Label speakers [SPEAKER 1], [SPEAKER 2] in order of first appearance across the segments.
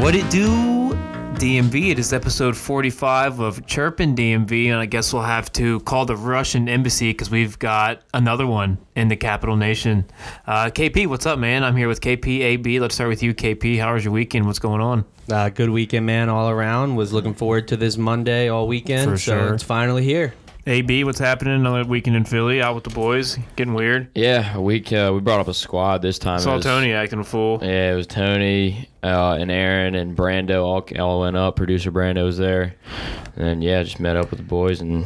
[SPEAKER 1] What it do, DMV? It is episode 45 of Chirpin DMV, and I guess we'll have to call the Russian embassy because we've got another one in the capital nation. Uh, KP, what's up, man? I'm here with KPAB. Let's start with you, KP. How was your weekend? What's going on?
[SPEAKER 2] Uh, good weekend, man, all around. Was looking forward to this Monday all weekend.
[SPEAKER 1] For
[SPEAKER 2] so
[SPEAKER 1] sure.
[SPEAKER 2] it's finally here.
[SPEAKER 1] AB, what's happening? Another weekend in Philly, out with the boys, getting weird.
[SPEAKER 3] Yeah, we uh, we brought up a squad this time. It
[SPEAKER 1] Saw
[SPEAKER 3] was-
[SPEAKER 1] Tony acting a fool.
[SPEAKER 3] Yeah, it was Tony uh, and Aaron and Brando all, all went up. Producer Brando was there, and yeah, just met up with the boys and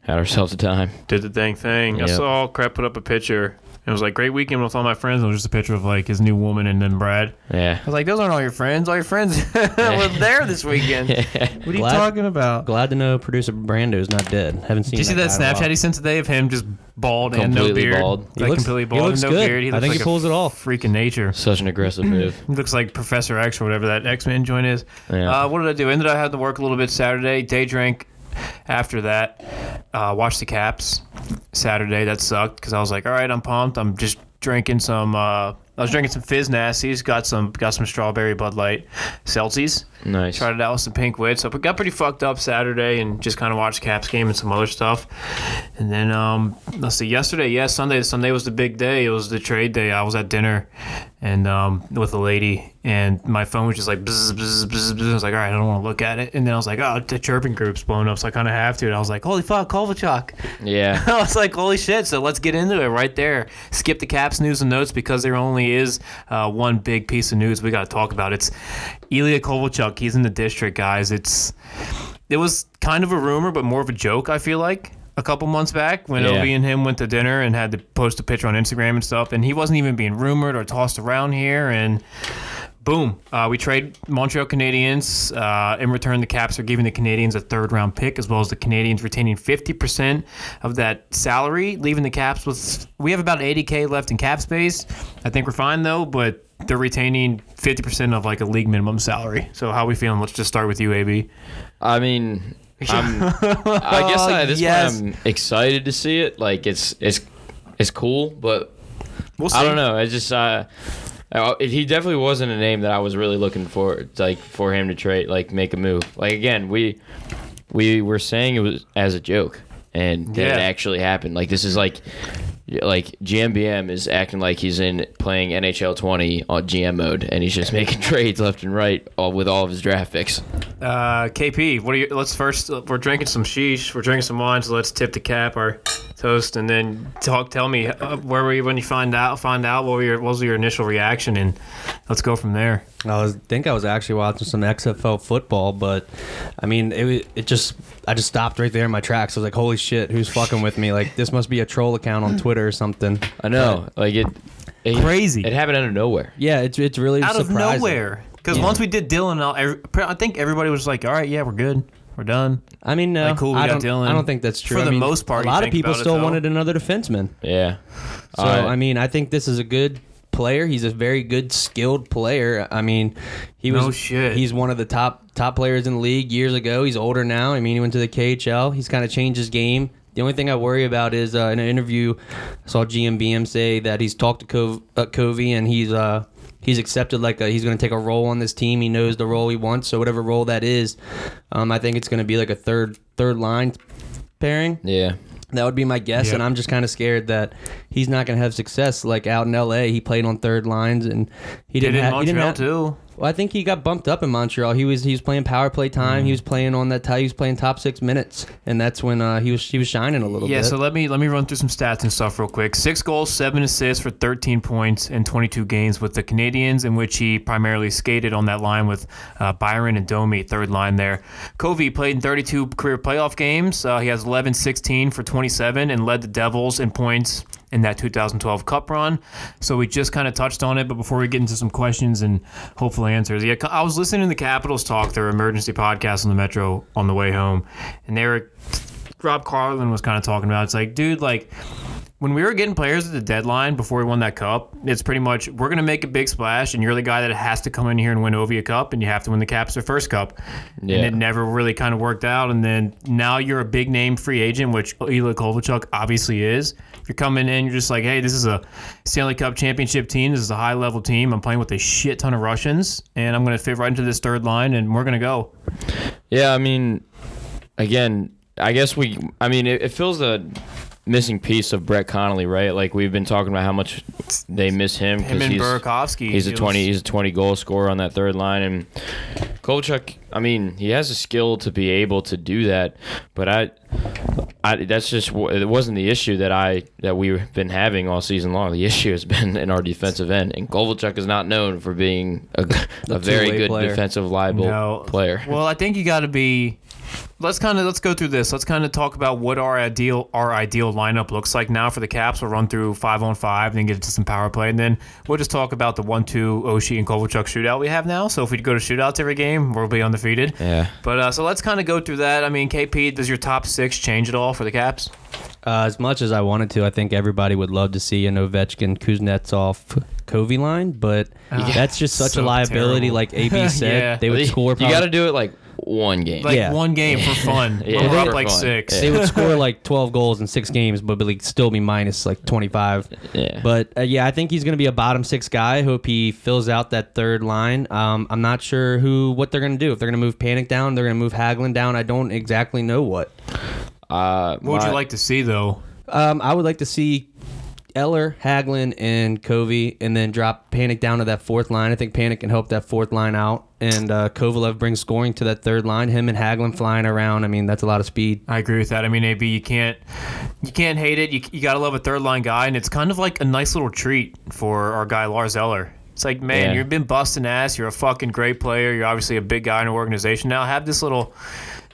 [SPEAKER 3] had ourselves a time.
[SPEAKER 1] did the dang thing. I
[SPEAKER 3] Yep.
[SPEAKER 1] saw Crap put up a picture. It was like great weekend with all my friends. It was just a picture of like his new woman and then Brad.
[SPEAKER 3] Yeah,
[SPEAKER 1] I was like, those aren't all your friends. All your friends were there this weekend. What are you
[SPEAKER 2] Glad-
[SPEAKER 1] talking about?
[SPEAKER 2] Glad to know producer Brando's not dead. Haven't seen.
[SPEAKER 1] Did you see that
[SPEAKER 2] guy in a
[SPEAKER 1] Snapchat
[SPEAKER 2] while.
[SPEAKER 1] he sent today of him just bald and no
[SPEAKER 3] Completely
[SPEAKER 1] beard?
[SPEAKER 3] bald.
[SPEAKER 2] He
[SPEAKER 1] Like
[SPEAKER 2] looks-
[SPEAKER 1] completely
[SPEAKER 2] he
[SPEAKER 1] bald
[SPEAKER 2] looks
[SPEAKER 1] and no
[SPEAKER 2] good.
[SPEAKER 1] beard. He
[SPEAKER 2] I
[SPEAKER 1] looks
[SPEAKER 2] think he
[SPEAKER 1] like
[SPEAKER 2] pulls
[SPEAKER 1] a
[SPEAKER 2] it off.
[SPEAKER 1] Freaking nature.
[SPEAKER 3] such an aggressive move.
[SPEAKER 1] He looks like Professor X or whatever that X Men joint is.
[SPEAKER 3] Yeah.
[SPEAKER 1] Uh, what did I do? Ended up having to work a little bit Saturday. Day drank. After that, uh, watched the Caps Saturday. That sucked because I was like, all right, I'm pumped. I'm just drinking some. Uh, I was drinking some Fizz Nasties. Got some. Got some strawberry Bud Light Celsies.
[SPEAKER 3] Nice.
[SPEAKER 1] Tried it out with some pink wits. So I got pretty fucked up Saturday and just kind of watched Caps game and some other stuff. And then um, let's see, yesterday, yeah, Sunday. Sunday was the big day. It was the trade day. I was at dinner and um, with a lady, and my phone was just like bzz, bzz, bzz, bzz. I was like, all right, I don't want to look at it. And then I was like, oh, the chirping group's blown up, so I kind of have to. And I was like, holy fuck, Kovalchuk.
[SPEAKER 3] Yeah,
[SPEAKER 1] I was like, holy shit. So let's get into it right there. Skip the Caps news and notes because there only is uh, one big piece of news we got to talk about. It's Ilya Kovalchuk. He's in the district, guys. It's It was kind of a rumor, but more of a joke, I feel like. A couple months back, when
[SPEAKER 3] Yeah.
[SPEAKER 1] Obi and him went to dinner and had to post a picture on Instagram and stuff, and he wasn't even being rumored or tossed around here, and boom, uh, we trade Montreal Canadiens. Uh, in return, the Caps are giving the Canadiens a third round pick, as well as the Canadiens retaining 50% of that salary, leaving the Caps with. We have about 80K left in cap space. I think we're fine, though, but they're retaining 50% of like a league minimum salary. So, how we feeling? Let's just start with you, AB.
[SPEAKER 3] I mean, I'm, I guess I, at this
[SPEAKER 1] Yes.
[SPEAKER 3] point I'm excited to see it. Like it's it's it's cool, but
[SPEAKER 1] We'll see.
[SPEAKER 3] I don't know. I just uh, uh, he definitely wasn't a name that I was really looking for, like for him to trade, like make a move. Like again, we we were saying it was as a joke, and then it
[SPEAKER 1] Yeah.
[SPEAKER 3] actually happened. Like this is like like GMBM is acting like he's in playing NHL 20 on GM mode, and he's just making trades left and right all, with all of his draft picks.
[SPEAKER 1] Uh, KP, what are you? Let's first. We're drinking some sheesh. We're drinking some wine. So let's tip the cap, our toast, and then talk. Tell me uh, where were you when you find out? Find out what were your what was your initial reaction, and let's go from there.
[SPEAKER 2] I was think I was actually watching some XFL football, but I mean, it wa- it just I just stopped right there in my tracks. I was like, holy shit, who's fucking with me? Like this must be a troll account on Twitter or something.
[SPEAKER 3] I know, like it, it
[SPEAKER 1] Crazy.
[SPEAKER 3] It happened out of nowhere.
[SPEAKER 2] Yeah, it's it's really
[SPEAKER 1] Out of
[SPEAKER 2] surprising.
[SPEAKER 1] nowhere, because once we did Dylan, all, every, I think everybody was like, "All right, yeah, we're good, we're done."
[SPEAKER 2] I mean, no,
[SPEAKER 1] Like, cool, we
[SPEAKER 2] I
[SPEAKER 1] got
[SPEAKER 2] don't.
[SPEAKER 1] Dylan.
[SPEAKER 2] I don't think that's true.
[SPEAKER 1] For
[SPEAKER 2] I
[SPEAKER 1] the
[SPEAKER 2] mean,
[SPEAKER 1] most part,
[SPEAKER 2] a
[SPEAKER 1] you
[SPEAKER 2] lot of
[SPEAKER 1] think
[SPEAKER 2] people
[SPEAKER 1] about it,
[SPEAKER 2] still
[SPEAKER 1] though.
[SPEAKER 2] wanted another defenseman.
[SPEAKER 3] Yeah.
[SPEAKER 2] So
[SPEAKER 3] Uh,
[SPEAKER 2] I mean, I think this is a good player. He's a very good, skilled player. I mean, he was.
[SPEAKER 1] No shit.
[SPEAKER 2] He's one of the top top players in the league years ago. He's older now. I mean, he went to the KHL. He's kind of changed his game. The only thing I worry about is uh, in an interview, I saw GMBM say that he's talked to Cove, uh, Covey and he's uh, he's accepted like a, he's going to take a role on this team. He knows the role he wants. So whatever role that is, um, I think it's going to be like a third third line pairing.
[SPEAKER 3] yeah.
[SPEAKER 2] That would be my guess,
[SPEAKER 1] Yep.
[SPEAKER 2] and I'm just kind of scared that he's not going to have success. Like out in L.A., he played on third lines, and he
[SPEAKER 1] Did
[SPEAKER 2] didn't.
[SPEAKER 1] in
[SPEAKER 2] have,
[SPEAKER 1] Montreal
[SPEAKER 2] he didn't have,
[SPEAKER 1] too.
[SPEAKER 2] Well, I think he got bumped up in Montreal. He was he was playing power play time.
[SPEAKER 1] Mm-hmm.
[SPEAKER 2] He was playing on that. Tie, he was playing top six minutes, and that's when uh, he was he was shining a little
[SPEAKER 1] Yeah,
[SPEAKER 2] bit.
[SPEAKER 1] so let me let me run through some stats and stuff real quick. Six goals, seven assists for 13 points in 22 games with the Canadians, in which he primarily skated on that line with uh, Byron and Domi, third line there. Covey played in 32 career playoff games. Uh, he has 11, 16 for 27, and led the Devils in points in that 2012 Cup run. So we just kind of touched on it, but before we get into some questions and hopefully answers, yeah, I was listening to the Capitals talk, their emergency podcast on the Metro on the way home, and they were Rob Carlin was kind of talking about. It's like, dude, like when we were getting players at the deadline before we won that cup, it's pretty much we're going to make a big splash, and you're the guy that has to come in here and win Ovia Cup, and you have to win the Caps their first cup.
[SPEAKER 3] Yeah.
[SPEAKER 1] And it never really kind of worked out. And then now you're a big name free agent, which Ila Kovalchuk obviously is. If you're coming in, you're just like, hey, this is a Stanley Cup championship team. This is a high level team. I'm playing with a shit ton of Russians, and I'm going to fit right into this third line, and we're going to go.
[SPEAKER 3] Yeah, I mean, again, I guess we. I mean, it, it fills the missing piece of Brett Connolly, right? Like we've been talking about how much they miss him
[SPEAKER 1] Him
[SPEAKER 3] because
[SPEAKER 1] and
[SPEAKER 3] he's
[SPEAKER 1] Burakovsky.
[SPEAKER 3] he's a
[SPEAKER 1] it was-
[SPEAKER 3] twenty he's a twenty goal scorer on that third line, and Kolchak. I mean, he has a skill to be able to do that, but I. I, that's just wh- it wasn't the issue that I that we've been having all season long. The issue has been in our defensive end, and Kovalchuk is not known for being a, a very
[SPEAKER 2] two-way
[SPEAKER 3] good
[SPEAKER 2] player.
[SPEAKER 3] defensive liable
[SPEAKER 1] No.
[SPEAKER 3] player.
[SPEAKER 1] Well, I think you got to be. Let's kind of let's go through this. Let's kind of talk about what our ideal our ideal lineup looks like now for the Caps. We'll run through five on five, then get into some power play, and then we'll just talk about the one two Oshie and Kovalchuk shootout we have now. So if we go to shootouts every game, we'll be undefeated.
[SPEAKER 3] Yeah.
[SPEAKER 1] But uh, so let's kind of go through that. I mean, KP, does your top six change at all for the Caps?
[SPEAKER 2] Uh, as much as I wanted to, I think everybody would love to see an Ovechkin, Kuznetsov, Covey line, but that's just such
[SPEAKER 1] Ah, so
[SPEAKER 2] a liability.
[SPEAKER 1] terrible.
[SPEAKER 2] Like AB said,
[SPEAKER 1] Yeah.
[SPEAKER 2] they would
[SPEAKER 3] You-
[SPEAKER 2] score.
[SPEAKER 3] You
[SPEAKER 2] Probably,
[SPEAKER 3] got to do it like one game.
[SPEAKER 1] Like
[SPEAKER 2] Yeah.
[SPEAKER 1] one game for fun.
[SPEAKER 3] Yeah.
[SPEAKER 1] We're up
[SPEAKER 3] For
[SPEAKER 1] like
[SPEAKER 3] fun.
[SPEAKER 1] six.
[SPEAKER 2] they would score like 12 goals in six games, but like still be minus like 25.
[SPEAKER 3] Yeah.
[SPEAKER 2] But uh, yeah, I think he's going to be a bottom six guy. Hope he fills out that third line. Um, I'm not sure who what they're going to do. If they're going to move Panic down, they're going to move Haglin down. I don't exactly know what.
[SPEAKER 3] uh,
[SPEAKER 1] What would
[SPEAKER 3] my-
[SPEAKER 1] you like to see though?
[SPEAKER 2] Um, I would like to see Eller, Haglin, and Covey, and then drop Panic down to that fourth line. I think Panic can help that fourth line out, and uh, Kovalev brings scoring to that third line. Him and Haglin flying around. I mean, that's a lot of speed.
[SPEAKER 1] I agree with that. I mean, AB, you can't you can't hate it. You, you gotta love a third line guy, and it's kind of like a nice little treat for our guy Lars Eller. It's like, man,
[SPEAKER 3] Yeah.
[SPEAKER 1] you've been busting ass. You're a fucking great player. You're obviously a big guy in our organization. Now have this little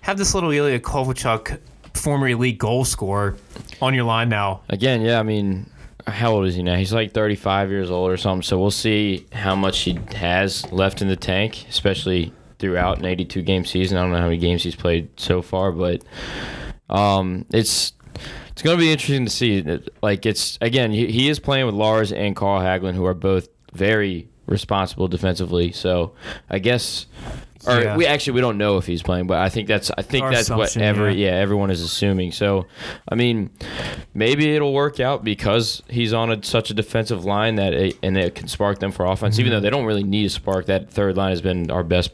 [SPEAKER 1] have this little Ilya Kovalchuk, former elite goal scorer, on your line now.
[SPEAKER 3] Again, yeah, I mean, how old is he now? He's like 35 years old or something. So we'll see how much he has left in the tank, especially throughout an 82 game season. I don't know how many games he's played so far, but um, it's it's going to be interesting to see. Like it's again, he, he is playing with Lars and Carl Hagelin, who are both very responsible defensively. So I guess. Or
[SPEAKER 1] Yeah.
[SPEAKER 3] we actually we don't know if he's playing, but I think that's I think
[SPEAKER 1] Our
[SPEAKER 3] that's what
[SPEAKER 1] assumption,
[SPEAKER 3] every
[SPEAKER 1] yeah.
[SPEAKER 3] yeah everyone is assuming. So I mean, maybe it'll work out because he's on a, such a defensive line that it, and it can spark them for offense. Even though
[SPEAKER 1] Mm-hmm.
[SPEAKER 3] they don't really need a spark, that third line has been our best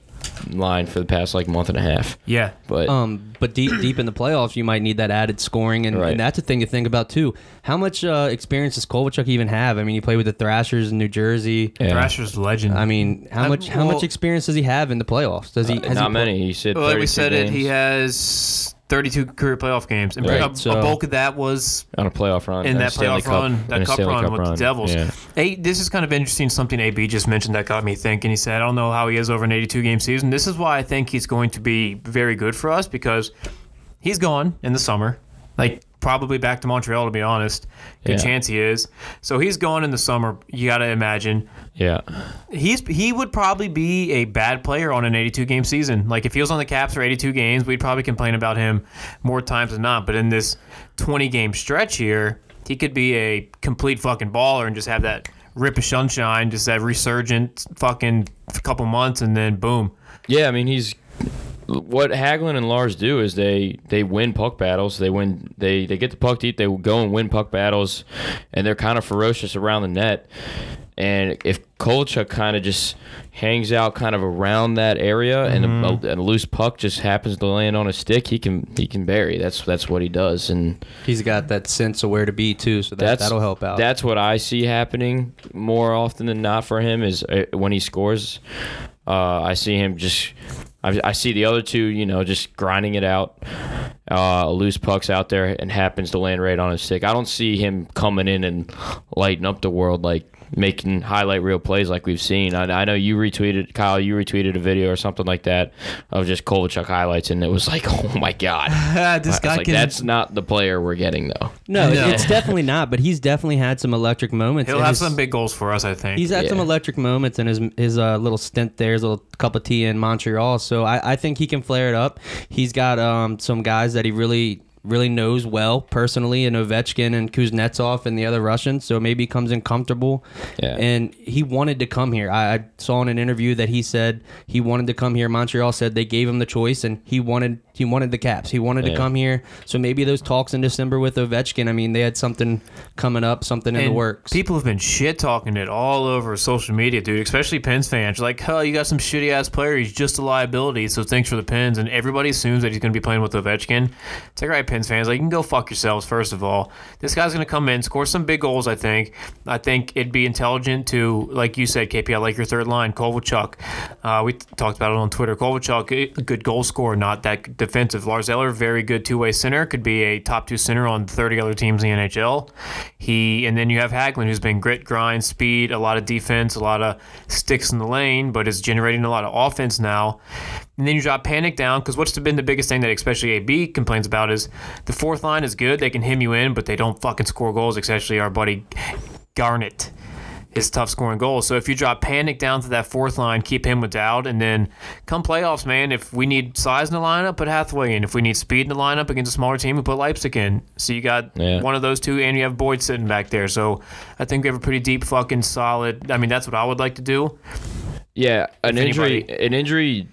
[SPEAKER 3] line for the past like month and a half.
[SPEAKER 1] Yeah,
[SPEAKER 3] But
[SPEAKER 2] Um, but deep deep in the playoffs, you might need that added scoring, and,
[SPEAKER 3] Right.
[SPEAKER 2] and that's a thing to think about too. How much uh, experience does Kovalchuk even have? I mean, he played with the Thrashers in New Jersey.
[SPEAKER 3] Yeah.
[SPEAKER 1] Thrasher's a legend.
[SPEAKER 2] I mean, how
[SPEAKER 1] I-
[SPEAKER 2] much how
[SPEAKER 1] well- Uh,
[SPEAKER 2] much experience does he have in the playoffs? Does he has
[SPEAKER 3] not
[SPEAKER 2] he pl-
[SPEAKER 3] many. He said
[SPEAKER 1] Well, like we
[SPEAKER 3] 32
[SPEAKER 1] said, it. He
[SPEAKER 3] games
[SPEAKER 1] has 32 career playoff games, and
[SPEAKER 3] Right,
[SPEAKER 1] a,
[SPEAKER 2] so-
[SPEAKER 1] a bulk of that was
[SPEAKER 3] on a playoff run
[SPEAKER 1] in
[SPEAKER 3] and a
[SPEAKER 1] that
[SPEAKER 3] Stanley
[SPEAKER 1] playoff run,
[SPEAKER 3] and
[SPEAKER 1] that
[SPEAKER 3] a
[SPEAKER 1] cup
[SPEAKER 3] Stanley
[SPEAKER 1] run with the Devils.
[SPEAKER 3] Yeah.
[SPEAKER 1] Hey, this is kind of interesting. Something AB just mentioned that got me thinking. He said, "I don't know how he is over an 82 game season." This is why I think he's going to be very good for us because he's gone in the summer, like probably back to Montreal. To be honest, good
[SPEAKER 3] Yeah.
[SPEAKER 1] chance he is. So he's gone in the summer. You got to imagine
[SPEAKER 3] Yeah.
[SPEAKER 1] he's he would probably be a bad player on an 82 game season. Like if he was on the Caps for 82 games, we'd probably complain about him more times than not. But in this 20 game stretch here, he could be a complete fucking baller and just have that rip of sunshine, just that resurgent fucking couple months, and then boom.
[SPEAKER 3] Yeah, I mean he's what Haglin and Lars do is they they win puck battles. They win they they get the puck deep. They go and win puck battles, and they're kind of ferocious around the net. And if Kolchak kind of just hangs out kind of around that area, and a, a loose puck just happens to land on a stick, he can he can bury. That's that's what he does, and
[SPEAKER 2] He's got that sense of where to be too, so that,
[SPEAKER 3] that's
[SPEAKER 2] that'll help out.
[SPEAKER 3] That's what I see happening more often than not for him is uh, when he scores. Uh, I see him just. I, I see the other two, you know, just grinding it out. Uh, loose pucks out there and happens to land right on his stick. I don't see him coming in and lighting up the world like making highlight reel plays like we've seen. I, I know you retweeted Kyle, you retweeted a video or something like that of just Kovalchuk highlights, and it was like, oh my god, I
[SPEAKER 1] this
[SPEAKER 3] was like, that's not the player we're getting though.
[SPEAKER 2] no,
[SPEAKER 1] No.
[SPEAKER 2] it's definitely not. But he's definitely had some electric moments.
[SPEAKER 1] He'll
[SPEAKER 2] in
[SPEAKER 1] have
[SPEAKER 2] his-
[SPEAKER 1] some big goals for us, I think.
[SPEAKER 2] He's had some
[SPEAKER 3] Yeah.
[SPEAKER 2] electric moments in his his uh, little stint there, his little cup of tea in Montreal. So I, I think he can flare it up. He's got um, some guys that he really really knows well personally, and Ovechkin and Kuznetsov and the other Russians. So maybe he comes in comfortable.
[SPEAKER 3] Yeah.
[SPEAKER 2] And he wanted to come here. I, I saw in an interview that he said he wanted to come here. Montreal said they gave him the choice, and he wanted he wanted the Caps. He wanted
[SPEAKER 3] Yeah.
[SPEAKER 2] to come here. So maybe those talks in December with Ovechkin. I mean, they had something coming up, something in the
[SPEAKER 1] And
[SPEAKER 2] works.
[SPEAKER 1] People have been shit talking it all over social media, dude. Especially Pens fans. Like, hell, you got some shitty ass player. He's just a liability. So thanks for the Pens. And everybody assumes that he's going to be playing with Ovechkin. It's like, all right, Pens fans, like you can go fuck yourselves. First of all, this guy's going to come in, score some big goals. I think. I think it'd be intelligent to, like you said, KP. I like your third line, Kovalchuk. Uh, we t- talked about it on Twitter. Kovalchuk, eh, a good goal scorer, not that defensive. Lars Eller, very good two way center, could be a top two center on 30 other teams in the NHL. He and then you have Haglin, who's been grit, grind, speed, a lot of defense, a lot of sticks in the lane, but is generating a lot of offense now. And then you drop Panic down because what's been the biggest thing that especially AB complains about is the fourth line is good, they can hem you in, but they don't fucking score goals, especially our buddy Garnett is tough scoring goals. So if you drop Panic down to that fourth line, keep him with Dowd, and then come playoffs, man, if we need size in the lineup, put Hathaway in. If we need speed in the lineup against a smaller team, we put Leipzig in. So you got
[SPEAKER 3] Yeah.
[SPEAKER 1] one of those two, and you have Boyd sitting back there. So I think we have a pretty deep, fucking solid. I mean, that's what I would like to do.
[SPEAKER 3] Yeah, an injury,
[SPEAKER 1] anybody-
[SPEAKER 3] an injury.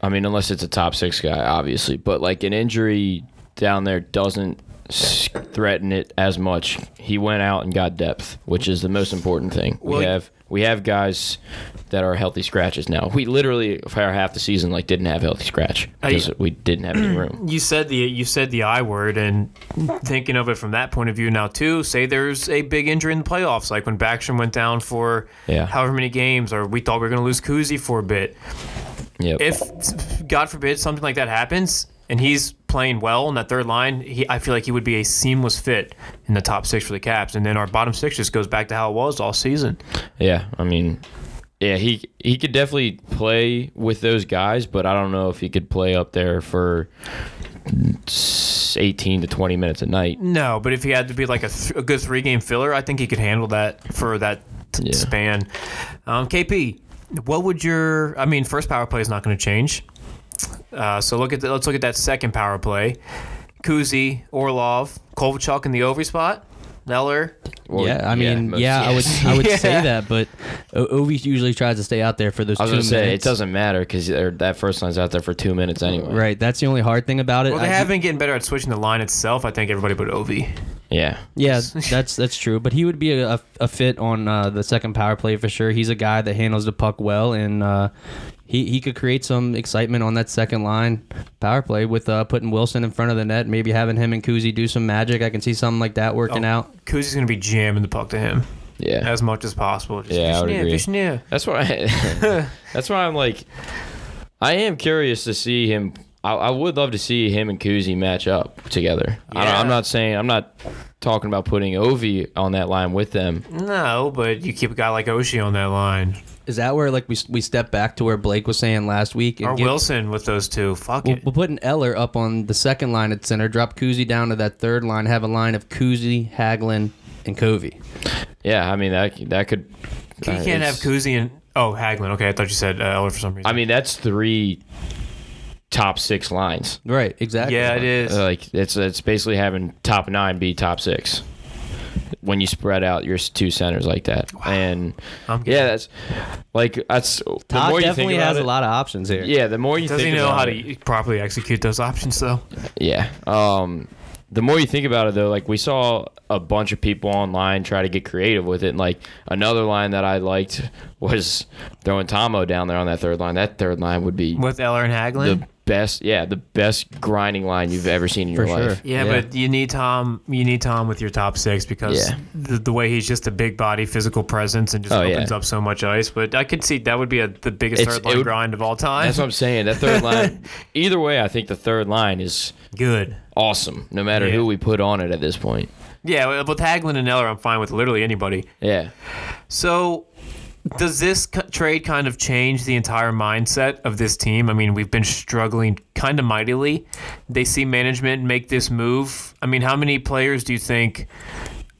[SPEAKER 3] I mean, unless it's a top six guy, obviously, but like an injury down there doesn't s- threaten it as much. He went out and got depth, which is the most important thing.
[SPEAKER 2] Well,
[SPEAKER 3] we have we have guys that are healthy scratches now. We literally for half the season like didn't have healthy scratch because we didn't have any room.
[SPEAKER 1] You said the you said the I word, and thinking of it from that point of view now too. Say there's a big injury in the playoffs, like when Backstrom went down for
[SPEAKER 3] Yeah.
[SPEAKER 1] however many games, or we thought we were going to lose Kuzi for a bit.
[SPEAKER 3] Yep.
[SPEAKER 1] if God forbid something like that happens and he's playing well in that third line, he, I feel like he would be a seamless fit in the top six for the Caps, and then our bottom six just goes back to how it was all season.
[SPEAKER 3] Yeah, I mean, yeah, he he could definitely play with those guys, but I don't know if he could play up there for s- eighteen to twenty minutes a night.
[SPEAKER 1] No, but if he had to be like a, th- a good three game filler, I think he could handle that for that t-
[SPEAKER 3] Yeah.
[SPEAKER 1] span. Um, KP, what would your? I mean, first power play is not going to change. Uh, so look at the, let's look at that second power play. Kuzi, Orlov, Kovalchuk in the Ovi spot, Neller,
[SPEAKER 3] Well,
[SPEAKER 2] yeah, I mean, yeah,
[SPEAKER 3] most-
[SPEAKER 2] I would, I would say
[SPEAKER 1] Yeah.
[SPEAKER 2] that, but O- Ovi usually tries to stay out there for those.
[SPEAKER 3] I was
[SPEAKER 2] two
[SPEAKER 3] gonna say it
[SPEAKER 2] minutes.
[SPEAKER 3] doesn't matter because that first line's out there for two minutes anyway.
[SPEAKER 2] Right, that's the only hard thing about it.
[SPEAKER 1] Well, they
[SPEAKER 2] I-
[SPEAKER 1] have been getting better at switching the line itself. I think everybody but Ovi.
[SPEAKER 3] Yeah.
[SPEAKER 2] Yeah, that's that's true. But he would be a, a fit on uh, the second power play for sure. He's a guy that handles the puck well, and uh, he he could create some excitement on that second line power play with uh, putting Wilson in front of the net. Maybe having him and Kuzi do some magic. I can see something like that
[SPEAKER 1] Oh.
[SPEAKER 2] working out.
[SPEAKER 1] Kuzi's going to be jamming the puck to him
[SPEAKER 3] Yeah.
[SPEAKER 1] as much as possible. Just
[SPEAKER 3] Yeah, I would
[SPEAKER 1] Vishnev,
[SPEAKER 3] agree.
[SPEAKER 1] Vishnev.
[SPEAKER 3] That's why. I, that's why I'm like, I am curious to see him. I, I would love to see him and Kuzi match up together. I don't,
[SPEAKER 1] Yeah.
[SPEAKER 3] I'm not saying I'm not talking about putting Ovi on that line with them.
[SPEAKER 1] No, but you keep a guy like Oshie on that line
[SPEAKER 2] Is that where like we we step back to where Blake was saying last week? and
[SPEAKER 1] or
[SPEAKER 2] give-
[SPEAKER 1] Wilson with those two. Fuck
[SPEAKER 2] We'll,
[SPEAKER 1] it.
[SPEAKER 2] we'll put an Eller up on the second line at center. Drop Kuzi down to that third line. Have a line of Kuzi, Haglin, and Covey.
[SPEAKER 3] Yeah, I mean that that could.
[SPEAKER 1] You
[SPEAKER 3] uh,
[SPEAKER 1] can't have
[SPEAKER 3] it's-
[SPEAKER 1] Kuzi and oh Haglin. Okay, I thought you said uh, Eller for some reason.
[SPEAKER 3] I mean that's three top six lines.
[SPEAKER 2] Right, exactly.
[SPEAKER 1] yeah, it is.
[SPEAKER 3] Like it's it's basically having top nine be top six when you spread out your s- two centers like that. And
[SPEAKER 1] I'm getting-
[SPEAKER 3] yeah, that's like that's the
[SPEAKER 2] Todd
[SPEAKER 3] more you think
[SPEAKER 2] definitely
[SPEAKER 3] about
[SPEAKER 2] has
[SPEAKER 3] it-
[SPEAKER 2] a lot of options here.
[SPEAKER 3] Yeah, the more you
[SPEAKER 1] Does
[SPEAKER 3] think
[SPEAKER 1] he know
[SPEAKER 3] about
[SPEAKER 1] how
[SPEAKER 3] it-
[SPEAKER 1] to properly execute those options though?
[SPEAKER 3] Yeah. Um, the more you think about it, though, like we saw a bunch of people online try to get creative with it. And like another line that I liked was throwing Tomo down there on that third line. That third line would be
[SPEAKER 1] With Eller and Haglin.
[SPEAKER 3] the best. Yeah, the best grinding line you've ever seen in
[SPEAKER 2] For
[SPEAKER 3] your life.
[SPEAKER 2] sure.
[SPEAKER 1] Yeah,
[SPEAKER 2] Yeah.
[SPEAKER 1] but you need Tom. You need Tom with your top six because
[SPEAKER 3] Yeah.
[SPEAKER 1] the, the way he's just a big body, physical presence, and just
[SPEAKER 3] Oh, yeah.
[SPEAKER 1] opens up so much ice. But I could see that would be a, the biggest
[SPEAKER 3] It's-
[SPEAKER 1] third
[SPEAKER 3] it
[SPEAKER 1] line
[SPEAKER 3] would-
[SPEAKER 1] grind of all time.
[SPEAKER 3] That's what I'm saying. That third line. Either way, I think the third line is
[SPEAKER 1] Good.
[SPEAKER 3] awesome, no matter
[SPEAKER 1] Yeah.
[SPEAKER 3] who we put on it at this point.
[SPEAKER 1] Yeah, with Haglin and Eller, I'm fine with literally anybody.
[SPEAKER 3] Yeah.
[SPEAKER 1] So, does this c- trade kind of change the entire mindset of this team? I mean, we've been struggling kind of mightily. They see management make this move. I mean, how many players do you think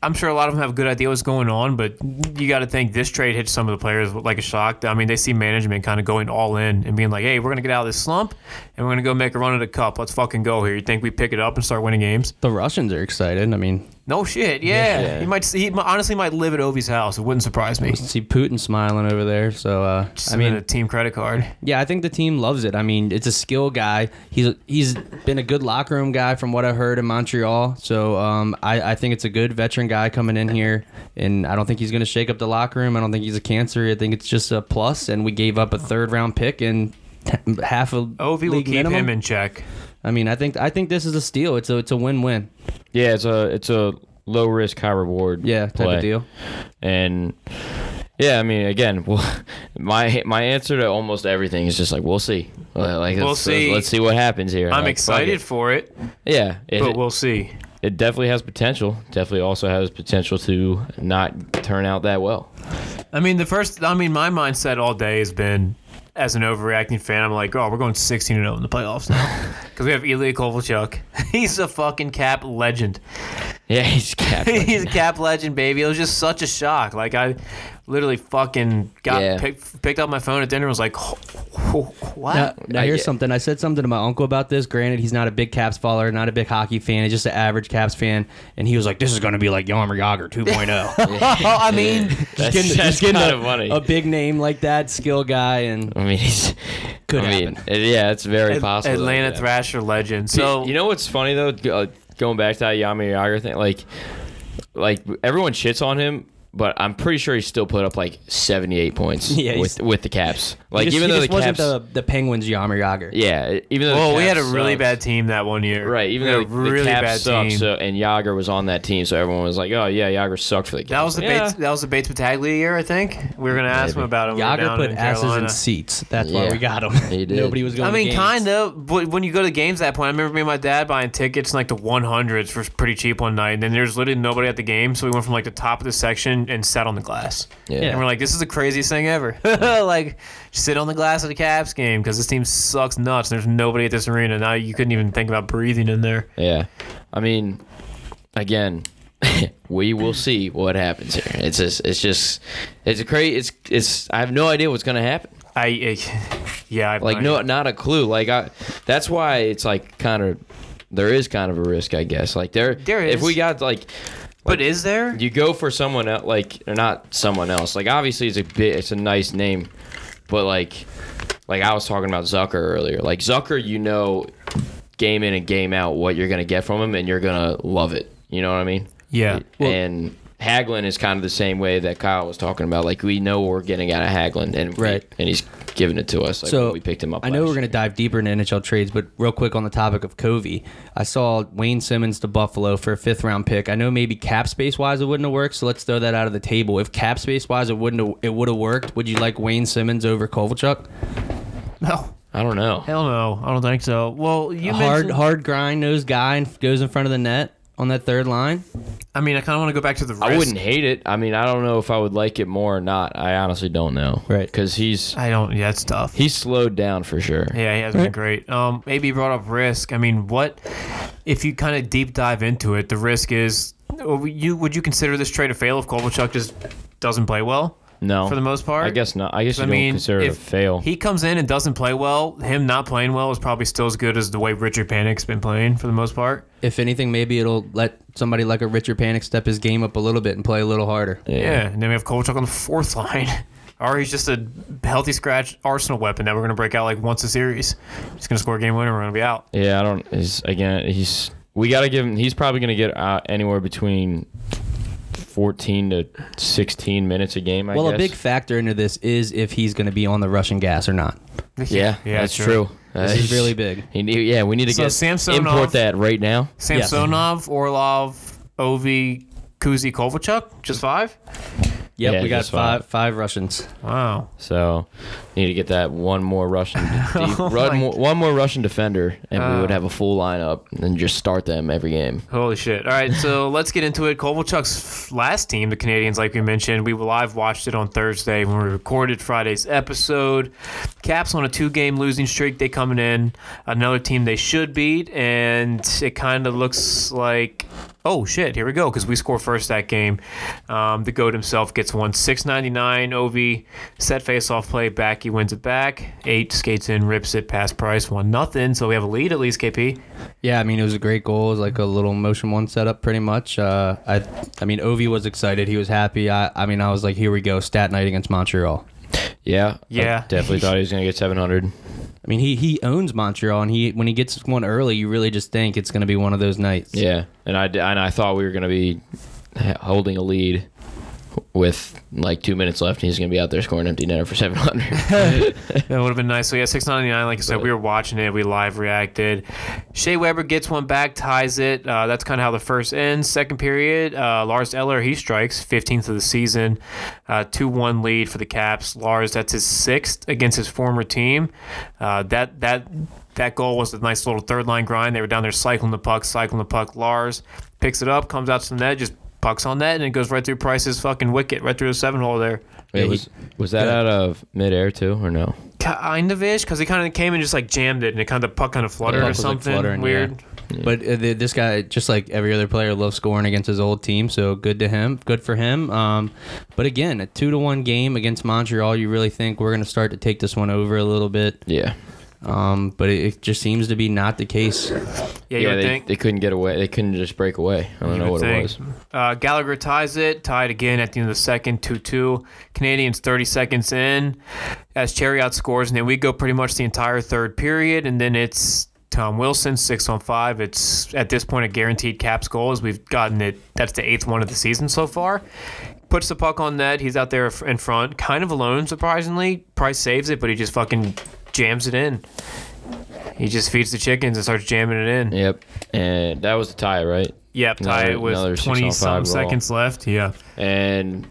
[SPEAKER 1] I'm sure a lot of them have a good idea what's going on, but you got to think this trade hits some of the players like a shock. I mean, they see management kind of going all in and being like, "Hey, we're gonna get out of this slump, and we're gonna go make a run at the cup. Let's fucking go here." You think we pick it up and start winning games?
[SPEAKER 2] The Russians are excited. I mean,
[SPEAKER 1] No shit. Yeah,
[SPEAKER 3] Yeah.
[SPEAKER 1] he might. He might- honestly might live at Ovi's house. It wouldn't surprise me.
[SPEAKER 2] see Putin smiling over there. So uh, I
[SPEAKER 1] I
[SPEAKER 2] mean,
[SPEAKER 1] mean, a team credit card.
[SPEAKER 2] Yeah, I think the team loves it. I mean, it's a skill guy. He's he's been a good locker room guy from what I heard in Montreal. So um, I, I think it's a good veteran guy coming in here, and I don't think he's going to shake up the locker room. I don't think he's a cancer. I think it's just a plus, and we gave up a third round pick and half a
[SPEAKER 1] Ovi Oh, will
[SPEAKER 2] league
[SPEAKER 1] keep
[SPEAKER 2] minimum.
[SPEAKER 1] him in check.
[SPEAKER 2] I mean, I think I think this is a steal. It's a it's a win win.
[SPEAKER 3] Yeah, it's a it's a low risk, high reward.
[SPEAKER 2] Yeah, type
[SPEAKER 3] play.
[SPEAKER 2] of deal.
[SPEAKER 3] And yeah, I mean, again, well, my my answer to almost everything is just like we'll see. Like, like,
[SPEAKER 1] We'll
[SPEAKER 3] let's,
[SPEAKER 1] see.
[SPEAKER 3] Let's see what happens here.
[SPEAKER 1] I'm
[SPEAKER 3] Like, fuck
[SPEAKER 1] excited
[SPEAKER 3] it.
[SPEAKER 1] for it,
[SPEAKER 3] Yeah, it,
[SPEAKER 1] but we'll see.
[SPEAKER 3] it definitely has potential. Definitely also has potential to not turn out that well.
[SPEAKER 1] I mean, the first. I mean, my mindset all day has been. As an overreacting fan, I'm like, oh, we're going 16 0 in the playoffs now. Because we have Ilya Kovalchuk. He's a fucking cap legend.
[SPEAKER 3] Yeah, he's capped.
[SPEAKER 1] He's a cap legend, baby. It was just such a shock. Like, I literally fucking got
[SPEAKER 3] Yeah.
[SPEAKER 1] pick, picked up my phone at dinner and was like, what?
[SPEAKER 2] Now, now
[SPEAKER 3] Uh, I
[SPEAKER 2] here's
[SPEAKER 3] get-
[SPEAKER 2] something. I said something to my uncle about this. Granted, he's not a big Caps follower, not a big hockey fan. He's just an average Caps fan, and he was like, "This is going to be like Yarmer Yager 2.0."
[SPEAKER 1] I mean,
[SPEAKER 3] that's
[SPEAKER 2] getting-
[SPEAKER 3] that's
[SPEAKER 2] just getting
[SPEAKER 3] kind of funny.
[SPEAKER 2] a big name like that, skill guy, and
[SPEAKER 3] I mean, he's
[SPEAKER 2] Could
[SPEAKER 3] I mean,
[SPEAKER 2] happen.
[SPEAKER 3] it- yeah, it's very possible.
[SPEAKER 1] Atlanta
[SPEAKER 3] yeah.
[SPEAKER 1] Thrasher legend. So,
[SPEAKER 3] you know what's funny though? G- Uh, going back to that Yami Yager thing, like, like everyone shits on him, but I'm pretty sure he still put up like 78 points
[SPEAKER 2] Yeah, he's-
[SPEAKER 3] with with the Caps.
[SPEAKER 2] he
[SPEAKER 3] Like,
[SPEAKER 2] just,
[SPEAKER 3] even
[SPEAKER 2] he
[SPEAKER 3] though the
[SPEAKER 2] just wasn't
[SPEAKER 3] Caps,
[SPEAKER 2] the, the Penguins Yarmer Yager.
[SPEAKER 3] yeah, even though the
[SPEAKER 1] well, we had a
[SPEAKER 3] Caps
[SPEAKER 1] really
[SPEAKER 3] sucked.
[SPEAKER 1] bad team that one year.
[SPEAKER 3] Right, even
[SPEAKER 1] we
[SPEAKER 3] though
[SPEAKER 1] had a
[SPEAKER 3] the,
[SPEAKER 1] really
[SPEAKER 3] the Caps
[SPEAKER 1] bad
[SPEAKER 3] sucked,
[SPEAKER 1] team.
[SPEAKER 3] so and Yager was on that team, so everyone was like, "Oh yeah, Yager sucked for the Caps."
[SPEAKER 1] that was the
[SPEAKER 3] Like,
[SPEAKER 1] Bates, that was the Bates Battaglia year, I think. We were gonna ask him
[SPEAKER 3] Maybe.
[SPEAKER 1] about him. We were
[SPEAKER 2] Yager
[SPEAKER 1] down
[SPEAKER 2] put
[SPEAKER 1] in
[SPEAKER 2] asses in
[SPEAKER 1] Carolina.
[SPEAKER 2] seats. That's why
[SPEAKER 3] Yeah.
[SPEAKER 2] we got him.
[SPEAKER 3] He did.
[SPEAKER 2] Nobody was going.
[SPEAKER 1] I
[SPEAKER 2] to
[SPEAKER 1] mean,
[SPEAKER 2] games.
[SPEAKER 1] kind of. But when you go to games at that point, I remember me and my dad buying tickets in like the 100s for pretty cheap one night, and then there's literally nobody at the game, so we went from like the top of the section and sat on the glass.
[SPEAKER 3] Yeah.
[SPEAKER 1] And we're like, this is the craziest thing ever. like, sit on the glass of the Caps game because this team sucks nuts. And there's nobody at this arena now. You couldn't even think about breathing in there.
[SPEAKER 3] Yeah. I mean, again, we will see what happens here. It's just, it's just, it's a crazy. It's, it's. I have no idea what's gonna happen.
[SPEAKER 1] I, I yeah, I
[SPEAKER 3] Like, no, not a clue. Like, I. That's why it's like kind of, there is kind of a risk, I guess. Like there,
[SPEAKER 1] There
[SPEAKER 3] If
[SPEAKER 1] is.
[SPEAKER 3] we got like,
[SPEAKER 1] But is there?
[SPEAKER 3] you go for someone else, like or not someone else. Like obviously it's a bit, it's a nice name, but like, like I was talking about Zucker earlier. Like Zucker, you know, game in and game out what you're gonna get from him, and you're gonna love it. You know what I mean?
[SPEAKER 1] Yeah.
[SPEAKER 3] and Haglin is kind of the same way that Kyle was talking about. Like we know what we're getting out of Haglin, and we-
[SPEAKER 2] Right.
[SPEAKER 3] and he's giving it to us. Like
[SPEAKER 2] so
[SPEAKER 3] when we picked him up.
[SPEAKER 2] I know
[SPEAKER 3] last
[SPEAKER 2] we're going to
[SPEAKER 3] year.
[SPEAKER 2] dive deeper into NHL trades, but real quick on the topic of Covey, I saw Wayne Simmons to Buffalo for a fifth round pick. I know maybe cap space wise it wouldn't have worked, so let's throw that out of the table. If cap space wise it wouldn't have, it would have worked, would you like Wayne Simmons over Kovalchuk?
[SPEAKER 1] No.
[SPEAKER 3] I don't know.
[SPEAKER 1] Hell no. I don't think so. Well, you
[SPEAKER 2] hard
[SPEAKER 1] mentioned-
[SPEAKER 2] hard grind nose guy and goes in front of the net on that third line.
[SPEAKER 1] I mean, I kind of want to go back to the risk.
[SPEAKER 3] I wouldn't hate it. I mean, I don't know if I would like it more or not. I honestly don't know.
[SPEAKER 2] Right.
[SPEAKER 3] Because he's
[SPEAKER 1] I don't. Yeah, it's tough.
[SPEAKER 3] he's slowed down for sure.
[SPEAKER 1] Yeah, he has been great. Um, AB brought up risk. I mean, what if you kind of deep dive into it? The risk is, or you would you consider this trade a fail if Kovalchuk just doesn't play well?
[SPEAKER 3] No,
[SPEAKER 1] for the most part.
[SPEAKER 3] I guess not. I guess you
[SPEAKER 1] I
[SPEAKER 3] don't
[SPEAKER 1] mean,
[SPEAKER 3] consider it a
[SPEAKER 1] if
[SPEAKER 3] fail.
[SPEAKER 1] he comes in and doesn't play well, him not playing well is probably still as good as the way Richard Panic's been playing for the most part.
[SPEAKER 2] If anything, maybe it'll let somebody like a Richard Panic step his game up a little bit and play a little harder.
[SPEAKER 1] Yeah, and then we have Kovalchuk on the fourth line. Or he's just a healthy scratch Arsenal weapon that we're going to break out like once a series. He's going to score a game winner. We're going to be out.
[SPEAKER 3] yeah, I don't. He's again. He's we gotta give him. He's probably gonna get uh, anywhere between fourteen to sixteen minutes a game. I
[SPEAKER 2] Well,
[SPEAKER 3] guess.
[SPEAKER 2] a big factor into this is if he's going to be on the Russian gas or not.
[SPEAKER 3] Yeah,
[SPEAKER 1] Yeah,
[SPEAKER 3] that's
[SPEAKER 1] sure.
[SPEAKER 3] true.
[SPEAKER 2] This is really big.
[SPEAKER 3] He need, yeah, we need to
[SPEAKER 1] So
[SPEAKER 3] get
[SPEAKER 1] Samsonov-
[SPEAKER 3] import that right now.
[SPEAKER 1] Samsonov, Orlov, Ovi, Kuzi, Kovalchuk, just five.
[SPEAKER 2] Yep,
[SPEAKER 3] Yeah,
[SPEAKER 2] we got
[SPEAKER 3] just fine.
[SPEAKER 2] five five Russians.
[SPEAKER 1] Wow.
[SPEAKER 3] So need to get that one more Russian, de- run
[SPEAKER 1] Oh my Ah.
[SPEAKER 3] more, one more Russian defender, and we would have a full lineup and just start them every game.
[SPEAKER 1] Holy shit. All right, so let's get into it. Kovalchuk's f- last team, the Canadians, like we mentioned, we live watched it on Thursday when we recorded Friday's episode. Caps on a two game losing streak. They coming in another team they should beat, and it kind of looks like oh shit, here we go because we score first that game. Um, the goat himself gets one six ninety nine OV set face off play back. He wins it back. Eight skates in, rips it past Price one nothing. So we have a lead at least. KP.
[SPEAKER 2] Yeah, I mean it was a great goal. It was like a little motion one setup, pretty much. Uh, I, I mean Ovi was excited. He was happy. I, I mean I was like, here we go, stat night against Montreal.
[SPEAKER 3] Yeah.
[SPEAKER 1] Yeah.
[SPEAKER 3] I definitely thought he was gonna get 700.
[SPEAKER 2] I mean he he owns Montreal, and he when he gets one early, you really just think it's going to be one of those nights.
[SPEAKER 3] Yeah. And I d- and I thought we were gonna be h- holding a lead with like two minutes left, and he's gonna be out there scoring empty netter for 700.
[SPEAKER 1] That would have been nice. So yeah, six ninety nine. Like I said, we were watching it. We live reacted. Shea Weber gets one back, ties it. Uh, that's kind of how the first ends. Second period, uh, Lars Eller he strikes fifteenth of the season, Uh, two one lead for the Caps. Lars that's his sixth against his former team. Uh, that that that goal was a nice little third line grind. They were down there cycling the puck, cycling the puck. Lars picks it up, comes out to the net, just pucks on net, and it goes right through Price's fucking wicket, right through the seven hole there.
[SPEAKER 3] Wait,
[SPEAKER 2] Yeah,
[SPEAKER 3] was
[SPEAKER 2] he-
[SPEAKER 3] was that
[SPEAKER 2] yeah.
[SPEAKER 3] out of midair too, or no?
[SPEAKER 1] kind of ish because he kind of came and just like jammed it and it kind of puck kind of fluttered
[SPEAKER 2] Puck
[SPEAKER 1] or
[SPEAKER 2] was, like,
[SPEAKER 1] something
[SPEAKER 2] fluttering,
[SPEAKER 1] weird.
[SPEAKER 2] But uh, th- this guy, just like every other player, loves scoring against his old team. So good to him. Good for him. Um, but again, a two to one game against Montreal. You really think we're going to start to take this one over a little bit?
[SPEAKER 3] Yeah.
[SPEAKER 2] Um, but it, it just seems to be not the case.
[SPEAKER 1] Yeah, you
[SPEAKER 3] Yeah,
[SPEAKER 1] would
[SPEAKER 3] they,
[SPEAKER 1] think.
[SPEAKER 3] they couldn't get away. They couldn't just break away. I don't
[SPEAKER 1] you
[SPEAKER 3] know
[SPEAKER 1] would
[SPEAKER 3] what it
[SPEAKER 1] think.
[SPEAKER 3] was.
[SPEAKER 1] Uh, Gallagher ties it, tied again at the end of the second, 2 2. Canadians 30 seconds in as Chariot scores, and then we go pretty much the entire third period, and then it's Tom Wilson, 6 on 5. It's at this point a guaranteed Caps goal as we've gotten it. That's the eighth one of the season so far. Puts the puck on net. He's out there in front, kind of alone, surprisingly. Price saves it, but he just fucking jams it in. He just feeds the chickens and starts jamming it in.
[SPEAKER 3] Yep. And that was the tie, right?
[SPEAKER 1] Yep, tie
[SPEAKER 3] Another-
[SPEAKER 1] it with
[SPEAKER 3] another six
[SPEAKER 1] 20
[SPEAKER 3] on
[SPEAKER 1] some
[SPEAKER 3] five goal.
[SPEAKER 1] seconds left. Yeah.
[SPEAKER 3] And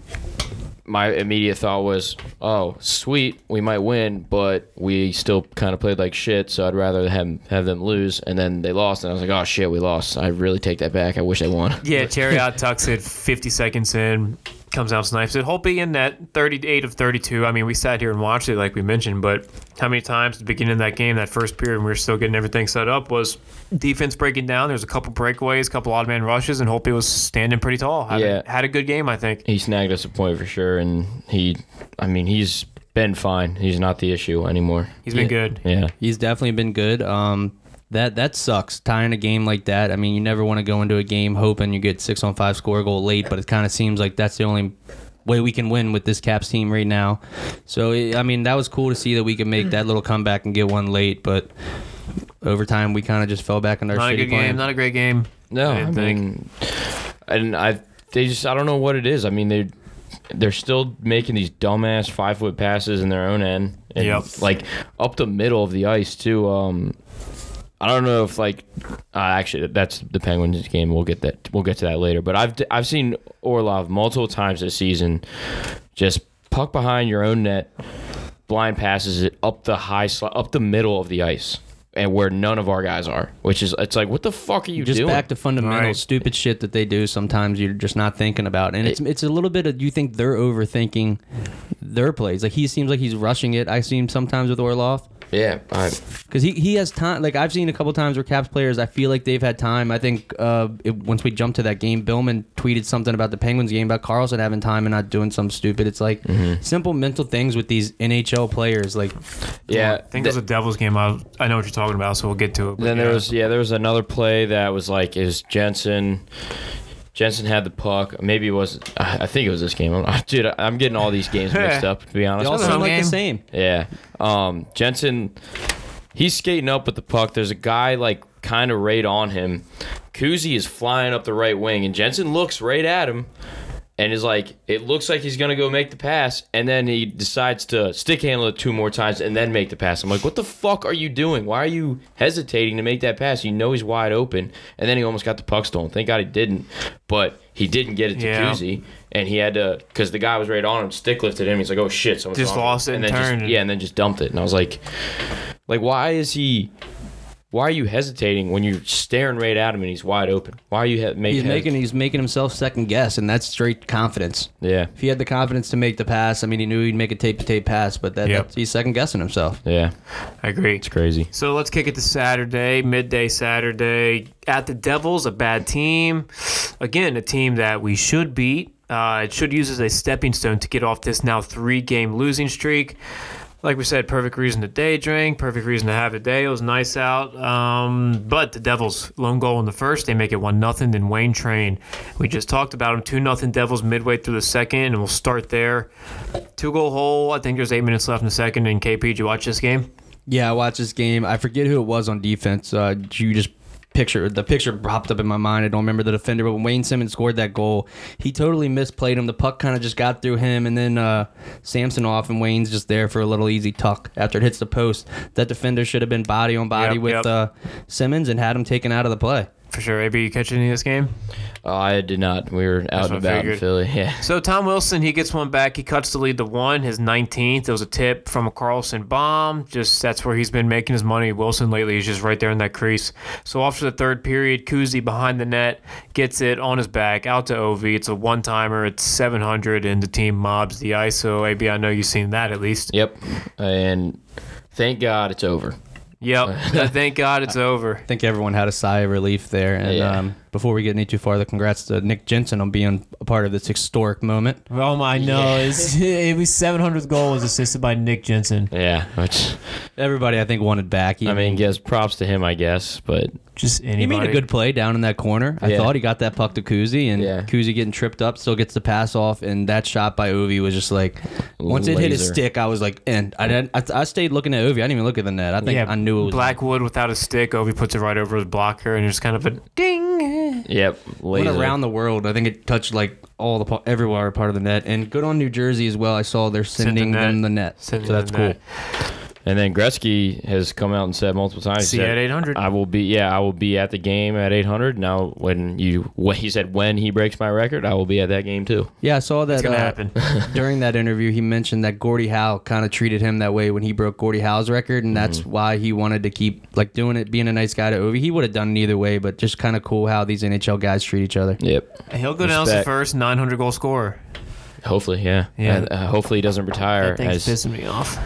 [SPEAKER 3] my immediate thought was, oh, sweet, we might win, but we still kind of played like shit, so I'd rather have, have them lose. And then they lost, and I was like, oh, shit, we lost. I really take that back. I wish they won.
[SPEAKER 1] Yeah, Chariot tucks it 50 seconds in, comes out, snipes it. Holpe in net, 38 of 32. I mean, we sat here and watched it like we mentioned, but how many times at the beginning of that game, that first period, when we were still getting everything set up, was defense breaking down. There's a couple breakaways, a couple odd man rushes, and Holpe was standing pretty tall. Had,
[SPEAKER 3] Yeah.
[SPEAKER 1] had a good game, I think.
[SPEAKER 3] He snagged us a point for sure, and he, I mean, he's been fine. He's not the issue anymore.
[SPEAKER 1] He's been good.
[SPEAKER 3] Yeah.
[SPEAKER 2] He's definitely been good. Um, that that sucks. Tying a game like that. I mean, you never want to go into a game hoping you get six on five score goal late, but it kind of seems like that's the only way we can win with this Caps team right now. So it, I mean, that was cool to see that we could make that little comeback and get one late, but over time we kind of just fell back into our
[SPEAKER 1] Not a
[SPEAKER 2] shitty
[SPEAKER 1] good game,
[SPEAKER 2] plan.
[SPEAKER 1] not a great game.
[SPEAKER 3] No,
[SPEAKER 1] I
[SPEAKER 3] I,
[SPEAKER 1] didn't think.
[SPEAKER 3] mean, and I they just I don't know what it is. I mean they they're still making these dumbass five foot passes in their own end, and
[SPEAKER 1] Yep.
[SPEAKER 3] like up the middle of the ice too. Um, I don't know if like uh, actually that's the Penguins game. We'll get that we'll get to that later. But I've I've seen Orlov multiple times this season, just puck behind your own net, blind passes it up the high sli- up the middle of the ice. And where none of our guys are, which is it's like, what the fuck are you
[SPEAKER 2] just
[SPEAKER 3] doing?
[SPEAKER 2] back to fundamental
[SPEAKER 1] Right.
[SPEAKER 2] stupid shit that they do sometimes you're just not thinking about and it's it's a little bit of you think they're overthinking their plays like he seems like he's rushing it i see him sometimes with orlov
[SPEAKER 3] Yeah, I,
[SPEAKER 2] because he, he has time like i've seen a couple times where caps players i feel like they've had time i think uh, it, once we jumped to that game billman tweeted something about the penguins game about carlson having time and not doing something stupid it's like simple mental things with these nhl players like
[SPEAKER 3] yeah.
[SPEAKER 1] I think it was a Devils game. I, I know what you're talking about, so we'll get to it. but
[SPEAKER 3] then
[SPEAKER 1] yeah.
[SPEAKER 3] there was yeah, there was another play that was like is Jensen. Jensen had the puck. Maybe it was. I I think it was this game. I'm, dude, I- I'm getting all these games mixed up. To be
[SPEAKER 2] they
[SPEAKER 3] honest,
[SPEAKER 2] all
[SPEAKER 1] That's
[SPEAKER 2] sound
[SPEAKER 1] another
[SPEAKER 2] like the
[SPEAKER 1] game.
[SPEAKER 2] same
[SPEAKER 3] yeah. Um, Jensen, he's skating up with the puck. There's a guy like kind of right on him. Kuzi is flying up the right wing, and Jensen looks right at him. And is like, it looks like he's gonna go make the pass, and then he decides to stick handle it two more times and then make the pass. I'm like, what the fuck are you doing? Why are you hesitating to make that pass? You know he's wide open, and then he almost got the puck stolen. Thank God he didn't, but he didn't get it to
[SPEAKER 1] Yeah.
[SPEAKER 3] Kuzi, and he had to because the guy was right on him, stick lifted him. He's like, oh shit, someone's
[SPEAKER 1] Just
[SPEAKER 3] on him.
[SPEAKER 1] lost it and
[SPEAKER 3] then just-
[SPEAKER 1] turned.
[SPEAKER 3] yeah, and then just dumped it. And I was like, like, why is he? Why are you hesitating when you're staring right at him and he's wide open? Why are you he- making?
[SPEAKER 2] He's making he's making himself second guess, and that's straight confidence.
[SPEAKER 3] Yeah,
[SPEAKER 2] If he had the confidence to make the pass, I mean, he knew he'd make a tape to tape pass, but that,
[SPEAKER 1] Yep.
[SPEAKER 2] that's, he's second guessing himself.
[SPEAKER 3] yeah.
[SPEAKER 1] I agree.
[SPEAKER 3] It's crazy.
[SPEAKER 1] So let's kick it to Saturday, midday Saturday at the Devils, a bad team. Again, a team that we should beat. Uh, it should use as a stepping stone to get off this now three game losing streak. Like we said, perfect reason to day drink, perfect reason to have a day. It was nice out. Um, but the Devils, lone goal in the first, they make it 1 nothing. Then Wayne Train, we just talked about him, 2 nothing Devils midway through the second, and we'll start there. Two goal hole, I think there's eight minutes left in the second. And KP, did you watch this game?
[SPEAKER 2] Yeah, I watched this game. I forget who it was on defense. Uh, you just picture the picture popped up in my mind. I don't remember the defender, but when Wayne Simmons scored that goal, he totally misplayed him. The puck kind of just got through him, and then uh, Samson off, and Wayne's just there for a little easy tuck after it hits the post. That defender should have been body on body
[SPEAKER 1] Yep,
[SPEAKER 2] with
[SPEAKER 1] yep.
[SPEAKER 2] Uh, Simmons and had him taken out of the play.
[SPEAKER 1] For sure. AB, you catch any of this game?
[SPEAKER 3] Oh, I did not. We were out
[SPEAKER 1] what I
[SPEAKER 3] and about in
[SPEAKER 1] figured.
[SPEAKER 3] Philly. Yeah.
[SPEAKER 1] So Tom Wilson, he gets one back. He cuts the lead to one, his 19th. It was a tip from a Carlson bomb. Just that's where he's been making his money. Wilson lately is just right there in that crease. So after the third period, Kuzi behind the net gets it on his back out to OV. It's a one timer. It's 700, and the team mobs the ice. So AB, I know you've seen that at least.
[SPEAKER 3] Yep. And thank God it's over.
[SPEAKER 1] Yep. Thank God it's over.
[SPEAKER 2] I think everyone had a sigh of relief there. And
[SPEAKER 3] Yeah.
[SPEAKER 2] um, before we get any too farther, congrats to Nick Jensen on being a part of this historic moment.
[SPEAKER 4] Oh my no! It's, it was 700th goal was assisted by Nick Jensen.
[SPEAKER 3] Yeah. Which
[SPEAKER 2] Everybody, I think, wanted back. He,
[SPEAKER 3] I mean, guess props to him, I guess. But
[SPEAKER 4] Just
[SPEAKER 2] he
[SPEAKER 4] anybody.
[SPEAKER 2] made a good play down in that corner. I
[SPEAKER 3] Yeah.
[SPEAKER 2] thought he got that puck to Kuzi, and
[SPEAKER 3] Yeah.
[SPEAKER 2] Kuzi getting tripped up, still gets the pass off, and that shot by Ovi was just like, once it hit his
[SPEAKER 3] Laser.
[SPEAKER 2] stick, I was like, and I didn't. I, I stayed looking at Ovi. I didn't even look at the net. I think
[SPEAKER 4] Yeah,
[SPEAKER 2] I knew it was
[SPEAKER 1] Blackwood without a stick. Ovi puts it right over his blocker, and there's kind of a ding.
[SPEAKER 3] yep.
[SPEAKER 2] went
[SPEAKER 3] laser.
[SPEAKER 2] around the world. I think it touched like all the pa- everywhere part of the net, and good on New Jersey as well. I saw they're
[SPEAKER 1] the
[SPEAKER 2] sending
[SPEAKER 1] net.
[SPEAKER 2] them the net,
[SPEAKER 1] Sending
[SPEAKER 2] so
[SPEAKER 1] the
[SPEAKER 2] that's cool.
[SPEAKER 1] net.
[SPEAKER 3] And then Gretzky has come out and said multiple times.
[SPEAKER 1] See
[SPEAKER 3] he
[SPEAKER 1] you
[SPEAKER 3] said,
[SPEAKER 1] at 800.
[SPEAKER 3] I will be. Yeah, I will be at the game at 800. Now, when you, when he said when he breaks my record, I will be at that game too.
[SPEAKER 2] Yeah, I saw that.
[SPEAKER 1] gonna
[SPEAKER 2] uh,
[SPEAKER 1] happen.
[SPEAKER 2] during that interview, he mentioned that Gordie Howe kind of treated him that way when he broke Gordie Howe's record, and that's
[SPEAKER 1] Mm-hmm.
[SPEAKER 2] why he wanted to keep like doing it, being a nice guy to Ovi. He would have done it either way, but just kind of cool how these NHL guys treat each other.
[SPEAKER 3] Yep.
[SPEAKER 1] He'll go down as the
[SPEAKER 3] Respect.
[SPEAKER 1] first 900 goal scorer.
[SPEAKER 3] Hopefully, yeah.
[SPEAKER 1] Yeah.
[SPEAKER 3] And, uh, hopefully he doesn't retire.
[SPEAKER 1] That thing's
[SPEAKER 3] As,
[SPEAKER 1] pissing me off.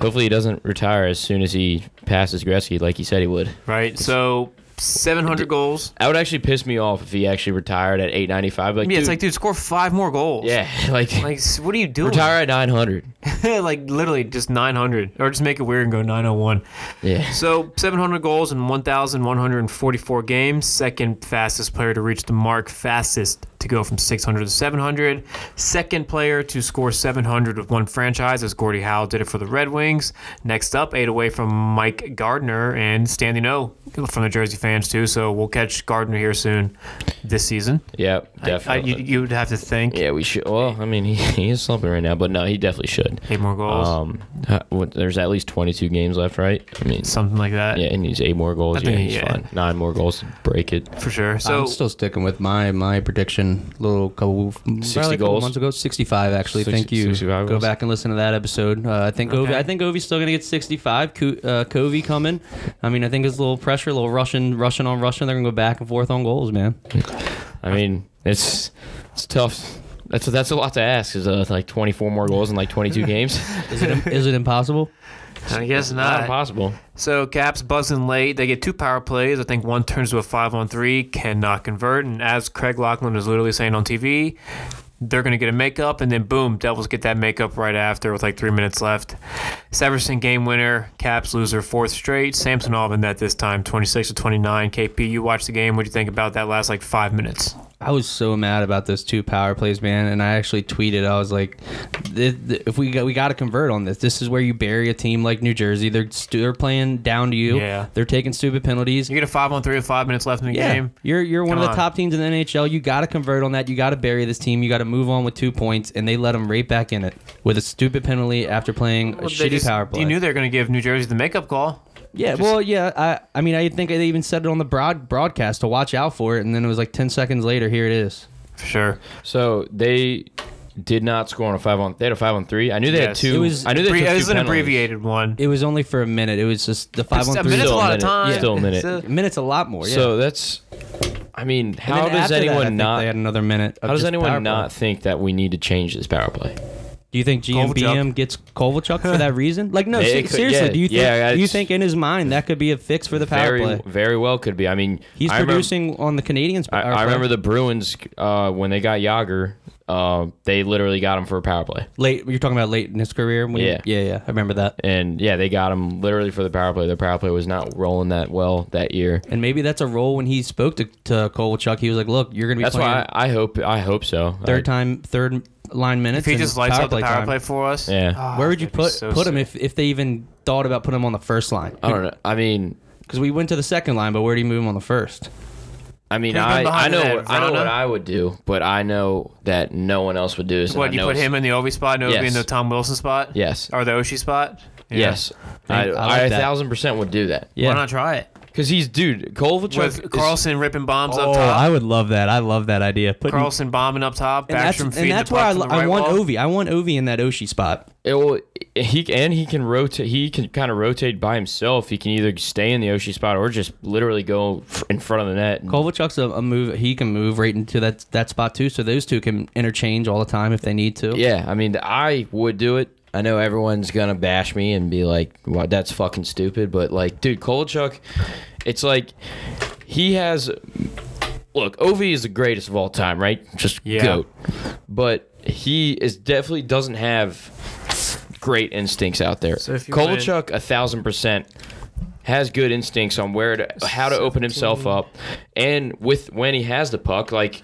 [SPEAKER 3] hopefully he doesn't retire as soon as he passes Gretzky, like he said he would.
[SPEAKER 1] Right. So 700 goals.
[SPEAKER 3] That would actually piss me off if he actually retired at 895. Like,
[SPEAKER 1] yeah, it's
[SPEAKER 3] dude,
[SPEAKER 1] like, dude, score five more goals.
[SPEAKER 3] yeah, like,
[SPEAKER 1] Like, s- what are you doing?
[SPEAKER 3] retire at 900.
[SPEAKER 1] like, literally just 900. Or just make it weird and go 901.
[SPEAKER 3] Yeah.
[SPEAKER 1] So 700 goals in 1,144 games. Second fastest player to reach the mark. Fastest to go from 600 to 700. Second player to score 700 with one franchise, as Gordie Howe did it for the Red Wings. Next up, eight away from Mike Gardner and Standing O from the Jersey fans too. So we'll catch Gardner here soon this season.
[SPEAKER 3] Yep.
[SPEAKER 1] I,
[SPEAKER 3] Definitely.
[SPEAKER 1] you, you would have to think
[SPEAKER 3] yeah, we should. Well, I mean, he, he is slumping right now, but no, he definitely should.
[SPEAKER 1] eight more goals,
[SPEAKER 3] Um, uh, what, there's at least 22 games left, right? I mean,
[SPEAKER 1] something like that.
[SPEAKER 3] yeah, he needs eight more goals.
[SPEAKER 1] I
[SPEAKER 3] Yeah,
[SPEAKER 1] think-
[SPEAKER 3] he's
[SPEAKER 1] yeah.
[SPEAKER 3] fine. Nine more goals to break it.
[SPEAKER 1] for sure. So
[SPEAKER 2] I'm still sticking with my my prediction. A little couple, mm, probably a couple
[SPEAKER 3] goals?
[SPEAKER 2] months ago, 65 actually.
[SPEAKER 3] Sixty-
[SPEAKER 2] Thank you.
[SPEAKER 3] 65
[SPEAKER 2] Go
[SPEAKER 3] goals?
[SPEAKER 2] back and listen to that episode. Uh, I think Ovi,
[SPEAKER 1] Okay.
[SPEAKER 2] I think Ovi's still gonna get 65. Co- uh, Covey coming. I mean, I think it's a little pressure, a little Russian, Russian on Russian. They're gonna go back and forth on goals, man.
[SPEAKER 3] I mean, it's it's tough. That's that's a lot to ask. Is uh, like 24 more goals in like 22 games?
[SPEAKER 2] Is it is it impossible?
[SPEAKER 1] I guess
[SPEAKER 3] Not
[SPEAKER 1] not.
[SPEAKER 3] impossible.
[SPEAKER 1] So Caps buzzing late. They get two power plays. I think one turns to a five on three, cannot convert. And as Craig Lachlan is literally saying on TV, they're going to get a makeup, and then boom, Devils get that makeup right after with like three minutes left. Severson game winner, Caps loser fourth straight. Samsonov in that this time, 26 to 29. KP, you watched the game. What do you think about that last like five minutes?
[SPEAKER 2] I was so mad about those two power plays, man, and I actually tweeted. I was like, "Th- th- "If we got, we got to convert on this. This is where you bury a team like New Jersey. They're stu- they're playing down to you.
[SPEAKER 1] Yeah.
[SPEAKER 2] They're taking stupid penalties.
[SPEAKER 1] You get a five on three with five minutes left in the
[SPEAKER 2] yeah,
[SPEAKER 1] game.
[SPEAKER 2] you're you're
[SPEAKER 1] Come
[SPEAKER 2] one of the
[SPEAKER 1] on.
[SPEAKER 2] top teams in the NHL. You got to convert on that. You got to bury this team. You got to move on with two points, and they let them right back in it with a stupid penalty after playing a
[SPEAKER 1] Well, they
[SPEAKER 2] shitty
[SPEAKER 1] just-
[SPEAKER 2] power play.
[SPEAKER 1] You knew they were going to give New Jersey the makeup call.
[SPEAKER 2] yeah, well, yeah. I I mean, I think they even said it on the broad broadcast to watch out for it, and then it was like ten seconds later, here it is.
[SPEAKER 1] For sure.
[SPEAKER 3] So they did not score on a five on. They had a five on three. I knew they
[SPEAKER 1] Yes.
[SPEAKER 3] had two.
[SPEAKER 2] It was
[SPEAKER 3] I knew they
[SPEAKER 1] Bre-
[SPEAKER 3] took
[SPEAKER 1] it
[SPEAKER 3] two
[SPEAKER 1] was an
[SPEAKER 3] penalties.
[SPEAKER 1] abbreviated one.
[SPEAKER 2] It was only for a minute. It was just the five on
[SPEAKER 1] a
[SPEAKER 2] three.
[SPEAKER 1] minute's a
[SPEAKER 3] Still a
[SPEAKER 1] lot of
[SPEAKER 3] minute.
[SPEAKER 1] time.
[SPEAKER 3] Yeah. Still a minute.
[SPEAKER 1] So-
[SPEAKER 2] A minute's a lot more. Yeah.
[SPEAKER 3] So that's. I mean,
[SPEAKER 2] And then
[SPEAKER 3] how does
[SPEAKER 2] after that, I
[SPEAKER 3] anyone
[SPEAKER 2] think
[SPEAKER 3] not?
[SPEAKER 2] They had another minute. of
[SPEAKER 3] How does
[SPEAKER 2] just
[SPEAKER 3] anyone
[SPEAKER 2] power play.
[SPEAKER 3] not think that we need to change this power play?
[SPEAKER 2] Do you think GMBM gets Kovalchuk for that reason? Like, no,
[SPEAKER 3] It
[SPEAKER 2] se-
[SPEAKER 3] could-
[SPEAKER 2] seriously.
[SPEAKER 3] yeah,
[SPEAKER 2] do you think?
[SPEAKER 3] yeah,
[SPEAKER 2] do you
[SPEAKER 3] it's-
[SPEAKER 2] think in his mind that could be a fix for the power
[SPEAKER 3] Very,
[SPEAKER 2] play?
[SPEAKER 3] very well could be. I mean,
[SPEAKER 2] He's
[SPEAKER 3] I remember-
[SPEAKER 2] producing on the Canadians.
[SPEAKER 3] I,
[SPEAKER 2] power
[SPEAKER 3] I
[SPEAKER 2] play.
[SPEAKER 3] remember the Bruins uh, when they got Yager. Uh, they literally got him for a power play,
[SPEAKER 2] late. You're talking about late in his career. When he-
[SPEAKER 3] Yeah.
[SPEAKER 2] yeah, yeah. I remember that.
[SPEAKER 3] and yeah, they got him literally for the power play. Their power play was not rolling that well that year.
[SPEAKER 2] And maybe that's a role when he spoke to to Kovalchuk. He was like, "Look, you're going to be
[SPEAKER 3] That's
[SPEAKER 2] playing
[SPEAKER 3] why I, I hope. I hope so.
[SPEAKER 2] third
[SPEAKER 3] I-
[SPEAKER 2] time, third line minutes.
[SPEAKER 1] If he
[SPEAKER 2] and
[SPEAKER 1] just lights up the power
[SPEAKER 2] time.
[SPEAKER 1] play for us,
[SPEAKER 3] Yeah.
[SPEAKER 1] ah,
[SPEAKER 2] Where would you
[SPEAKER 1] that'd be
[SPEAKER 2] put
[SPEAKER 1] so
[SPEAKER 2] put
[SPEAKER 1] sick. Uh,
[SPEAKER 2] him if, if they even thought about putting him on the first line?
[SPEAKER 3] I don't know. I mean,
[SPEAKER 2] Because we went to the second line, but where do you move him on the first?
[SPEAKER 3] I mean,
[SPEAKER 1] Who's been
[SPEAKER 3] I, I
[SPEAKER 1] behind
[SPEAKER 3] know
[SPEAKER 1] that,
[SPEAKER 3] what, I know
[SPEAKER 1] Vrana?
[SPEAKER 3] what I would do, but I know that no one else would do this. and I
[SPEAKER 1] What you
[SPEAKER 3] know
[SPEAKER 1] put
[SPEAKER 3] it's-
[SPEAKER 1] him in the Ovi spot, and Ovi
[SPEAKER 3] Yes.
[SPEAKER 1] in the Tom Wilson spot,
[SPEAKER 3] Yes.
[SPEAKER 1] or the Oshie spot? Yeah.
[SPEAKER 3] Yes, I,
[SPEAKER 2] I like
[SPEAKER 3] I, a
[SPEAKER 2] that.
[SPEAKER 3] thousand percent would do that.
[SPEAKER 2] Yeah.
[SPEAKER 1] Why not try it
[SPEAKER 3] because he's dude. Kovalchuk
[SPEAKER 1] with
[SPEAKER 3] is-
[SPEAKER 1] Carlson ripping bombs
[SPEAKER 4] Oh,
[SPEAKER 1] up top?
[SPEAKER 4] I would love that. I love that idea. Putting,
[SPEAKER 1] Carlson bombing up top,
[SPEAKER 2] And that's,
[SPEAKER 1] Backstrom
[SPEAKER 2] and
[SPEAKER 1] feeding
[SPEAKER 2] that's
[SPEAKER 1] the
[SPEAKER 2] where
[SPEAKER 1] puck
[SPEAKER 2] I,
[SPEAKER 1] from
[SPEAKER 2] lo-
[SPEAKER 1] the
[SPEAKER 2] I
[SPEAKER 1] right
[SPEAKER 2] want
[SPEAKER 1] wall.
[SPEAKER 2] Ovi. I want Ovi in that Oshi spot.
[SPEAKER 3] It will, he and he can rotate. He can kind of rotate by himself. He can either stay in the Oshi spot or just literally go f- in front of the net. and-
[SPEAKER 2] Kovalchuk's a, a move. He can move right into that that spot too. So those two can interchange all the time if they need to.
[SPEAKER 3] Yeah, I mean, I would do it. I know everyone's gonna bash me and be like, "Wow, that's fucking stupid," but like, dude, Kolchuk, it's like he has. Look, Ovi is the greatest of all time, right? Just
[SPEAKER 1] Yeah.
[SPEAKER 3] goat, but he is definitely doesn't have great instincts out there.
[SPEAKER 1] So if you
[SPEAKER 3] Kolchuk, a thousand percent. Has good instincts on where to, how to open himself up, and with when he has the puck, like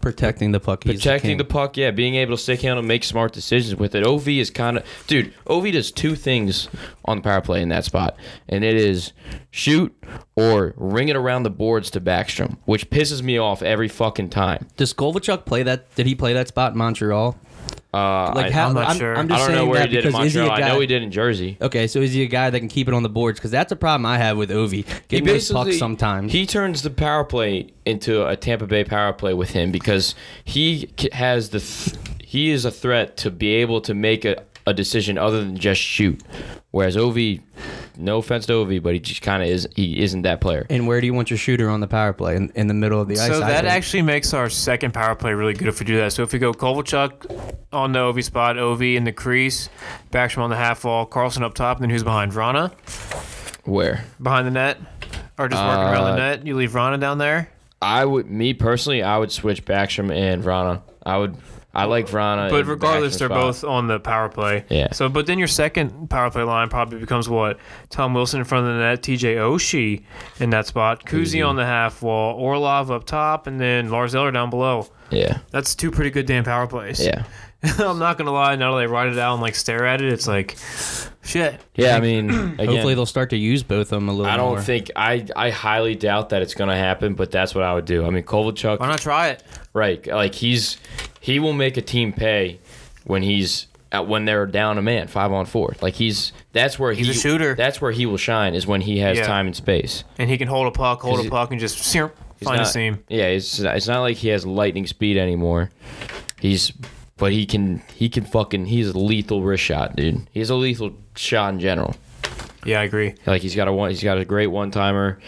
[SPEAKER 2] protecting the puck. He's
[SPEAKER 3] Protecting
[SPEAKER 2] king.
[SPEAKER 3] the puck, yeah, being able to stick handle, make smart decisions with it. Ov is kind of dude. Ov does two things on the power play in that spot, and it is shoot or ring it around the boards to Backstrom, which pisses me off every fucking time.
[SPEAKER 2] Does Kovalchuk play that? Did he play that spot in Montreal?
[SPEAKER 3] Uh,
[SPEAKER 2] Like
[SPEAKER 3] I,
[SPEAKER 2] how?
[SPEAKER 1] I'm not
[SPEAKER 2] I'm,
[SPEAKER 1] sure.
[SPEAKER 2] I'm
[SPEAKER 3] I
[SPEAKER 2] just
[SPEAKER 3] don't know
[SPEAKER 2] saying
[SPEAKER 3] where he
[SPEAKER 2] that
[SPEAKER 3] did in
[SPEAKER 2] because is he a
[SPEAKER 3] Montreal.
[SPEAKER 2] guy?
[SPEAKER 3] I know he did in Jersey.
[SPEAKER 2] Okay, so is he a guy that can keep it on the boards? Because that's a problem I have with Ovi. Getting those pucks sometimes.
[SPEAKER 3] he turns the power play into a Tampa Bay power play with him because he c- has the th- he is a threat to be able to make a, a decision other than just shoot. Whereas Ovi, no offense to Ovi, but he just kind of is he isn't that player.
[SPEAKER 2] and where do you want your shooter on the power play in, in the middle of the ice?
[SPEAKER 1] So
[SPEAKER 2] I
[SPEAKER 1] that
[SPEAKER 2] think.
[SPEAKER 1] actually makes our second power play really good if we do that. So if we go Kovalchuk on the Ovi spot, Ovi in the crease, Backstrom on the half wall, Carlson up top, and then who's behind? Vrana
[SPEAKER 3] Where
[SPEAKER 1] behind the net, or just working around the
[SPEAKER 3] Uh,
[SPEAKER 1] net? You leave Vrana down there,
[SPEAKER 3] I would me personally, I would switch Backstrom and Vrana. I would I like Vrana,
[SPEAKER 1] but
[SPEAKER 3] in
[SPEAKER 1] regardless,
[SPEAKER 3] Backstrom's
[SPEAKER 1] they're
[SPEAKER 3] spot.
[SPEAKER 1] both on the power play.
[SPEAKER 3] Yeah.
[SPEAKER 1] So, but then your second power play line probably becomes what Tom Wilson in front of the net, T.J. Oshie in that spot, Kuzi on the half wall, Orlov up top, and then Lars Eller down below.
[SPEAKER 3] yeah
[SPEAKER 1] That's two pretty good damn power plays.
[SPEAKER 3] yeah.
[SPEAKER 1] I'm not gonna lie. Now that I write it out and like stare at it, it's like, shit.
[SPEAKER 3] Yeah, I mean, again,
[SPEAKER 2] hopefully they'll start to use both of them a little.
[SPEAKER 3] I don't
[SPEAKER 2] more.
[SPEAKER 3] think I I highly doubt that it's gonna happen, but that's what I would do. I mean, Kovalchuk,
[SPEAKER 1] Why not try it?
[SPEAKER 3] right? Like he's he will make a team pay when he's at, when they're down a man, five on four. Like he's that's where
[SPEAKER 1] He's
[SPEAKER 3] he,
[SPEAKER 1] a shooter.
[SPEAKER 3] That's where he will shine is when he has
[SPEAKER 1] Yeah.
[SPEAKER 3] time and space.
[SPEAKER 1] And he can hold a puck, hold
[SPEAKER 3] Is
[SPEAKER 1] a
[SPEAKER 3] it-
[SPEAKER 1] puck, and just sear,
[SPEAKER 3] He's
[SPEAKER 1] find a
[SPEAKER 3] not-
[SPEAKER 1] seam.
[SPEAKER 3] Yeah, it's not- it's not like he has lightning speed anymore. He's but he can he can fucking he's a lethal wrist shot, dude. He's a lethal shot in general.
[SPEAKER 1] Yeah, I agree.
[SPEAKER 3] Like he's got a one, he's got a great one timer.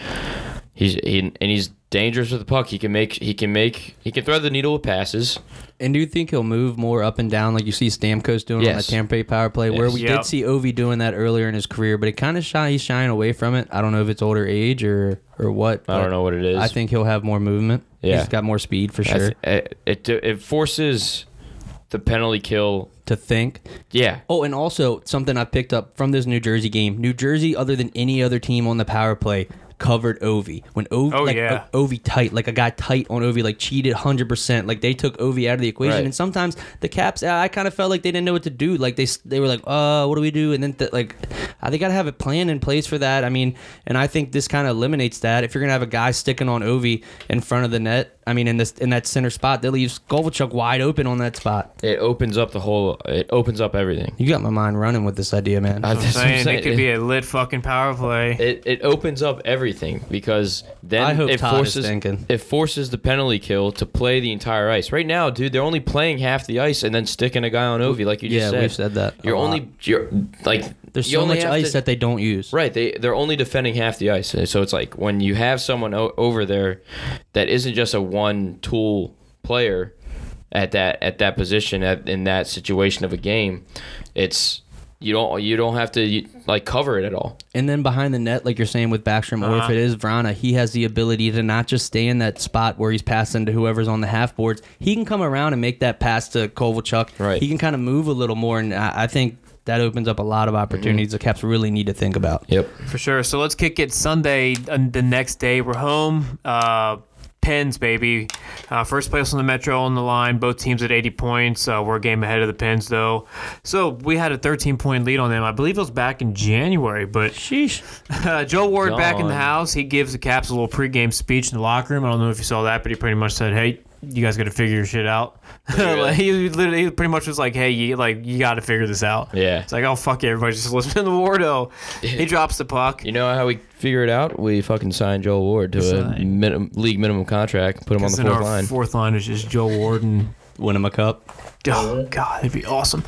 [SPEAKER 3] He's he, and he's dangerous with the puck. He can make he can make he can thread the needle with passes.
[SPEAKER 2] And do you think he'll move more up and down like you see Stamkos doing on the
[SPEAKER 3] Yes.
[SPEAKER 2] Tampa Bay power play, where
[SPEAKER 3] Yes.
[SPEAKER 2] we
[SPEAKER 1] Yep.
[SPEAKER 2] did see Ovi doing that earlier in his career, but it kind of shy he's shying away from it. I don't know if it's older age or or what.
[SPEAKER 3] I
[SPEAKER 2] but
[SPEAKER 3] don't know what it is.
[SPEAKER 2] I think he'll have more movement.
[SPEAKER 3] Yeah.
[SPEAKER 2] he's got more speed for
[SPEAKER 3] I
[SPEAKER 2] sure
[SPEAKER 3] th- it, it it forces the penalty kill.
[SPEAKER 2] to think.
[SPEAKER 3] Yeah,
[SPEAKER 2] Oh, and also something I picked up from this New Jersey game. New Jersey, other than any other team on the power play, covered Ovi. When Ovi,
[SPEAKER 1] Oh,
[SPEAKER 2] like,
[SPEAKER 1] yeah.
[SPEAKER 2] O- Ovi tight, like a guy tight on Ovi, like cheated 100%. Like they took Ovi out of the equation.
[SPEAKER 3] Right.
[SPEAKER 2] And sometimes the Caps, I kind of felt like they didn't know what to do. Like they s- they were like, uh, what do we do? And then, th- like, uh, they got to have a plan in place for that. I mean, and I think this kind of eliminates that. If you're going to have a guy sticking on Ovi in front of the net, I mean, in this in that center spot, that leaves Kovalchuk wide open on that spot.
[SPEAKER 3] it opens up the whole. It opens up everything.
[SPEAKER 2] You got my mind running with this idea, man.
[SPEAKER 3] Uh,
[SPEAKER 1] I'm
[SPEAKER 3] that's what I'm
[SPEAKER 1] saying, it could
[SPEAKER 3] saying.
[SPEAKER 1] be a lit fucking power play.
[SPEAKER 3] It, it opens up everything because then
[SPEAKER 2] I hope
[SPEAKER 3] it
[SPEAKER 2] Todd is
[SPEAKER 3] forces
[SPEAKER 2] thinking.
[SPEAKER 3] it forces the penalty kill to play the entire ice. Right now, dude, they're only playing half the ice and then sticking a guy on Ovi like you just
[SPEAKER 2] Yeah,
[SPEAKER 3] said.
[SPEAKER 2] we've said that a
[SPEAKER 3] You're
[SPEAKER 2] lot.
[SPEAKER 3] only you're like
[SPEAKER 2] There's
[SPEAKER 3] you
[SPEAKER 2] so
[SPEAKER 3] only
[SPEAKER 2] much
[SPEAKER 3] have
[SPEAKER 2] ice
[SPEAKER 3] to-
[SPEAKER 2] that they don't use.
[SPEAKER 3] Right, they they're only defending half the ice, so it's like when you have someone o- over there that isn't just a one tool player at that at that position at, in that situation of a game, it's you don't you don't have to you, like cover it at all.
[SPEAKER 2] And then behind the net, like you're saying with Backstrom, or if
[SPEAKER 3] Uh-huh.
[SPEAKER 2] it is Vrana, he has the ability to not just stay in that spot where he's passing to whoever's on the half boards. He can come around and make that pass to Kovalchuk.
[SPEAKER 3] Right.
[SPEAKER 2] He can kind of move a little more, and I, I think that opens up a lot of opportunities
[SPEAKER 3] Mm-hmm.
[SPEAKER 2] the Caps really need to think about.
[SPEAKER 3] Yep.
[SPEAKER 1] For sure. So let's kick it Sunday. And the next day, we're home. Uh, Pens, baby. Uh, first place on the Metro on the line. Both teams at 80 points. Uh, we're a game ahead of the Pens, though. So we had a 13 point lead on them. I believe it was back in January, but
[SPEAKER 2] Sheesh.
[SPEAKER 1] uh, Joe Ward back in the
[SPEAKER 3] Gone.
[SPEAKER 1] house. He gives the Caps a little pregame speech in the locker room. I don't know if you saw that, but he pretty much said, "Hey, you guys got to figure your shit out." like, he literally, he pretty much was like, "Hey, you like you got to figure this out."
[SPEAKER 3] Yeah.
[SPEAKER 1] it's like, "Oh fuck, everybody just listening to Wardo." he drops the puck.
[SPEAKER 3] You know how we figure it out? We fucking sign Joel Ward to a
[SPEAKER 1] Sign.
[SPEAKER 3] minim, league minimum contract, put him on
[SPEAKER 1] Because
[SPEAKER 3] the
[SPEAKER 1] then
[SPEAKER 3] fourth
[SPEAKER 1] our
[SPEAKER 3] line.
[SPEAKER 1] fourth line is just Joe Ward and
[SPEAKER 2] Win him a cup.
[SPEAKER 1] Oh God, that'd be awesome.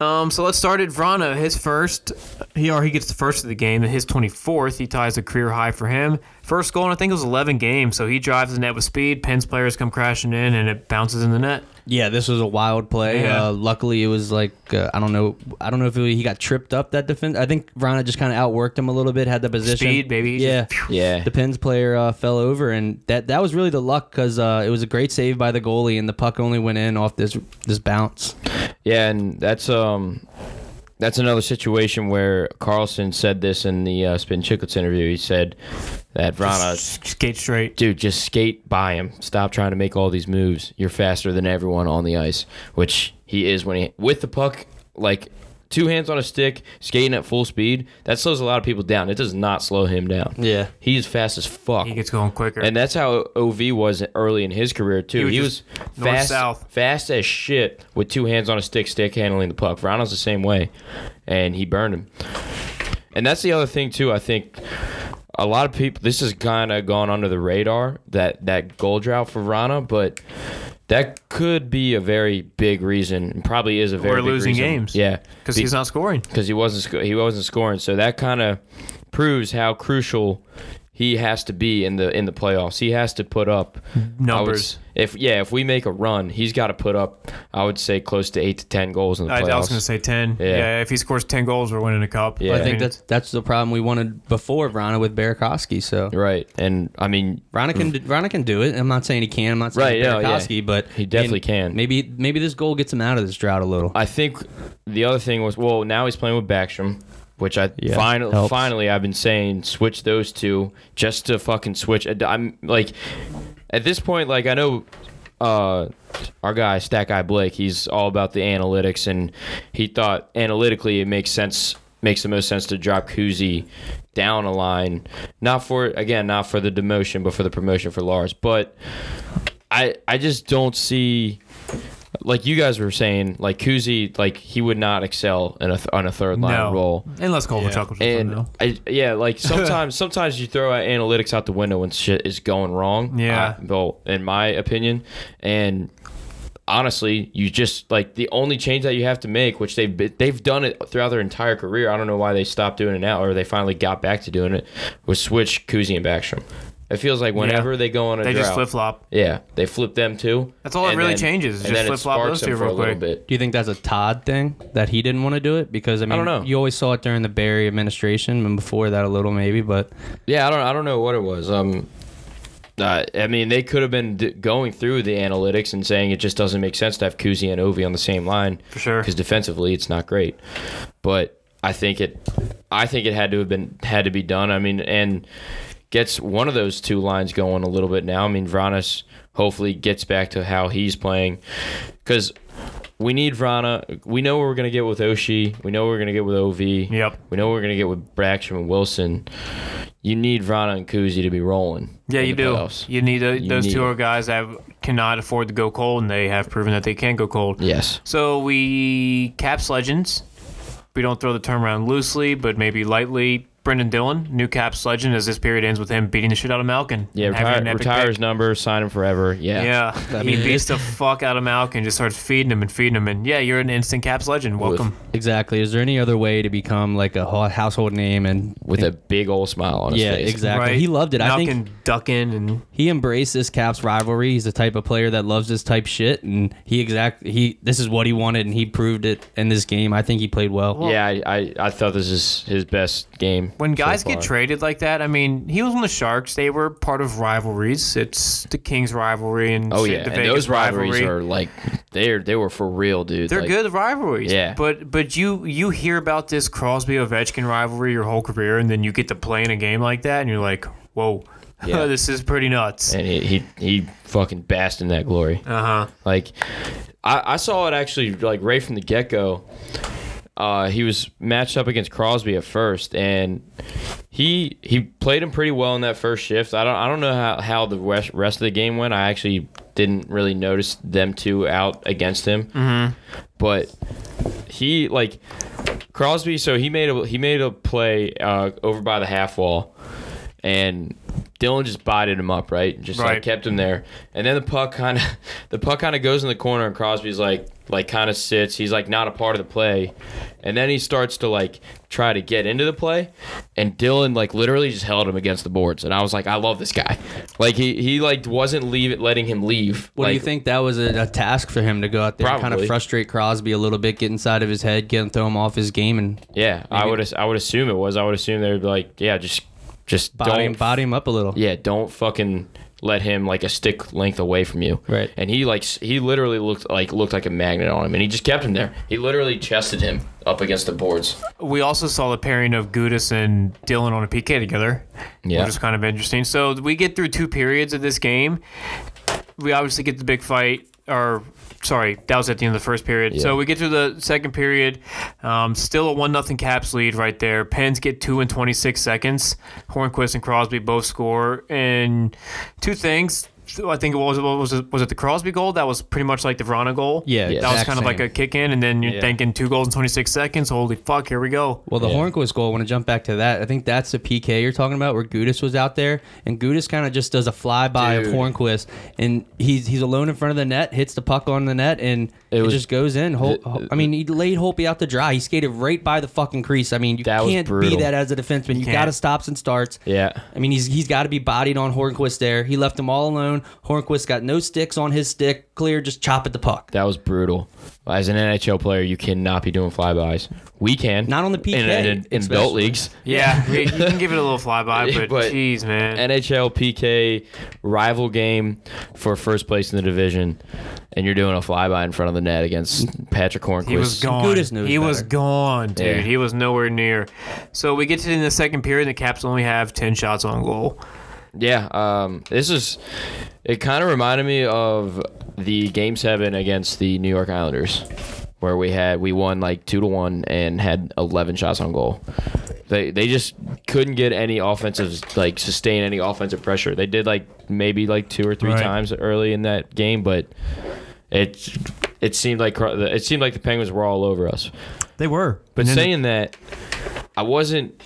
[SPEAKER 1] Um, so let's start at Vrana. His first, he or he gets the first of the game. and His twenty fourth, he ties a career high for him. First goal, and I think it was eleven games. So he drives the net with speed. Pens players come crashing in, and it bounces in the net.
[SPEAKER 2] Yeah, this was a wild play.
[SPEAKER 1] Yeah.
[SPEAKER 2] Uh, luckily, it was like uh, I don't know, I don't know if he got tripped up that defense. I think Vrana just kind of outworked him a little bit, had the position.
[SPEAKER 1] Speed, baby. He
[SPEAKER 2] Yeah,
[SPEAKER 1] just-
[SPEAKER 3] Yeah.
[SPEAKER 2] the Pens player uh, fell over, and that that was really the luck because uh, it was a great save by the goalie, and the puck only went in off this this bounce.
[SPEAKER 3] Yeah, and that's um, that's another situation where Carlson said this in the uh, Spin Chicklets interview. He said that Vrana,
[SPEAKER 1] skate straight.
[SPEAKER 3] dude, just skate by him. Stop trying to make all these moves. You're faster than everyone on the ice, which he is when he with the puck, like two hands on a stick, skating at full speed. That slows a lot of people down. It does not slow him down.
[SPEAKER 2] Yeah.
[SPEAKER 3] he's fast as fuck.
[SPEAKER 1] He gets going quicker.
[SPEAKER 3] And that's how OV was early in his career too.
[SPEAKER 1] was
[SPEAKER 3] He was,
[SPEAKER 1] just north,
[SPEAKER 3] fast,
[SPEAKER 1] south.
[SPEAKER 3] fast as shit with two hands on a stick, stick handling the puck. Ronald's the same way, and he burned him. And that's the other thing too. I think a lot of people. This has kind of gone under the radar that that goal drought for Rana, but that could be a very big reason. and Probably is a very
[SPEAKER 1] We're
[SPEAKER 3] big
[SPEAKER 1] losing
[SPEAKER 3] reason.
[SPEAKER 1] games.
[SPEAKER 3] Yeah,
[SPEAKER 1] because
[SPEAKER 3] Be-
[SPEAKER 1] he's not scoring.
[SPEAKER 3] because he wasn't sc- he wasn't scoring. So that kind of proves how crucial he has to be in the in the playoffs. He has to put up I would
[SPEAKER 1] Numbers.
[SPEAKER 3] s- if yeah, if we make a run, he's got to put up. I would say close to eight to ten goals in the
[SPEAKER 1] I,
[SPEAKER 3] playoffs.
[SPEAKER 1] I was going to say ten.
[SPEAKER 3] Yeah.
[SPEAKER 1] Yeah. if he scores ten goals, we're winning a cup.
[SPEAKER 3] Yeah.
[SPEAKER 2] I think
[SPEAKER 1] mean,
[SPEAKER 2] that's that's the problem we wanted before Vrana with Barakovsky. So
[SPEAKER 3] right, and I mean
[SPEAKER 2] Vrana can Vrana can do it. I'm not saying he can. I'm not saying
[SPEAKER 3] Mm. Right, no, yeah.
[SPEAKER 2] Burakovsky, but
[SPEAKER 3] He definitely
[SPEAKER 2] I mean,
[SPEAKER 3] can.
[SPEAKER 2] Maybe maybe this goal gets him out of this drought a little.
[SPEAKER 3] I think the other thing was well, now he's playing with Backstrom, which I
[SPEAKER 2] Yeah,
[SPEAKER 3] finally
[SPEAKER 2] helps.
[SPEAKER 3] finally I've been saying switch those two just to fucking switch. I'm like at this point, like I know uh our guy Stack Guy Blake, he's all about the analytics, and he thought analytically it makes sense makes the most sense to drop Kuzi down a line, not for again not for the demotion, but for the promotion for Lars, but. I, I just don't see like you guys were saying, like Kuzi, like he would not excel in a th- on a third line
[SPEAKER 1] no.
[SPEAKER 3] role.
[SPEAKER 1] Unless Kovalchuk was with him,
[SPEAKER 3] And
[SPEAKER 1] though.
[SPEAKER 3] I, yeah, like sometimes sometimes you throw out analytics out the window when shit is going wrong.
[SPEAKER 1] Yeah.
[SPEAKER 3] I- well, in my opinion, and honestly, you just like the only change that you have to make, which they've been, they've done it throughout their entire career. I don't know why they stopped doing it now, or they finally got back to doing it. Was switch Kuzi and Backstrom. It feels like whenever they go on a
[SPEAKER 1] They
[SPEAKER 3] drought,
[SPEAKER 1] just flip flop.
[SPEAKER 3] yeah, they flip them too.
[SPEAKER 1] That's all it
[SPEAKER 3] and
[SPEAKER 1] really changes, is
[SPEAKER 3] and
[SPEAKER 1] just
[SPEAKER 3] then it
[SPEAKER 1] flip-flop
[SPEAKER 3] sparks
[SPEAKER 1] those
[SPEAKER 3] them
[SPEAKER 1] two
[SPEAKER 3] for
[SPEAKER 1] real
[SPEAKER 3] a little
[SPEAKER 1] quick.
[SPEAKER 3] bit.
[SPEAKER 2] Do you think that's a Todd thing that he didn't want to do it? Because I mean,
[SPEAKER 3] don't know.
[SPEAKER 2] you always saw it during the Barry administration and before that a little maybe, but
[SPEAKER 3] Yeah, I don't. I don't know what it was. Um, uh, I mean, they could have been d- going through the analytics and saying it just doesn't make sense to have Kuzi and Ovi on the same line
[SPEAKER 1] For sure.
[SPEAKER 3] because defensively it's not great. But I think it, I think it had to have been had to be done. I mean, and gets one of those two lines going a little bit now. I mean, Vranas hopefully gets back to how he's playing because. We need Vrana. We know what we're gonna get with Oshi. We know what we're gonna get with Ov.
[SPEAKER 1] Yep.
[SPEAKER 3] We know what we're gonna get with Braxton and Wilson you need Vrana and Kuzi to be rolling.
[SPEAKER 1] Yeah,
[SPEAKER 3] in
[SPEAKER 1] you
[SPEAKER 3] the
[SPEAKER 1] do.
[SPEAKER 3] playoffs.
[SPEAKER 1] You need tho-
[SPEAKER 3] You
[SPEAKER 1] those
[SPEAKER 3] need
[SPEAKER 1] two
[SPEAKER 3] it.
[SPEAKER 1] are guys that cannot afford to go cold, and they have proven that they can go cold.
[SPEAKER 3] Yes.
[SPEAKER 1] So we caps legends. We don't throw the term around loosely, but maybe lightly. Brendan Dillon, new Caps legend, as this period ends with him beating the shit out of Malkin.
[SPEAKER 3] Yeah,
[SPEAKER 1] and having an
[SPEAKER 3] retire,
[SPEAKER 1] epic
[SPEAKER 3] retire
[SPEAKER 1] pick.
[SPEAKER 3] his number, sign him forever. Yeah.
[SPEAKER 1] Yeah,
[SPEAKER 2] That'd
[SPEAKER 1] he
[SPEAKER 2] be
[SPEAKER 1] beats the fuck out of Malkin, just starts feeding him and feeding him, and yeah, you're an instant Caps legend. Welcome.
[SPEAKER 2] Exactly. Is there any other way to become like a ho- household name and
[SPEAKER 3] With a big old smile on his
[SPEAKER 2] yeah,
[SPEAKER 3] face.
[SPEAKER 2] exactly. He loved it. I
[SPEAKER 1] Malkin
[SPEAKER 2] think
[SPEAKER 1] ducking and
[SPEAKER 2] he embraced this Caps rivalry. He's the type of player that loves this type shit, and he exact he this is what he wanted, and he proved it in this game. I think he played well.
[SPEAKER 3] Yeah, I, I, I thought this is his best game.
[SPEAKER 1] when
[SPEAKER 3] so
[SPEAKER 1] guys get
[SPEAKER 3] far.
[SPEAKER 1] traded like that, I mean, he was on the Sharks. They were part of rivalries. It's the Kings rivalry and
[SPEAKER 3] Oh
[SPEAKER 1] shit,
[SPEAKER 3] yeah,
[SPEAKER 1] the
[SPEAKER 3] and
[SPEAKER 1] Vegas
[SPEAKER 3] those rivalries
[SPEAKER 1] rivalry.
[SPEAKER 3] are like they're they were for real, dude.
[SPEAKER 1] They're
[SPEAKER 3] Like,
[SPEAKER 1] good rivalries.
[SPEAKER 3] Yeah.
[SPEAKER 1] But but you you hear about this Crosby Ovechkin rivalry your whole career, and then you get to play in a game like that, and you're like, whoa,
[SPEAKER 3] Yeah.
[SPEAKER 1] this is pretty nuts.
[SPEAKER 3] and he, he he fucking basked in that glory.
[SPEAKER 1] Uh huh.
[SPEAKER 3] Like, I, I saw it actually like right from the get go. Uh, he was matched up against Crosby at first, and he he played him pretty well in that first shift. I don't I don't know how, how the rest, rest of the game went. I actually didn't really notice them two out against him, mm-hmm. but he like Crosby. So he made a he made a play uh, over by the half wall, and Dylan just bodied him up, right? Just
[SPEAKER 1] Right.
[SPEAKER 3] like kept him there, and then the puck kind of the puck kind of goes in the corner, and Crosby's like like kind of sits. He's like not a part of the play, and then he starts to like try to get into the play, and Dylan like literally just held him against the boards, and I was like, I love this guy. Like he he like wasn't leave letting him leave.
[SPEAKER 2] What do you
[SPEAKER 3] Like,
[SPEAKER 2] think that was a, a task for him to go out there and kind
[SPEAKER 3] Probably.
[SPEAKER 2] of frustrate Crosby a little bit, get inside of his head, get him, throw him off his game, and
[SPEAKER 3] Yeah, I would as- I would assume it was. I would assume they would be like, yeah, just just
[SPEAKER 2] body him,
[SPEAKER 3] don't
[SPEAKER 2] body him up a little.
[SPEAKER 3] yeah, don't fucking let him like a stick length away from you.
[SPEAKER 2] Right.
[SPEAKER 3] And he like s- he literally looked like looked like a magnet on him, and he just kept him there. He literally chested him up against the boards.
[SPEAKER 1] We also saw the pairing of Gudis and Dylan on a PK together,
[SPEAKER 3] Yeah.
[SPEAKER 1] which is kind of interesting. So we get through two periods of this game. We obviously get the big fight, or sorry, that was at the end of the first period. So we get to the second period. Um, still a one nothing Caps lead right there. Pens get two in twenty six seconds. Hornquist and Crosby both score, and two things. I think it was what was it, was it the Crosby goal that was pretty much like the Verona goal.
[SPEAKER 2] Yeah,
[SPEAKER 1] that was
[SPEAKER 2] exact
[SPEAKER 1] kind of
[SPEAKER 2] same.
[SPEAKER 1] like a kick in, and then you're
[SPEAKER 2] Yeah.
[SPEAKER 1] thinking two goals in 26 seconds. Holy fuck, here we go.
[SPEAKER 2] Well, the
[SPEAKER 3] Yeah.
[SPEAKER 2] Hornquist goal. I want to jump back to that. I think that's the PK you're talking about, where Gudis was out there, and Gudis kind of just does a flyby
[SPEAKER 3] Dude.
[SPEAKER 2] of Hornquist, and he's he's alone in front of the net, hits the puck on the net, and
[SPEAKER 3] It
[SPEAKER 2] it,
[SPEAKER 3] was-
[SPEAKER 2] just goes in. Hol- Hol- I mean, he laid Holpe out to dry. He skated right by the fucking crease. I mean, you
[SPEAKER 3] That was
[SPEAKER 2] can't be
[SPEAKER 3] brutal.
[SPEAKER 2] that as a defenseman. You,
[SPEAKER 1] can't.
[SPEAKER 2] got to stops and starts.
[SPEAKER 3] Yeah.
[SPEAKER 2] I mean, he's he's got to be bodied on Hornquist there. He left him all alone. Hornquist got no sticks on his stick. Clear, just chop at the puck.
[SPEAKER 3] That was brutal. As an NHL player, you cannot be doing flybys. We can
[SPEAKER 2] Not on the PK,
[SPEAKER 3] in, in, in adult
[SPEAKER 2] especially.
[SPEAKER 3] leagues.
[SPEAKER 1] Yeah, you you can give it a little flyby, but,
[SPEAKER 3] But-
[SPEAKER 1] jeez, man.
[SPEAKER 3] NHL PK rival game for first place in the division, and you're doing a flyby in front of the net against Patrick Hornquist.
[SPEAKER 1] he was gone.
[SPEAKER 2] Gudis knows
[SPEAKER 1] he was
[SPEAKER 2] better.
[SPEAKER 1] gone, dude.
[SPEAKER 3] Yeah.
[SPEAKER 1] He was nowhere near. So we get to in the second period, and the Caps only have 10 shots on goal.
[SPEAKER 3] Yeah, um, this is. It kind of reminded me of the game seven against the New York Islanders, where we had we won like two to one and had eleven shots on goal. They they just couldn't get any offensive like sustain any offensive pressure. They did like maybe like two or three
[SPEAKER 1] Right.
[SPEAKER 3] times early in that game, but it it seemed like Cro- it seemed like the Penguins were all over us.
[SPEAKER 4] They were.
[SPEAKER 1] And
[SPEAKER 3] But
[SPEAKER 1] then-
[SPEAKER 3] saying that, I wasn't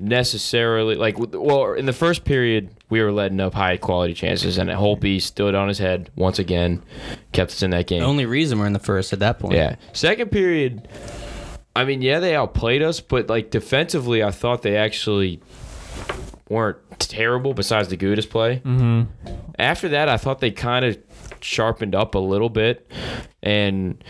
[SPEAKER 3] necessarily like. with- Well, in the first period, we were letting up high quality chances, and Holpe stood on his head once again, kept us in that game.
[SPEAKER 2] The only reason we're in the first at that point.
[SPEAKER 3] yeah. Second period, I mean, yeah, they outplayed us, but like defensively, I thought they actually weren't terrible. Besides the Gudis play, mm-hmm. after that, I thought they kind of sharpened up a little bit, and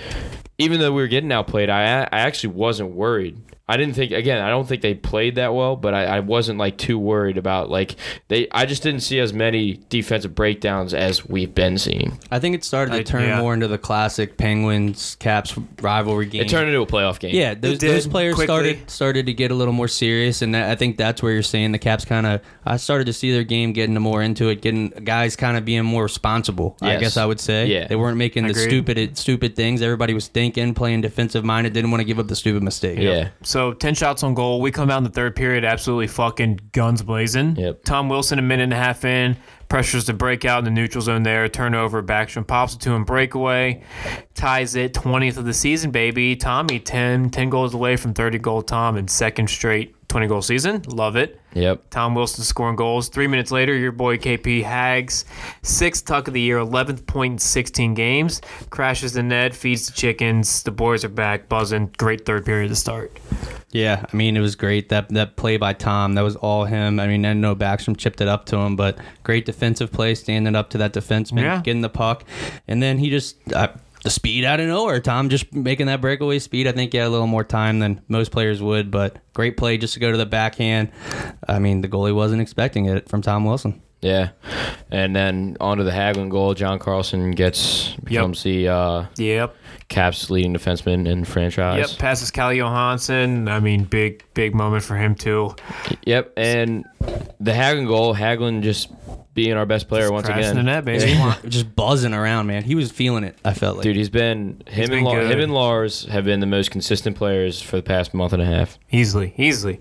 [SPEAKER 3] even though we were getting outplayed, I I actually wasn't worried. I didn't think again. I don't think they played that well, but I, I wasn't like too worried about like they. I just didn't see as many defensive breakdowns as we've been seeing.
[SPEAKER 2] I think it started to
[SPEAKER 1] I-
[SPEAKER 2] turn
[SPEAKER 1] yeah.
[SPEAKER 2] more into the classic Penguins Caps rivalry game.
[SPEAKER 3] It turned into a playoff game.
[SPEAKER 2] yeah, those,
[SPEAKER 1] did,
[SPEAKER 2] those players
[SPEAKER 1] quickly.
[SPEAKER 2] started started to get a little more serious, and that, I think that's where you're seeing the Caps kind of. I started to see their game getting more into it, getting guys kind of being more responsible. I
[SPEAKER 3] Yes.
[SPEAKER 2] guess I would say.
[SPEAKER 3] Yeah.
[SPEAKER 2] they weren't making the
[SPEAKER 1] Agreed.
[SPEAKER 2] stupid stupid things. Everybody was thinking, playing defensive minded, didn't want to give up the stupid mistake.
[SPEAKER 3] Yeah.
[SPEAKER 1] So 10 shots on goal. We come out in the third period absolutely fucking guns blazing.
[SPEAKER 3] Yep.
[SPEAKER 1] Tom Wilson, a minute and a half in, Pressures to break out in the neutral zone there. Turnover. Backstrom pops it to him. Breakaway. Ties it 20th of the season, baby. Tommy 10, 10 goals away from 30 goal Tom in second straight 20 goal season. Love it.
[SPEAKER 3] Yep.
[SPEAKER 1] Tom Wilson scoring goals. Three minutes later, your boy KP Hags, sixth tuck of the year, 11th point in 16 games. Crashes the net, feeds the chickens. The boys are back, buzzing. Great third period to start.
[SPEAKER 2] Yeah, I mean it was great that that play by Tom. That was all him. I mean, I know Backstrom chipped it up to him, but great defensive play, standing up to that defenseman,
[SPEAKER 1] Yeah.
[SPEAKER 2] getting the puck, and then he just uh, the speed out of nowhere. Tom just making that breakaway speed. I think he had a little more time than most players would, but great play just to go to the backhand. I mean, the goalie wasn't expecting it from Tom Wilson.
[SPEAKER 3] Yeah. And then onto the Haglin goal. John Carlson gets becomes the uh,
[SPEAKER 1] Yep.
[SPEAKER 3] Caps leading defenseman in
[SPEAKER 1] Yep.
[SPEAKER 3] franchise.
[SPEAKER 1] Passes Cal Johansson. I mean, big, big moment for him, too.
[SPEAKER 3] Yep. And the Haglin goal. Haglin just being our best player once
[SPEAKER 1] Crashing
[SPEAKER 3] again.
[SPEAKER 1] the net, baby.
[SPEAKER 2] just buzzing around, man. He was feeling it. I felt like.
[SPEAKER 3] Dude, he's been him
[SPEAKER 1] been
[SPEAKER 3] and Lar-
[SPEAKER 1] good.
[SPEAKER 3] him and Lars have been the most consistent players for the past month and a half.
[SPEAKER 1] Easily, easily.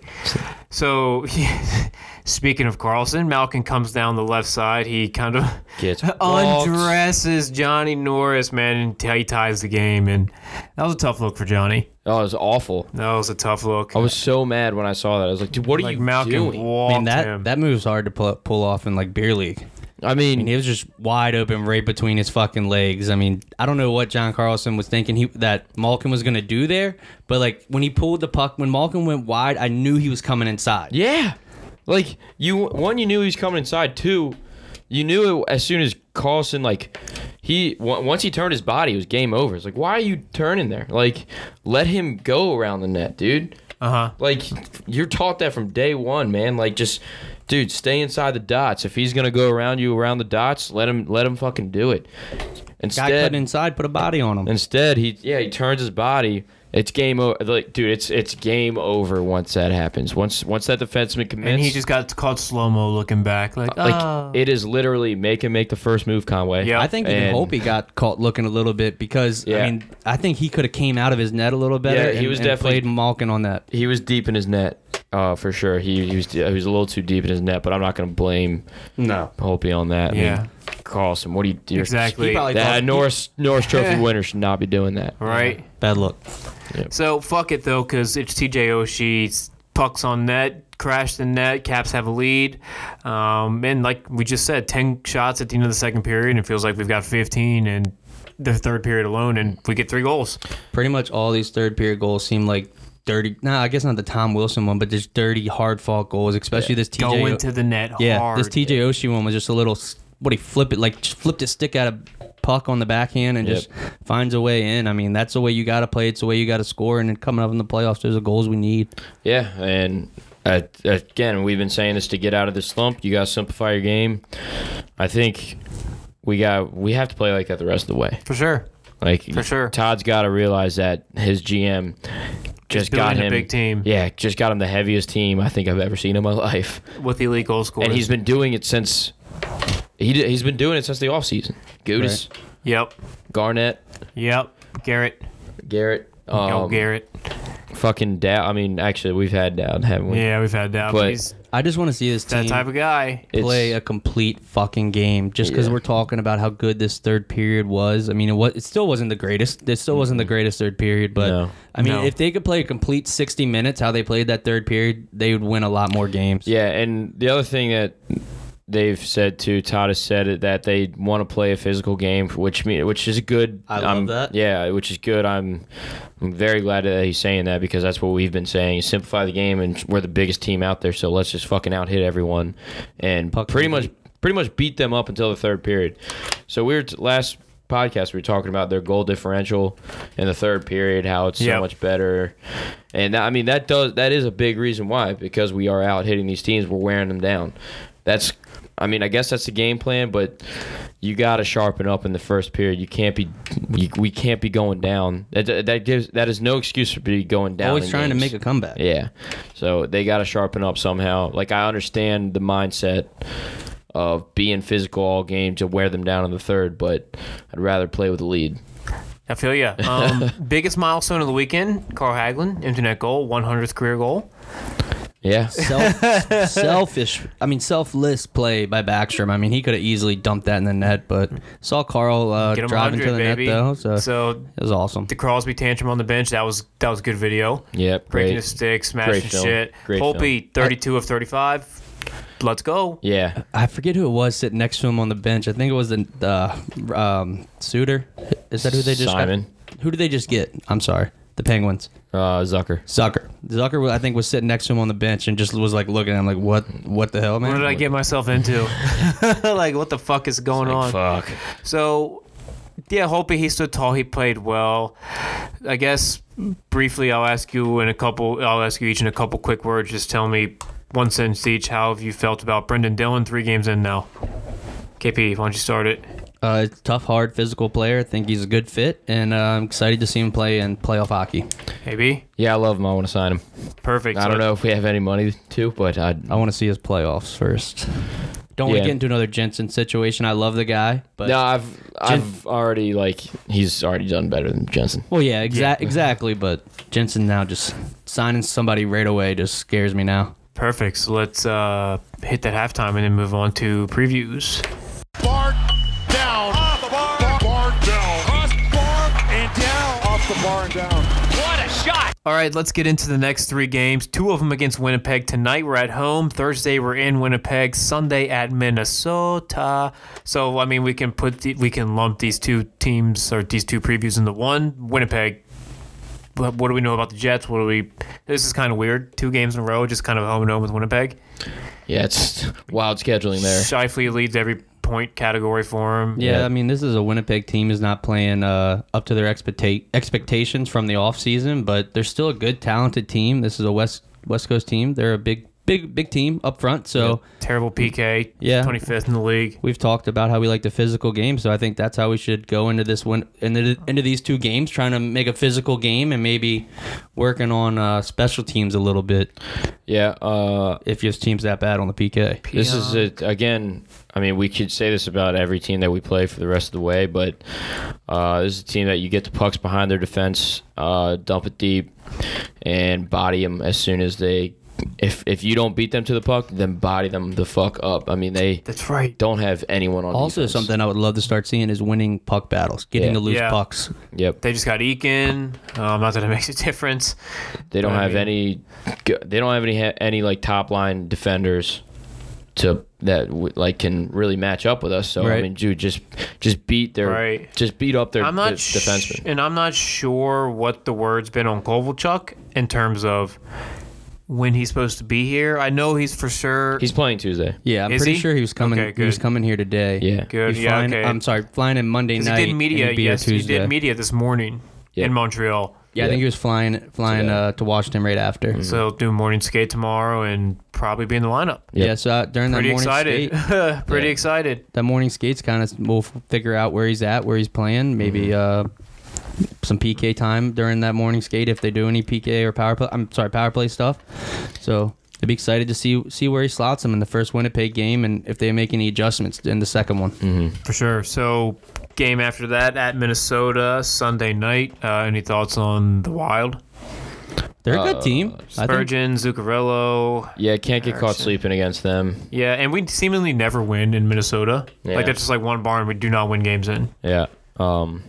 [SPEAKER 1] So, speaking of Carlson, Malkin comes down the left side. He kind of
[SPEAKER 3] Gets walked.
[SPEAKER 1] undresses Johnny Norris, man, and he ties the game. And that was a tough look for Johnny.
[SPEAKER 3] Oh, it was awful.
[SPEAKER 1] That was a tough look.
[SPEAKER 3] I
[SPEAKER 2] Oh,
[SPEAKER 3] was so mad when I saw that. I was like, dude, what are
[SPEAKER 1] like
[SPEAKER 3] you
[SPEAKER 1] Malkin
[SPEAKER 3] doing?
[SPEAKER 1] walked
[SPEAKER 2] I mean that
[SPEAKER 1] him.
[SPEAKER 2] that move's hard to pull, pull off in like beer league.
[SPEAKER 3] I
[SPEAKER 2] I mean,
[SPEAKER 3] mean,
[SPEAKER 2] it was just wide open right between his fucking legs. I mean, I don't know what John Carlson was thinking he that Malkin was gonna do there, but like when he pulled the puck, when Malkin went wide, I knew he was coming inside.
[SPEAKER 3] yeah. Like you one you knew he was coming inside, two you knew it as soon as Carlson like he on- once he turned his body, it was game over. It's like, why are you turning there? Like let him go around the net, dude.
[SPEAKER 1] uh-huh.
[SPEAKER 3] Like you're taught that from day one, man. Like just, dude, stay inside the dots. If he's gonna go around you around the dots, let him let him fucking do it.
[SPEAKER 2] Guy cut
[SPEAKER 3] Instead,
[SPEAKER 2] inside, put a body on him.
[SPEAKER 3] instead he yeah he turns his body. It's game over. Like dude, it's it's game over once that happens. Once once that defenseman commits,
[SPEAKER 1] And he just got caught slow mo looking back. Like,
[SPEAKER 2] Uh,
[SPEAKER 3] like
[SPEAKER 1] ah.
[SPEAKER 3] it is literally make him make the first move, Conway.
[SPEAKER 1] Yeah.
[SPEAKER 2] I think even
[SPEAKER 3] And-
[SPEAKER 2] Holpe got caught looking a little bit because
[SPEAKER 3] Yeah.
[SPEAKER 2] I mean I think he could have came out of his net a little better.
[SPEAKER 3] Yeah, he
[SPEAKER 2] and-
[SPEAKER 3] was
[SPEAKER 2] and
[SPEAKER 3] definitely-
[SPEAKER 2] played Malkin on that.
[SPEAKER 3] He was deep in his net, uh, for sure. He, he was he was a little too deep in his net, but I'm not gonna blame
[SPEAKER 2] No,
[SPEAKER 3] Holpe on that. I mean,
[SPEAKER 1] Yeah.
[SPEAKER 3] Carlson, what do you do?
[SPEAKER 1] Exactly.
[SPEAKER 2] he probably
[SPEAKER 3] That
[SPEAKER 2] thought,
[SPEAKER 3] Norris Norris Trophy winner should not be doing that.
[SPEAKER 1] oh, right?
[SPEAKER 2] bad look.
[SPEAKER 1] So fuck it though, because it's TJ Oshie. Pucks on net, crash the net. Caps have a lead, um, and like we just said, ten shots at the end of the second period. And it feels like we've got fifteen in the third period alone, and we get three goals.
[SPEAKER 2] pretty much all these third period goals seem like dirty. Nah, I guess not the Tom Wilson one, but just dirty, hard fought goals, especially this TJ.
[SPEAKER 1] Go into the net
[SPEAKER 2] yeah,
[SPEAKER 1] hard.
[SPEAKER 2] this TJ Oshie one was just a little. s- What he flip it like just flipped his stick out of puck on the backhand and
[SPEAKER 3] Yep.
[SPEAKER 2] just finds a way in. I mean, that's the way you got to play. It's the way you got to score. And then coming up in the playoffs, those are goals we need.
[SPEAKER 3] Yeah, and uh, again, we've been saying this to get out of the slump. You got to simplify your game. I think we got we have to play like that the rest of the way.
[SPEAKER 1] for sure.
[SPEAKER 3] Like
[SPEAKER 1] For sure.
[SPEAKER 3] Todd's got to realize that his GM just got
[SPEAKER 1] building a
[SPEAKER 3] him
[SPEAKER 1] big team.
[SPEAKER 3] Yeah, just got him the heaviest team I think I've ever seen in my life,
[SPEAKER 1] With the elite goal scorers.
[SPEAKER 3] and he's been doing it since he d- he's been doing it since the offseason. Gudis,
[SPEAKER 1] yep,
[SPEAKER 3] Garnett,
[SPEAKER 1] yep. Garrett,
[SPEAKER 3] Garrett,
[SPEAKER 1] go
[SPEAKER 3] um,
[SPEAKER 1] Oh, Garrett.
[SPEAKER 3] fucking Dow. I mean, actually, we've had Dowd, haven't we?
[SPEAKER 1] Yeah, we've had that. But
[SPEAKER 3] but
[SPEAKER 1] he's
[SPEAKER 2] I just want to see this
[SPEAKER 1] that
[SPEAKER 2] team
[SPEAKER 1] type of guy.
[SPEAKER 3] It's-
[SPEAKER 2] play a complete fucking game. Just because
[SPEAKER 3] Yeah.
[SPEAKER 2] we're talking about how good this third period was, I mean, it was it still wasn't the greatest. It still wasn't the greatest third period, but
[SPEAKER 3] Mm-hmm. No.
[SPEAKER 2] I mean,
[SPEAKER 1] No.
[SPEAKER 2] if they could play a complete sixty minutes, how they played that third period, they would win a lot more games.
[SPEAKER 3] Yeah, and the other thing that they've said too, Todd has said it that they want to play a physical game, which me, which is good.
[SPEAKER 2] I love
[SPEAKER 3] I'm-
[SPEAKER 2] that.
[SPEAKER 3] Yeah, which is good. I'm, I'm very glad that he's saying that because that's what we've been saying: is simplify the game, and we're the biggest team out there, so let's just fucking out hit everyone, and
[SPEAKER 2] Puck
[SPEAKER 3] pretty
[SPEAKER 2] and
[SPEAKER 3] much pretty much beat them up until the third period. So we were t- last podcast we were talking about their goal differential in the third period, how it's
[SPEAKER 1] Yep.
[SPEAKER 3] so much better. And that, I mean that does that is a big reason why because we are out hitting these teams, we're wearing them down. That's I mean, I guess that's the game plan, but you got to sharpen up in the first period. You can't be you, we can't be going down. That, that gives that is no excuse for be going down.
[SPEAKER 2] always
[SPEAKER 3] in
[SPEAKER 2] trying
[SPEAKER 3] games.
[SPEAKER 2] to make a comeback.
[SPEAKER 3] Yeah. So they got to sharpen up somehow. Like I understand the mindset of being physical all game to wear them down in the third, but I'd rather play with a lead.
[SPEAKER 1] I feel ya. Um, biggest milestone of the weekend: Carl Hagelin, internet goal, 100th career goal.
[SPEAKER 3] Yeah.
[SPEAKER 2] Self, selfish. I mean, selfless play by Backstrom. I mean, he could have easily dumped that in the net, but saw Carl uh,
[SPEAKER 1] Get him
[SPEAKER 2] driving
[SPEAKER 1] 100,
[SPEAKER 2] to the
[SPEAKER 1] baby.
[SPEAKER 2] net though, so,
[SPEAKER 1] so
[SPEAKER 2] it was awesome.
[SPEAKER 1] the Crosby tantrum on the bench. That was that was good video.
[SPEAKER 3] Yep.
[SPEAKER 1] Breaking the
[SPEAKER 3] Great.
[SPEAKER 1] stick, smashing
[SPEAKER 3] Great film.
[SPEAKER 1] shit.
[SPEAKER 3] Great
[SPEAKER 1] Holpe, 32 of 35. Let's go.
[SPEAKER 3] Yeah.
[SPEAKER 2] I forget who it was sitting next to him on the bench. I think it was the uh, um, Suter. Is that who they just got?
[SPEAKER 3] Simon.
[SPEAKER 2] Who did they just get? I'm sorry, the Penguins.
[SPEAKER 3] Uh, Zucker.
[SPEAKER 2] Zucker. Zucker, I think, was sitting next to him on the bench and just was like looking at him like, what, what the hell, man?
[SPEAKER 1] What did I get myself into? like, what the fuck is going on?
[SPEAKER 3] Fuck.
[SPEAKER 1] So, yeah, Holpe, he stood tall. He played well. I guess briefly, I'll ask you in a couple. I'll ask you each in a couple quick words. Just tell me one sentence each. How have you felt about Brendan Dillon three games in now? KP, why don't you start it?
[SPEAKER 2] Uh, tough, hard, physical player. I think he's a good fit, and uh, I'm excited to see him play in playoff hockey.
[SPEAKER 1] AB,
[SPEAKER 3] Yeah, I love him. I want to sign him.
[SPEAKER 1] perfect.
[SPEAKER 3] I don't know if we have any money to, but I.
[SPEAKER 2] I want to see his playoffs first. Don't want
[SPEAKER 3] Yeah.
[SPEAKER 2] to get into another Jensen situation. I love the guy, but
[SPEAKER 3] No, I've I've already like he's already done better than Jensen.
[SPEAKER 2] well, yeah, exa- exactly. But Jensen now just signing somebody right away just scares me now.
[SPEAKER 1] Perfect. So let's uh, hit that halftime and then move on to previews.
[SPEAKER 5] Bart down. Off the bar. Bart down. Cross bar and down. Off the bar and down.
[SPEAKER 1] All right, let's get into the next three games. Two of them against Winnipeg tonight. We're at home. Thursday we're in Winnipeg. Sunday at Minnesota. So I mean, we can put the, we can lump these two teams or these two previews into one. Winnipeg. But What do we know about the Jets? What do we? This is kind of weird. Two games in a row, just kind of home and home with Winnipeg.
[SPEAKER 3] Yeah, it's wild scheduling there.
[SPEAKER 1] Shifley leads every point category for him.
[SPEAKER 2] Yeah,
[SPEAKER 3] Yeah.
[SPEAKER 2] I mean, this is a Winnipeg team is not playing uh, up to their expecta- expectations from the offseason, but they're still a good, talented team. This is a West West Coast team. They're a big, big, big team up front. So
[SPEAKER 1] Terrible PK.
[SPEAKER 2] Yeah.
[SPEAKER 1] Twenty fifth in the league.
[SPEAKER 2] we've talked about how we like the physical game. So I think that's how we should go into this win, into, into these two games, trying to make a physical game and maybe working on uh, special teams a little bit
[SPEAKER 3] Yeah, uh,
[SPEAKER 2] if your team's that bad on the PK.
[SPEAKER 3] this is it again. I mean, we could say this about every team that we play for the rest of the way, but uh, this is a team that you get the pucks behind their defense, uh, dump it deep, and body them as soon as they. If if you don't beat them to the puck, then body them the fuck up. I mean, they
[SPEAKER 1] That's right.
[SPEAKER 3] don't have anyone on.
[SPEAKER 2] Also,
[SPEAKER 3] defense.
[SPEAKER 2] something I would love to start seeing is winning puck battles, getting
[SPEAKER 3] Yeah.
[SPEAKER 2] to lose
[SPEAKER 1] Yeah.
[SPEAKER 2] pucks.
[SPEAKER 3] Yep,
[SPEAKER 1] They just got Eakin. Um, not that it makes a difference.
[SPEAKER 3] they don't
[SPEAKER 1] I
[SPEAKER 3] have
[SPEAKER 1] mean-
[SPEAKER 3] any. They don't have any any like top line defenders to that w- like can really match up with us. So I
[SPEAKER 2] Right.
[SPEAKER 3] mean, dude, just just beat their
[SPEAKER 1] Right.
[SPEAKER 3] just beat up their
[SPEAKER 1] I'm not
[SPEAKER 3] de-
[SPEAKER 1] sh-
[SPEAKER 3] defenseman.
[SPEAKER 1] and I'm not sure what the word's been on Kovalchuk in terms of when he's supposed to be here. I know he's for sure.
[SPEAKER 3] He's playing Tuesday.
[SPEAKER 2] Yeah, I'm
[SPEAKER 1] Is
[SPEAKER 2] pretty
[SPEAKER 1] he?
[SPEAKER 2] sure he was coming.
[SPEAKER 1] Okay,
[SPEAKER 2] he was
[SPEAKER 1] good.
[SPEAKER 2] coming here today.
[SPEAKER 3] Yeah.
[SPEAKER 1] Good,
[SPEAKER 2] He's
[SPEAKER 1] yeah,
[SPEAKER 2] flying,
[SPEAKER 1] okay.
[SPEAKER 2] I'm sorry, flying in Monday
[SPEAKER 1] 'Cause
[SPEAKER 2] night.
[SPEAKER 1] he did
[SPEAKER 2] and
[SPEAKER 1] media.
[SPEAKER 2] he'd be here
[SPEAKER 1] Yes, he
[SPEAKER 2] Tuesday. Mm-hmm.
[SPEAKER 1] did media this morning
[SPEAKER 3] Yeah.
[SPEAKER 1] in Montreal.
[SPEAKER 2] Yeah, I think he was flying flying
[SPEAKER 3] Today.
[SPEAKER 2] uh, to Washington right after.
[SPEAKER 3] Mm.
[SPEAKER 1] So he'll do morning skate tomorrow and probably be in the lineup.
[SPEAKER 2] Yeah, so uh, during that
[SPEAKER 1] Pretty
[SPEAKER 2] morning
[SPEAKER 1] excited.
[SPEAKER 2] skate,
[SPEAKER 1] Pretty
[SPEAKER 3] Yeah.
[SPEAKER 1] excited.
[SPEAKER 2] that morning skates kind of we'll f- figure out where he's at, where he's playing, maybe uh, some PK time during that morning skate if they do any PK or power play. I'm sorry, power play stuff. So I'd be excited to see see where he slots him in the first Winnipeg game and if they make any adjustments in the second one.
[SPEAKER 1] For sure. So game after that at Minnesota Sunday night. Uh, any thoughts on the Wild?
[SPEAKER 2] They're a good
[SPEAKER 1] Uh,
[SPEAKER 2] team. I think
[SPEAKER 1] Spurgeon, Zuccarello,
[SPEAKER 3] Yeah, can't get caught sleeping against them.
[SPEAKER 1] Yeah, and we seemingly never win in Minnesota.
[SPEAKER 3] Yeah.
[SPEAKER 1] Like that's just like one barn we do not win games in.
[SPEAKER 3] Yeah, um,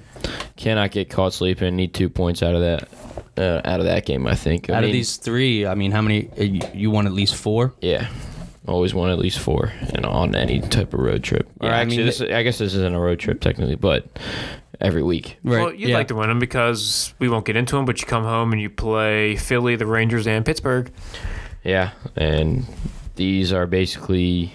[SPEAKER 3] cannot get caught sleeping. Need two points out of that uh, out of that game. I think. I
[SPEAKER 2] out of
[SPEAKER 3] mean,
[SPEAKER 2] these three, I mean, how many? uh, You, you want at least four.
[SPEAKER 3] Yeah. Always want at least four, and on any type of road trip.
[SPEAKER 2] Yeah,
[SPEAKER 3] or
[SPEAKER 2] I
[SPEAKER 3] actually,
[SPEAKER 2] mean,
[SPEAKER 3] this, I guess this isn't a road trip technically, but every week.
[SPEAKER 1] Well, you'd
[SPEAKER 2] yeah.
[SPEAKER 1] like to win them because we won't get into them, but you come home and you play Philly, the Rangers, and Pittsburgh.
[SPEAKER 3] Yeah, and these are basically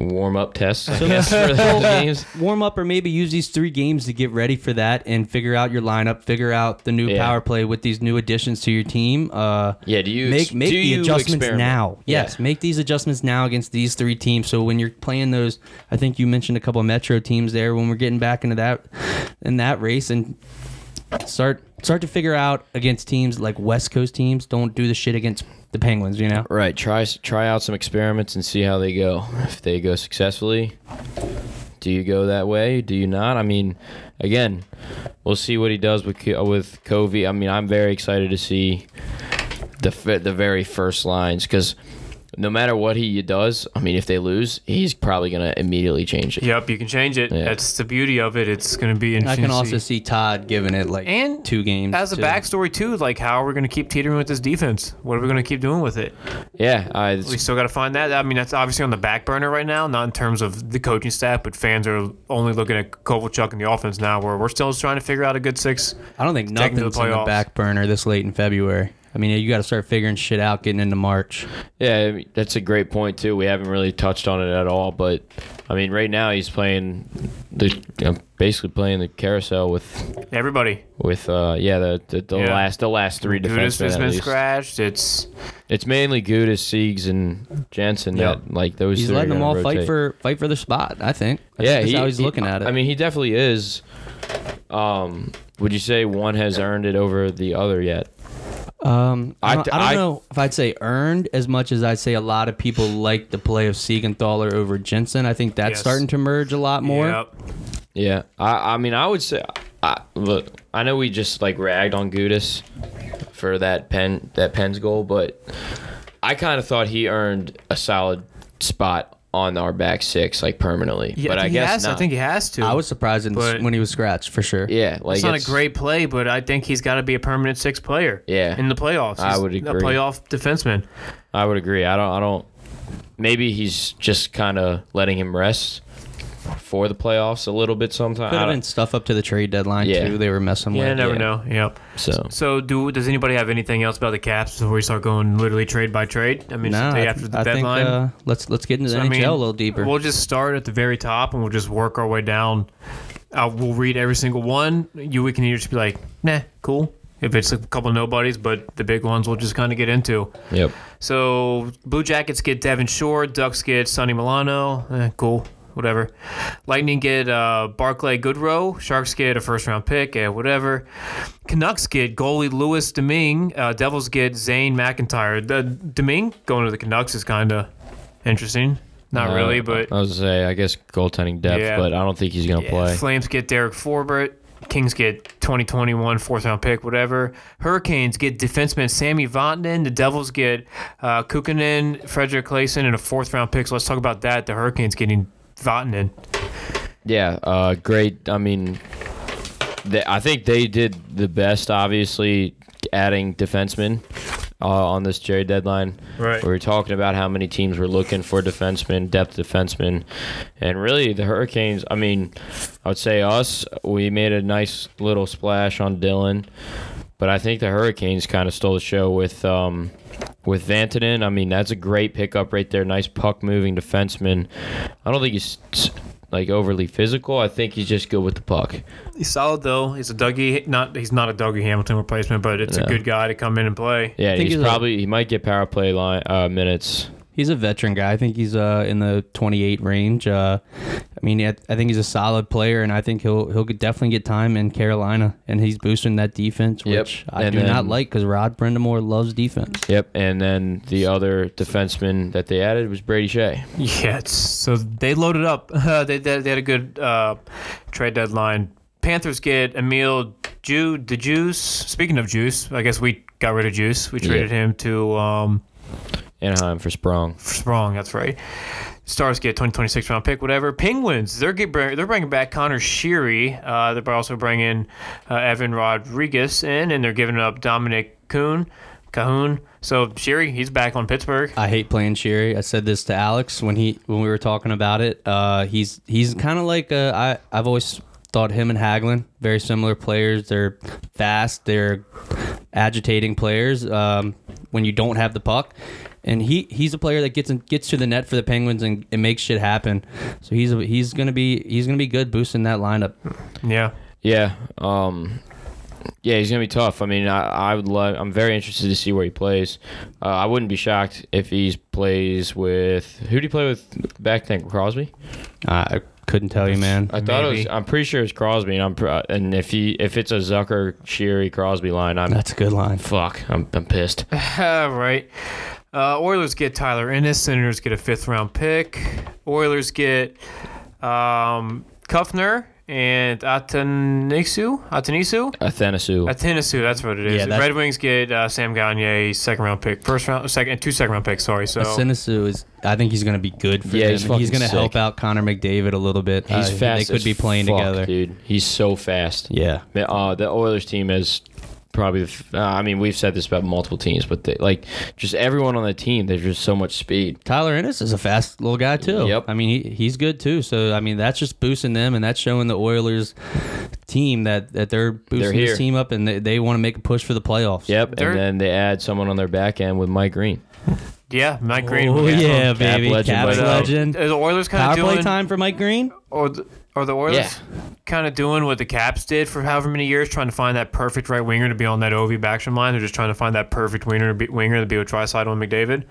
[SPEAKER 3] warm-up tests. I
[SPEAKER 2] So-
[SPEAKER 3] guess, for those games.
[SPEAKER 2] warm up or maybe use these three games to get ready for that and figure out your lineup, figure out the new
[SPEAKER 3] Yeah.
[SPEAKER 2] power play with these new additions to your team. Uh,
[SPEAKER 3] Yeah, do you
[SPEAKER 2] make
[SPEAKER 3] ex-
[SPEAKER 2] make
[SPEAKER 3] do
[SPEAKER 2] the
[SPEAKER 3] you
[SPEAKER 2] adjustments
[SPEAKER 3] experiment?
[SPEAKER 2] now?
[SPEAKER 3] Yeah.
[SPEAKER 2] Yes, make these adjustments now against these three teams. So when you're playing those, I think you mentioned a couple of metro teams there. When we're getting back into that in that race and start start to figure out against teams like West Coast teams, don't do the shit against the Penguins. You know,
[SPEAKER 3] Right. Try try out some experiments and see how they go. If they go successfully, do you go that way? Do you not? I mean, again, we'll see what he does with K- with Covey. I mean, I'm very excited to see the f- the very first lines because no matter what he does, I mean, if they lose, he's probably gonna immediately change it.
[SPEAKER 1] Yep, you can change it.
[SPEAKER 3] Yeah.
[SPEAKER 1] That's the beauty of it. It's going to be
[SPEAKER 2] I
[SPEAKER 1] interesting.
[SPEAKER 2] can
[SPEAKER 1] to
[SPEAKER 2] also
[SPEAKER 1] see.
[SPEAKER 2] see Todd giving it like
[SPEAKER 1] and
[SPEAKER 2] two games
[SPEAKER 1] as a
[SPEAKER 2] too.
[SPEAKER 1] backstory too. Like, how are we going to keep teetering with this defense? What are we going to keep doing with it?
[SPEAKER 3] Yeah, I,
[SPEAKER 1] We still got to find that. I mean, that's obviously on the back burner right now, not in terms of the coaching staff, but fans are only looking at Kovalchuk and the offense now, where we're still trying to figure out a good six.
[SPEAKER 2] I don't think
[SPEAKER 1] Taking to the
[SPEAKER 2] nothing's on the
[SPEAKER 1] playoffs.
[SPEAKER 2] back burner this late in February. I mean, you got to start figuring shit out getting into March.
[SPEAKER 3] yeah, I mean, that's a great point too. We haven't really touched on it at all, but I mean, right now he's playing the uh, basically playing the carousel with
[SPEAKER 1] Everybody,
[SPEAKER 3] with uh yeah the the, the
[SPEAKER 1] Yeah.
[SPEAKER 3] last the last three
[SPEAKER 1] Gudis has
[SPEAKER 3] defensemen. at
[SPEAKER 1] been
[SPEAKER 3] least.
[SPEAKER 1] scratched. It's
[SPEAKER 3] It's mainly Gudis, Siegs, and Jensen.
[SPEAKER 1] Yep.
[SPEAKER 3] That like those.
[SPEAKER 2] He's
[SPEAKER 3] three are
[SPEAKER 2] letting them
[SPEAKER 3] gonna
[SPEAKER 2] all
[SPEAKER 3] rotate.
[SPEAKER 2] fight for fight for their spot. I think. That's,
[SPEAKER 3] yeah,
[SPEAKER 2] that's
[SPEAKER 3] he-
[SPEAKER 2] how he's
[SPEAKER 3] he-
[SPEAKER 2] looking at it.
[SPEAKER 3] I mean, he definitely is. Um, would you say one has earned it over the other yet?
[SPEAKER 2] Um, I,
[SPEAKER 3] I
[SPEAKER 2] don't,
[SPEAKER 3] d-
[SPEAKER 2] I don't
[SPEAKER 3] I-
[SPEAKER 2] know if I'd say earned as much as I'd say a lot of people like the play of Siegenthaler over Jensen. I think that's
[SPEAKER 1] Yes.
[SPEAKER 2] starting to merge a lot more.
[SPEAKER 1] yep.
[SPEAKER 3] Yeah, I, I mean, I would say, I, look, I know we just like ragged on Gudis for that pen that Penn's goal, but I kind of thought he earned a solid spot on our back six like permanently.
[SPEAKER 1] Yeah,
[SPEAKER 3] but
[SPEAKER 1] I,
[SPEAKER 3] I,
[SPEAKER 1] think he
[SPEAKER 3] guess
[SPEAKER 1] has, I
[SPEAKER 3] not.
[SPEAKER 1] think he has to.
[SPEAKER 2] I was surprised in-
[SPEAKER 1] But-
[SPEAKER 2] when he was scratched for sure.
[SPEAKER 3] yeah, like
[SPEAKER 1] it's not a great play, but I think he's got to be a permanent six player.
[SPEAKER 3] Yeah.
[SPEAKER 1] in the playoffs,
[SPEAKER 3] I
[SPEAKER 1] He's
[SPEAKER 3] would
[SPEAKER 1] A
[SPEAKER 3] agree.
[SPEAKER 1] playoff defenseman.
[SPEAKER 3] I would agree. I don't. I don't. Maybe he's just kind of letting him rest for the playoffs a little bit sometimes.
[SPEAKER 2] Could
[SPEAKER 3] I
[SPEAKER 2] have
[SPEAKER 3] don't-
[SPEAKER 2] been stuff up to the trade deadline
[SPEAKER 3] Yeah.
[SPEAKER 2] too. They were messing
[SPEAKER 1] Yeah,
[SPEAKER 2] with.
[SPEAKER 1] you never
[SPEAKER 3] yeah.
[SPEAKER 1] know. Yep.
[SPEAKER 3] So
[SPEAKER 1] So, do does anybody have anything else about the Caps before we start going literally trade by trade? I mean, it's
[SPEAKER 2] Nah,
[SPEAKER 1] the day
[SPEAKER 2] I,
[SPEAKER 1] after the
[SPEAKER 2] I think
[SPEAKER 1] deadline.
[SPEAKER 2] uh, let's let's get into the
[SPEAKER 1] So,
[SPEAKER 2] NHL
[SPEAKER 1] I mean,
[SPEAKER 2] a little deeper.
[SPEAKER 1] We'll just start at the very top and we'll just work our way down. Uh, we'll read every single one. You we can either just be like, nah, cool. If it's a couple nobodies, but the big ones we'll just kind of get into.
[SPEAKER 3] yep.
[SPEAKER 1] So Blue Jackets get Devin Shore, Ducks get Sonny Milano. Eh, cool, whatever. Lightning get uh, Barclay Goodrow, Sharks get a first round pick, eh, whatever. Canucks get goalie Louis Domingue, uh, Devils get Zane McIntyre. The Domingue going to the Canucks is kind of interesting. Not
[SPEAKER 3] Uh,
[SPEAKER 1] really, but
[SPEAKER 3] I was gonna say I guess goaltending depth,
[SPEAKER 1] Yeah.
[SPEAKER 3] but I don't think he's gonna play.
[SPEAKER 1] Flames get Derek Forbert. Kings get 2021 fourth round pick, whatever. Hurricanes get defenseman Sammy Vatanen. The Devils get uh, Kukkonen, Frederick Clayson, and a fourth round pick. So let's talk about that. The Hurricanes getting Vatanen.
[SPEAKER 3] Yeah, uh, great. I mean, they, I think they did the best, obviously, adding defensemen uh, on this trade deadline.
[SPEAKER 1] Right.
[SPEAKER 3] We were talking about how many teams were looking for defensemen, depth defensemen, and really the Hurricanes. I mean, I would say us. We made a nice little splash on Dylan, but I think the Hurricanes kind of stole the show with. Um, with Vantanen, I mean that's a great pickup right there. Nice puck moving defenseman. I don't think he's like overly physical. I think he's just good with the puck.
[SPEAKER 1] He's solid though. He's a Dougie. Not he's not a Dougie Hamilton replacement, but it's
[SPEAKER 3] No.
[SPEAKER 1] a good guy to come in and play.
[SPEAKER 3] Yeah,
[SPEAKER 2] think
[SPEAKER 3] he's
[SPEAKER 2] he's a-
[SPEAKER 3] probably he might get power play line uh, minutes.
[SPEAKER 2] He's a veteran guy. I think he's uh, in the 28 range. Uh, I mean, I I think he's a solid player, and I think he'll he'll get- definitely get time in Carolina, and he's boosting that defense,
[SPEAKER 3] Yep.
[SPEAKER 2] which I
[SPEAKER 3] And
[SPEAKER 2] do not
[SPEAKER 3] then-
[SPEAKER 2] like because Rod Brendamore loves defense.
[SPEAKER 3] Yep, and then the other defenseman that they added was Brady Shea.
[SPEAKER 1] Yeah, it's, so they loaded up. they, they they had a good uh, trade deadline. Panthers get Emil Ju the Juice. Speaking of Juice, I guess we got rid of Juice. We traded him to um,
[SPEAKER 3] Anaheim for Sprong.
[SPEAKER 1] Sprong. That's right. Stars get 2026 round pick, whatever. Penguins, they're get, they're bringing back Connor Sheary. Uh, they're also bringing uh, Evan Rodriguez in, and they're giving up Dominic Kuhn, Cahoon. So Sheary, he's back on Pittsburgh.
[SPEAKER 2] I hate playing Sherry. I said this to Alex when he when we were talking about it. Uh, he's he's kind of like uh, I I've always thought him and Haglin very similar players. They're fast. They're agitating players um, when you don't have the puck. And he, he's a player that gets in, gets to the net for the Penguins and, and makes shit happen. So he's a, he's gonna be he's gonna be good boosting that lineup.
[SPEAKER 1] Yeah.
[SPEAKER 3] Yeah, um, yeah, he's gonna be tough. I mean, I, I would love. I'm very interested to see where he plays. Uh, I wouldn't be shocked if he plays with who did he play with back then? Crosby.
[SPEAKER 2] I couldn't tell you, man.
[SPEAKER 3] I thought it was.
[SPEAKER 1] Maybe.
[SPEAKER 3] I'm pretty sure it's Crosby, and I'm pr- uh, and if he if it's a Zucker, Sheary, Crosby line, I'm
[SPEAKER 2] That's a good line.
[SPEAKER 3] fuck. I'm, I'm pissed.
[SPEAKER 1] All right. Uh, Oilers get Tyler Ennis. Senators get a fifth round pick. Oilers get um, Kufner and Atanisu. Atanisu.
[SPEAKER 3] Athanasu.
[SPEAKER 1] Atanisu. That's what it is.
[SPEAKER 2] Yeah, that's-
[SPEAKER 1] Red Wings get uh, Sam Gagne, second round pick, first round, second, two second round picks. Sorry. So
[SPEAKER 2] Sinisu is. I think he's going to be good for
[SPEAKER 3] Yeah,
[SPEAKER 2] them.
[SPEAKER 3] he's
[SPEAKER 2] He's,
[SPEAKER 3] fucking
[SPEAKER 2] going to
[SPEAKER 3] sick.
[SPEAKER 2] help out Connor McDavid a little bit.
[SPEAKER 3] He's
[SPEAKER 2] Uh,
[SPEAKER 3] fast.
[SPEAKER 2] They could
[SPEAKER 3] as
[SPEAKER 2] be playing
[SPEAKER 3] fuck,
[SPEAKER 2] together.
[SPEAKER 3] dude. He's so fast.
[SPEAKER 2] Yeah.
[SPEAKER 3] The- Uh, the Oilers team is probably. the f- Uh, I mean, we've said this about multiple teams, but they, like just everyone on the team, there's just so much speed.
[SPEAKER 2] Tyler Ennis is a fast little guy too.
[SPEAKER 3] Yep.
[SPEAKER 2] I mean, he, he's good too. So I mean, that's just boosting them, and that's showing the Oilers team that, that they're boosting
[SPEAKER 3] They're here.
[SPEAKER 2] this team up, and they, they want to make a push for the playoffs.
[SPEAKER 3] Yep,
[SPEAKER 1] They're-
[SPEAKER 3] and then they add someone on their back end with Mike Green.
[SPEAKER 1] yeah, Mike Green.
[SPEAKER 2] Oh yeah,
[SPEAKER 3] Cap
[SPEAKER 2] baby,
[SPEAKER 3] legend,
[SPEAKER 2] Caps
[SPEAKER 3] buddy.
[SPEAKER 2] legend.
[SPEAKER 1] Are the Oilers kind
[SPEAKER 2] Power
[SPEAKER 1] of
[SPEAKER 2] play
[SPEAKER 1] doing?
[SPEAKER 2] time for Mike Green.
[SPEAKER 1] Or the, are the Oilers kind of doing what the Caps did for however many years, trying to find that perfect right winger to be on that OV Backstrom line? They're just trying to find that perfect winger to be, winger to be with Drysdale and McDavid.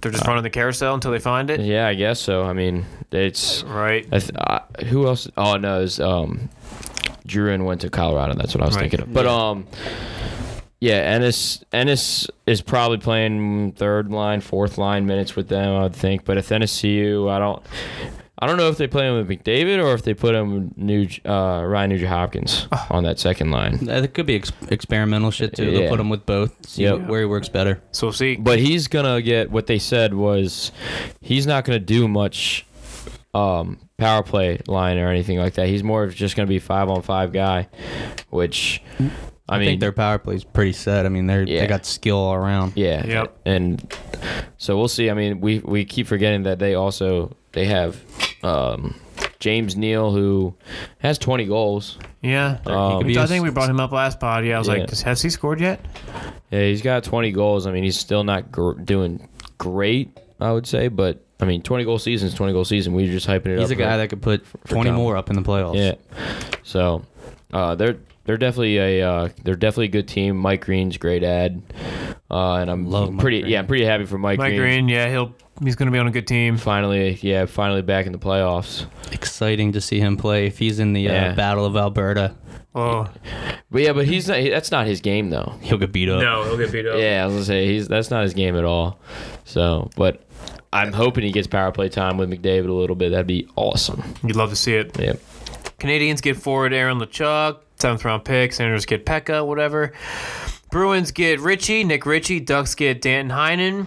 [SPEAKER 1] They're just running the carousel until they find it.
[SPEAKER 3] Uh-huh. Yeah, I guess so. I mean, it's
[SPEAKER 1] Right.
[SPEAKER 3] I th- uh, who else? Oh no, it's um, Drew and went to Colorado. That's what I was
[SPEAKER 1] Right.
[SPEAKER 3] thinking of. But um, yeah, Ennis Ennis is probably playing third line, fourth line minutes with them. I would think. But if NSCU, I don't. I don't know if they play him with McDavid or if they put him with New uh, Ryan Nugent Hopkins on that second line.
[SPEAKER 2] That could be ex- experimental shit too.
[SPEAKER 3] Yeah.
[SPEAKER 2] They'll put him with both. See
[SPEAKER 3] Yep.
[SPEAKER 2] where he works better.
[SPEAKER 1] So we'll see.
[SPEAKER 3] But he's gonna get what they said was he's not gonna do much um, power play line or anything like that. He's more of just gonna be five on five guy, which I,
[SPEAKER 2] I,
[SPEAKER 3] mean
[SPEAKER 2] think their power play's pretty set. I mean, they're
[SPEAKER 3] Yeah.
[SPEAKER 2] they got skill all around.
[SPEAKER 3] yeah
[SPEAKER 1] Yep.
[SPEAKER 3] and so we'll see. I mean we we keep forgetting that they also they have um, James Neal who has 20 goals.
[SPEAKER 1] Yeah.
[SPEAKER 3] Um,
[SPEAKER 1] I think we brought him up last pod. Yeah, I was
[SPEAKER 3] Yeah.
[SPEAKER 1] like, Does, has he scored yet?
[SPEAKER 3] Yeah, he's got 20 goals. I mean, he's still not gr- doing great, I would say, but I mean, 20 goal season is 20 goal season. We were just hyping it up.
[SPEAKER 2] He's a
[SPEAKER 3] for-
[SPEAKER 2] guy that could put twenty
[SPEAKER 3] Tom.
[SPEAKER 2] more up in the playoffs.
[SPEAKER 3] Yeah. So, uh, they're they're definitely a uh, they're definitely a good team. Mike Green's great ad, uh, and I'm
[SPEAKER 2] Love Mike
[SPEAKER 3] pretty
[SPEAKER 2] Green.
[SPEAKER 3] yeah I'm pretty happy for Mike,
[SPEAKER 1] Mike
[SPEAKER 3] Green.
[SPEAKER 1] Green. Yeah, he'll he's going to be on a good team.
[SPEAKER 3] Finally, yeah, finally back in the playoffs.
[SPEAKER 2] Exciting to see him play. If he's in the
[SPEAKER 3] Yeah.
[SPEAKER 2] uh, Battle of Alberta,
[SPEAKER 1] Oh
[SPEAKER 3] But yeah, but he's not. That's not his game though.
[SPEAKER 2] he'll get beat up.
[SPEAKER 1] no, he'll get beat up.
[SPEAKER 3] Yeah, I was gonna say he's that's not his game at all. So, but I'm hoping he gets power play time with McDavid a little bit. That'd be awesome.
[SPEAKER 1] You'd love to see it.
[SPEAKER 3] Yeah.
[SPEAKER 1] Canadians get forward Aaron LeChuck, seventh round pick. Senators get Pekka, whatever. Bruins get Richie, Nick Richie. Ducks get Danton Heinen.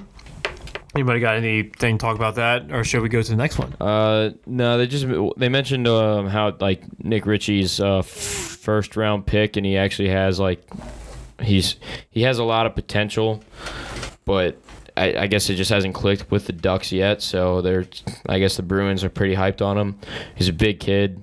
[SPEAKER 1] Anybody got anything to talk about that, or should we go to the next one?
[SPEAKER 3] Uh, no, they just they mentioned um, how like Nick Ritchie's uh, f- first round pick, and he actually has like he's he has a lot of potential, but I, I guess it just hasn't clicked with the Ducks yet. So they're I guess the Bruins are pretty hyped on him. He's a big kid.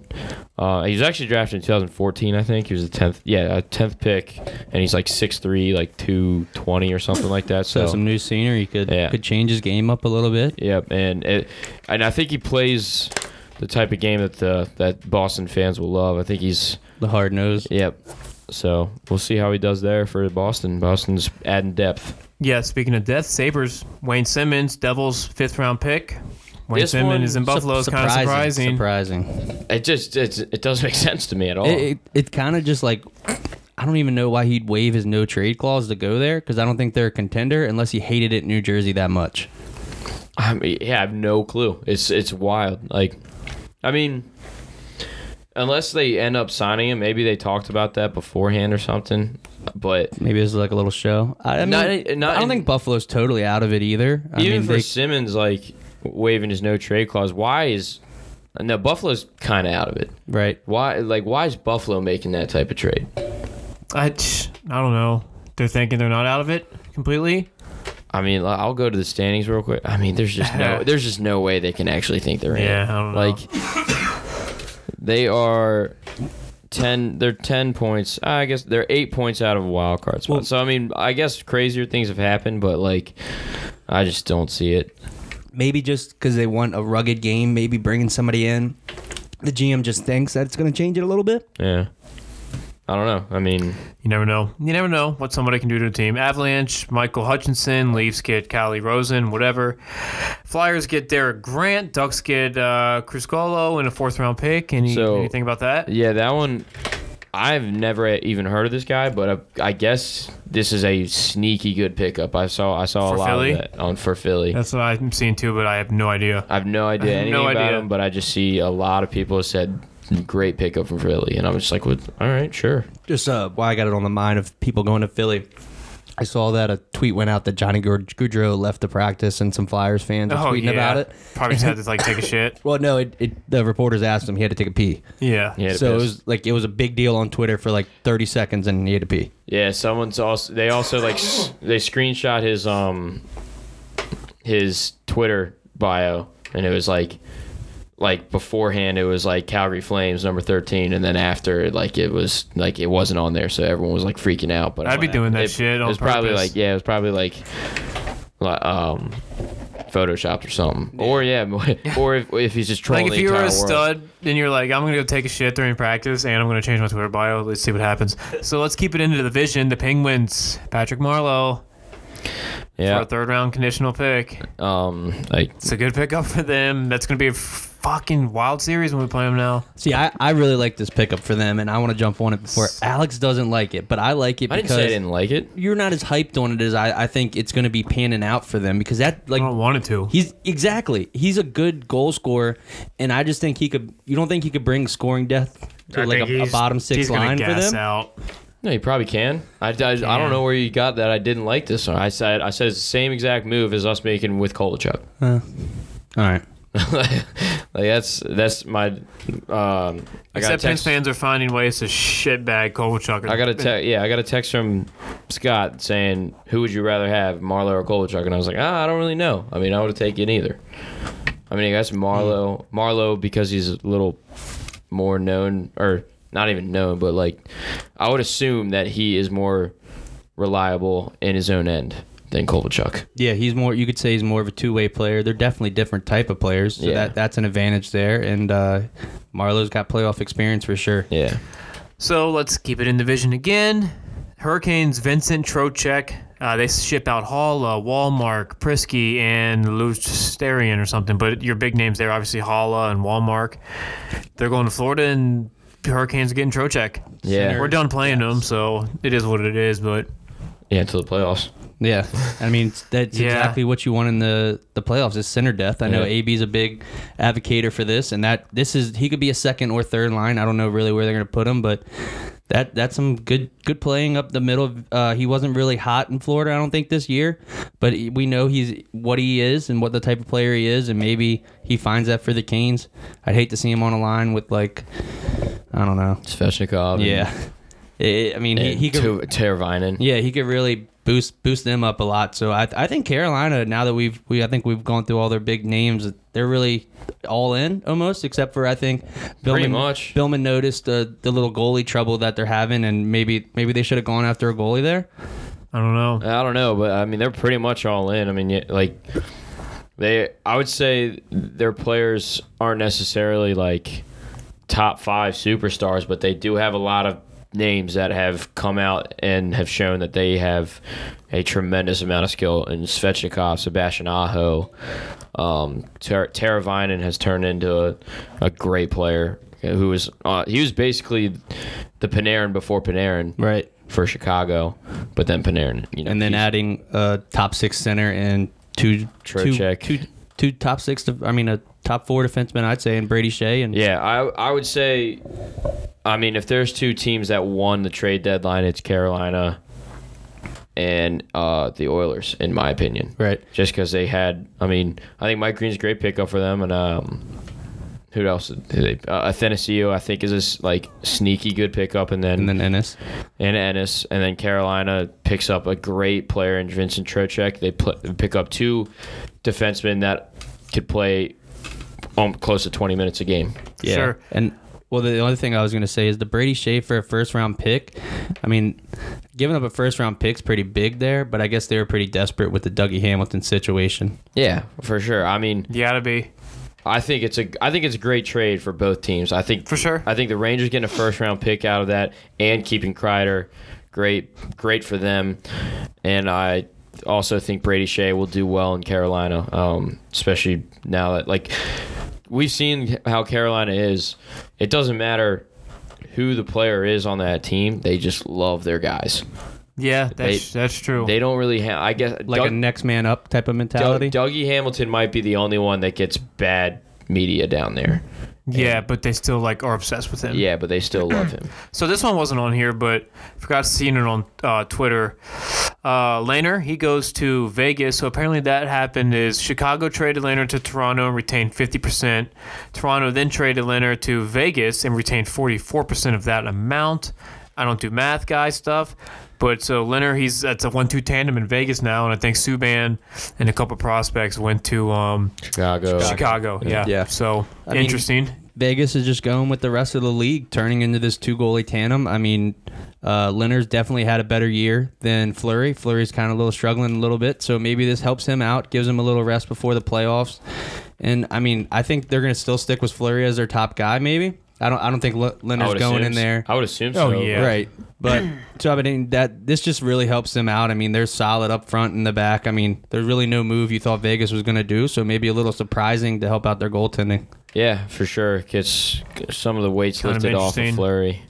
[SPEAKER 3] Uh, he was actually drafted in 2014, I think. He was the tenth, yeah, a tenth pick, and he's like 6'3", like two twenty or something like that.
[SPEAKER 2] So
[SPEAKER 3] So,
[SPEAKER 2] some new scenery could
[SPEAKER 3] Yeah.
[SPEAKER 2] could change his game up a little bit.
[SPEAKER 3] Yep, and it, and I think he plays the type of game that the that Boston fans will love. I think he's
[SPEAKER 2] The hard nose.
[SPEAKER 3] yep. So we'll see how he does there for Boston. Boston's adding depth.
[SPEAKER 1] Yeah, speaking of death, Sabres, Wayne Simmons, Devils, fifth round pick. Wayne
[SPEAKER 3] This one
[SPEAKER 1] Simmons is in Buffalo. It's kind of surprising.
[SPEAKER 2] Surprising.
[SPEAKER 3] It just it's, it doesn't make sense to me at all.
[SPEAKER 2] It, it, it kind of just like I don't even know why he'd waive his no trade clause to go there because I don't think they're a contender unless he hated it in New Jersey that much.
[SPEAKER 3] I mean, yeah, I have no clue. It's it's wild. Like, I mean, unless they end up signing him, maybe they talked about that beforehand or something. But
[SPEAKER 2] Maybe this is like a little show. I, I mean,
[SPEAKER 3] Not- e, not
[SPEAKER 2] I don't
[SPEAKER 3] in-
[SPEAKER 2] think Buffalo's totally out of it either. I
[SPEAKER 3] Even
[SPEAKER 2] mean,
[SPEAKER 3] for
[SPEAKER 2] they,
[SPEAKER 3] Simmons, like waiving his no trade clause, why is no Buffalo's kind of out of it?
[SPEAKER 2] right?
[SPEAKER 3] Why, like, why is Buffalo making that type of trade?
[SPEAKER 1] I, tch, I don't know. They're thinking they're not out of it completely.
[SPEAKER 3] I mean, li- I'll go to the standings real quick. I mean, there's just no, there's just no way they can actually think they're in.
[SPEAKER 1] Yeah,
[SPEAKER 3] it.
[SPEAKER 1] I don't know.
[SPEAKER 3] Like, they are ten. They're ten points. I guess they're eight points out of a wild card spot. so I mean, I guess crazier things have happened, but like, I just don't see it.
[SPEAKER 2] maybe just because they want a rugged game, maybe bringing somebody in. The GM just thinks that it's going to change it a little bit.
[SPEAKER 3] Yeah, I don't know. I mean.
[SPEAKER 1] You never know. You never know what somebody can do to a team. Avalanche, Michael Hutchinson, Leafs get Callie Rosen, whatever. Flyers get Derek Grant, Ducks get uh, Criscolo in a fourth round pick. Any,
[SPEAKER 3] So-
[SPEAKER 1] anything about that?
[SPEAKER 3] Yeah, that one. I've never even heard of this guy, but I, I guess this is a sneaky good pickup. I saw I saw
[SPEAKER 1] For
[SPEAKER 3] a lot
[SPEAKER 1] Philly?
[SPEAKER 3] of that on for Philly.
[SPEAKER 1] That's what I'm seeing too, but I have no idea.
[SPEAKER 3] I've no idea
[SPEAKER 1] have
[SPEAKER 3] anything
[SPEAKER 1] no
[SPEAKER 3] about
[SPEAKER 1] idea.
[SPEAKER 3] him, but I just see a lot of people said great pickup from Philly. And I was just like, well, all right, sure.
[SPEAKER 2] just uh, why I got it on the mind of people going to Philly. I saw that a tweet went out that Johnny Gaud- Gaudreau left the practice, and some Flyers fans are
[SPEAKER 1] Oh,
[SPEAKER 2] tweeting
[SPEAKER 1] yeah.
[SPEAKER 2] about it.
[SPEAKER 1] Probably just had to like take a shit.
[SPEAKER 2] Well, no, it, it, the reporters asked him he had to take a pee.
[SPEAKER 1] Yeah.
[SPEAKER 3] Yeah,
[SPEAKER 2] So it was like it was a big deal on Twitter for like 30 seconds, and he had to pee.
[SPEAKER 3] Yeah, someone's also they also like s- they screenshot his um his Twitter bio and it was like like beforehand it was like Calgary Flames number 13 and then after like it was like it wasn't on there so everyone was like freaking out but
[SPEAKER 1] I'd be doing that
[SPEAKER 3] it-
[SPEAKER 1] shit
[SPEAKER 3] It
[SPEAKER 1] on
[SPEAKER 3] was probably
[SPEAKER 1] purpose.
[SPEAKER 3] like yeah, it was probably like li- um photoshopped or something. Or yeah, or if, if he's just trolling
[SPEAKER 1] Like if
[SPEAKER 3] the
[SPEAKER 1] you were
[SPEAKER 3] entire
[SPEAKER 1] a
[SPEAKER 3] world.
[SPEAKER 1] stud and you're like, I'm gonna go take a shit during practice and I'm gonna change my Twitter bio. Let's see what happens. So let's keep it into the division. The Penguins, Patrick Marlowe for
[SPEAKER 3] Yeah.
[SPEAKER 1] a third round conditional pick.
[SPEAKER 3] Um like
[SPEAKER 1] It's a good pickup for them. That's gonna be a fucking wild series when we play them now.
[SPEAKER 2] See, I, I really like this pickup for them, and I want to jump on it before Alex doesn't like it, but I like it
[SPEAKER 3] I didn't
[SPEAKER 2] because
[SPEAKER 3] say I didn't like it.
[SPEAKER 2] you're not as hyped on it as I, I think it's going to be panning out for them because that
[SPEAKER 1] I
[SPEAKER 2] like
[SPEAKER 1] don't want it to.
[SPEAKER 2] He's exactly. He's a good goal scorer, and I just think he could. You don't think he could bring scoring depth to
[SPEAKER 1] I
[SPEAKER 2] like
[SPEAKER 1] think
[SPEAKER 2] a, a
[SPEAKER 1] he's-
[SPEAKER 2] bottom six
[SPEAKER 1] he's gonna
[SPEAKER 2] line for
[SPEAKER 1] gas
[SPEAKER 2] them?
[SPEAKER 1] Out.
[SPEAKER 3] No, you probably can. I, I, I don't know where you got that. I didn't like this one. I said I said it's the same exact move as us making with Kolachuk.
[SPEAKER 2] All right.
[SPEAKER 3] like that's that's my. Um, I got a
[SPEAKER 1] Except Pens
[SPEAKER 3] text.
[SPEAKER 1] fans are finding ways to shitbag Kovalchuk.
[SPEAKER 3] I got a te- yeah. I got a text from Scott saying, "Who would you rather have, Marlowe or Kolachuk?" And I was like, "Ah, I don't really know. I mean, I would have taken either. I mean, I guess Marlowe, Marlowe because he's a little more known, or not even known, but like, I would assume that he is more reliable in his own end than Kolachuk.
[SPEAKER 2] Yeah, he's more. You could say he's more of a two way player. They're definitely different type of players. So
[SPEAKER 3] Yeah.
[SPEAKER 2] that that's an advantage there. And uh, Marlowe's got playoff experience for sure.
[SPEAKER 3] Yeah,
[SPEAKER 1] So let's keep it in division again. Hurricanes Vincent Trocek. Uh, they ship out Halla, Walmart, Prisky, and Lucerian or something. But your big names there, obviously Halla and Walmart. They're going to Florida, and Hurricanes are getting Trocek.
[SPEAKER 3] Yeah.
[SPEAKER 1] we're done playing them, so it is what it is. But
[SPEAKER 3] yeah, until the playoffs.
[SPEAKER 2] Yeah, I mean it's- that's
[SPEAKER 1] Yeah.
[SPEAKER 2] exactly what you want in the the playoffs is center death. I know
[SPEAKER 3] Yeah.
[SPEAKER 2] AB's a big advocate for this, and that this is he could be a second or third line. I don't know really where they're going to put him, but that that's some good good playing up the middle. Uh, he wasn't really hot in Florida, I don't think this year, but he- we know he's what he is and what the type of player he is, and maybe he finds that for the Canes. I'd hate to see him on a line with like I don't know.
[SPEAKER 3] Sveshnikov. and-
[SPEAKER 2] Yeah, I I mean he,
[SPEAKER 3] And
[SPEAKER 2] he could.
[SPEAKER 3] Ter- Teravainen.
[SPEAKER 2] Yeah, he could really boost boost them up a lot. So I, I think Carolina now that we've we I think we've gone through all their big names, they're really all in almost, except for I think Billman,
[SPEAKER 3] Pretty much.
[SPEAKER 2] Billman noticed uh, the little goalie trouble that they're having, and maybe maybe they should have gone after a goalie there.
[SPEAKER 1] I don't know.
[SPEAKER 3] I don't know, but I mean they're pretty much all in. I mean, yeah, like they, I would say their players aren't necessarily like top five superstars, but they do have a lot of names that have come out and have shown that they have a tremendous amount of skill. And Svechnikov, Sebastian Aho, um, Ter- Teravainen has turned into a, a great player. Who was uh, he was basically the Panarin before Panarin,
[SPEAKER 2] Right.
[SPEAKER 3] for Chicago, but then Panarin, you know,
[SPEAKER 2] And then
[SPEAKER 3] he's-
[SPEAKER 2] adding a top six center and two two-
[SPEAKER 3] Trocheck.
[SPEAKER 2] two- two top six. def- I mean a top four defenseman, I'd say, and Brady Shea and
[SPEAKER 3] yeah, I I would say, I mean, if there's two teams that won the trade deadline, it's Carolina and uh, the Oilers, in my opinion.
[SPEAKER 2] Right.
[SPEAKER 3] Just because they had, I mean, I think Mike Green's a great pickup for them, and um, who else? Did they, uh, Athanasio, I think, is this like sneaky good pickup, and then
[SPEAKER 2] and then Ennis.
[SPEAKER 3] and Ennis, and then Carolina picks up a great player in Vincent Trocek. They pl- pick up two defensemen that could play um, close to 20 minutes a game.
[SPEAKER 2] Yeah.
[SPEAKER 1] Sure.
[SPEAKER 2] And well, the only thing I was going to say is the Brady Shea for a first round pick. I mean, giving up a first round pick's pretty big there, but I guess they were pretty desperate with the Dougie Hamilton situation.
[SPEAKER 3] Yeah, for sure. I mean,
[SPEAKER 1] You gotta be.
[SPEAKER 3] I think it's a I think it's a great trade for both teams. I think
[SPEAKER 1] For sure.
[SPEAKER 3] I think the Rangers getting a first round pick out of that and keeping Kreider, great great for them. And I also think Brady Shea will do well in Carolina, um, especially now that like we've seen how Carolina is. It doesn't matter who the player is on that team; they just love their guys.
[SPEAKER 1] Yeah, that's
[SPEAKER 3] They-
[SPEAKER 1] that's true.
[SPEAKER 3] They don't really have. I guess
[SPEAKER 2] Like
[SPEAKER 3] Doug-
[SPEAKER 2] a next man up type of
[SPEAKER 3] Doug-
[SPEAKER 2] mentality.
[SPEAKER 3] Dougie Hamilton might be the only one that gets bad media down there.
[SPEAKER 1] Yeah, but they still like are obsessed with him.
[SPEAKER 3] Yeah, but they still love him.
[SPEAKER 1] So this one wasn't on here, but forgot seeing it on uh, Twitter. Uh, Laner, he goes to Vegas. So apparently that happened is Chicago traded Laner to Toronto and retained 50%. Toronto then traded Laner to Vegas and retained 44% of that amount. I don't do math guy stuff. But so Leonard, he's that's a one-two tandem in Vegas now, and I think Subban and a couple prospects went to um,
[SPEAKER 3] Chicago.
[SPEAKER 1] Chicago. Yeah,
[SPEAKER 2] Yeah.
[SPEAKER 1] So
[SPEAKER 2] I mean-
[SPEAKER 1] interesting.
[SPEAKER 2] Vegas is just going with the rest of the league, turning into this two goalie tandem. I mean, uh, Leonard's definitely had a better year than Flurry. Flurry's kind of a little struggling a little bit, so maybe this helps him out, gives him a little rest before the playoffs. And I mean, I think they're going to still stick with Flurry as their top guy. Maybe I don't. I don't think Le-
[SPEAKER 3] I
[SPEAKER 2] Leonard's
[SPEAKER 3] would
[SPEAKER 2] going
[SPEAKER 3] assume
[SPEAKER 2] in
[SPEAKER 3] so.
[SPEAKER 2] there.
[SPEAKER 3] I would assume
[SPEAKER 1] Oh,
[SPEAKER 3] so.
[SPEAKER 1] yeah.
[SPEAKER 2] Right. But so I mean that this just really helps them out. I mean, they're solid up front and the back. I mean, there's really no move you thought Vegas was going to do, so maybe a little surprising to help out their goaltending.
[SPEAKER 3] Yeah, for sure. Gets some of the weights
[SPEAKER 1] Kind of
[SPEAKER 3] lifted off of
[SPEAKER 1] interesting.
[SPEAKER 3] Flurry.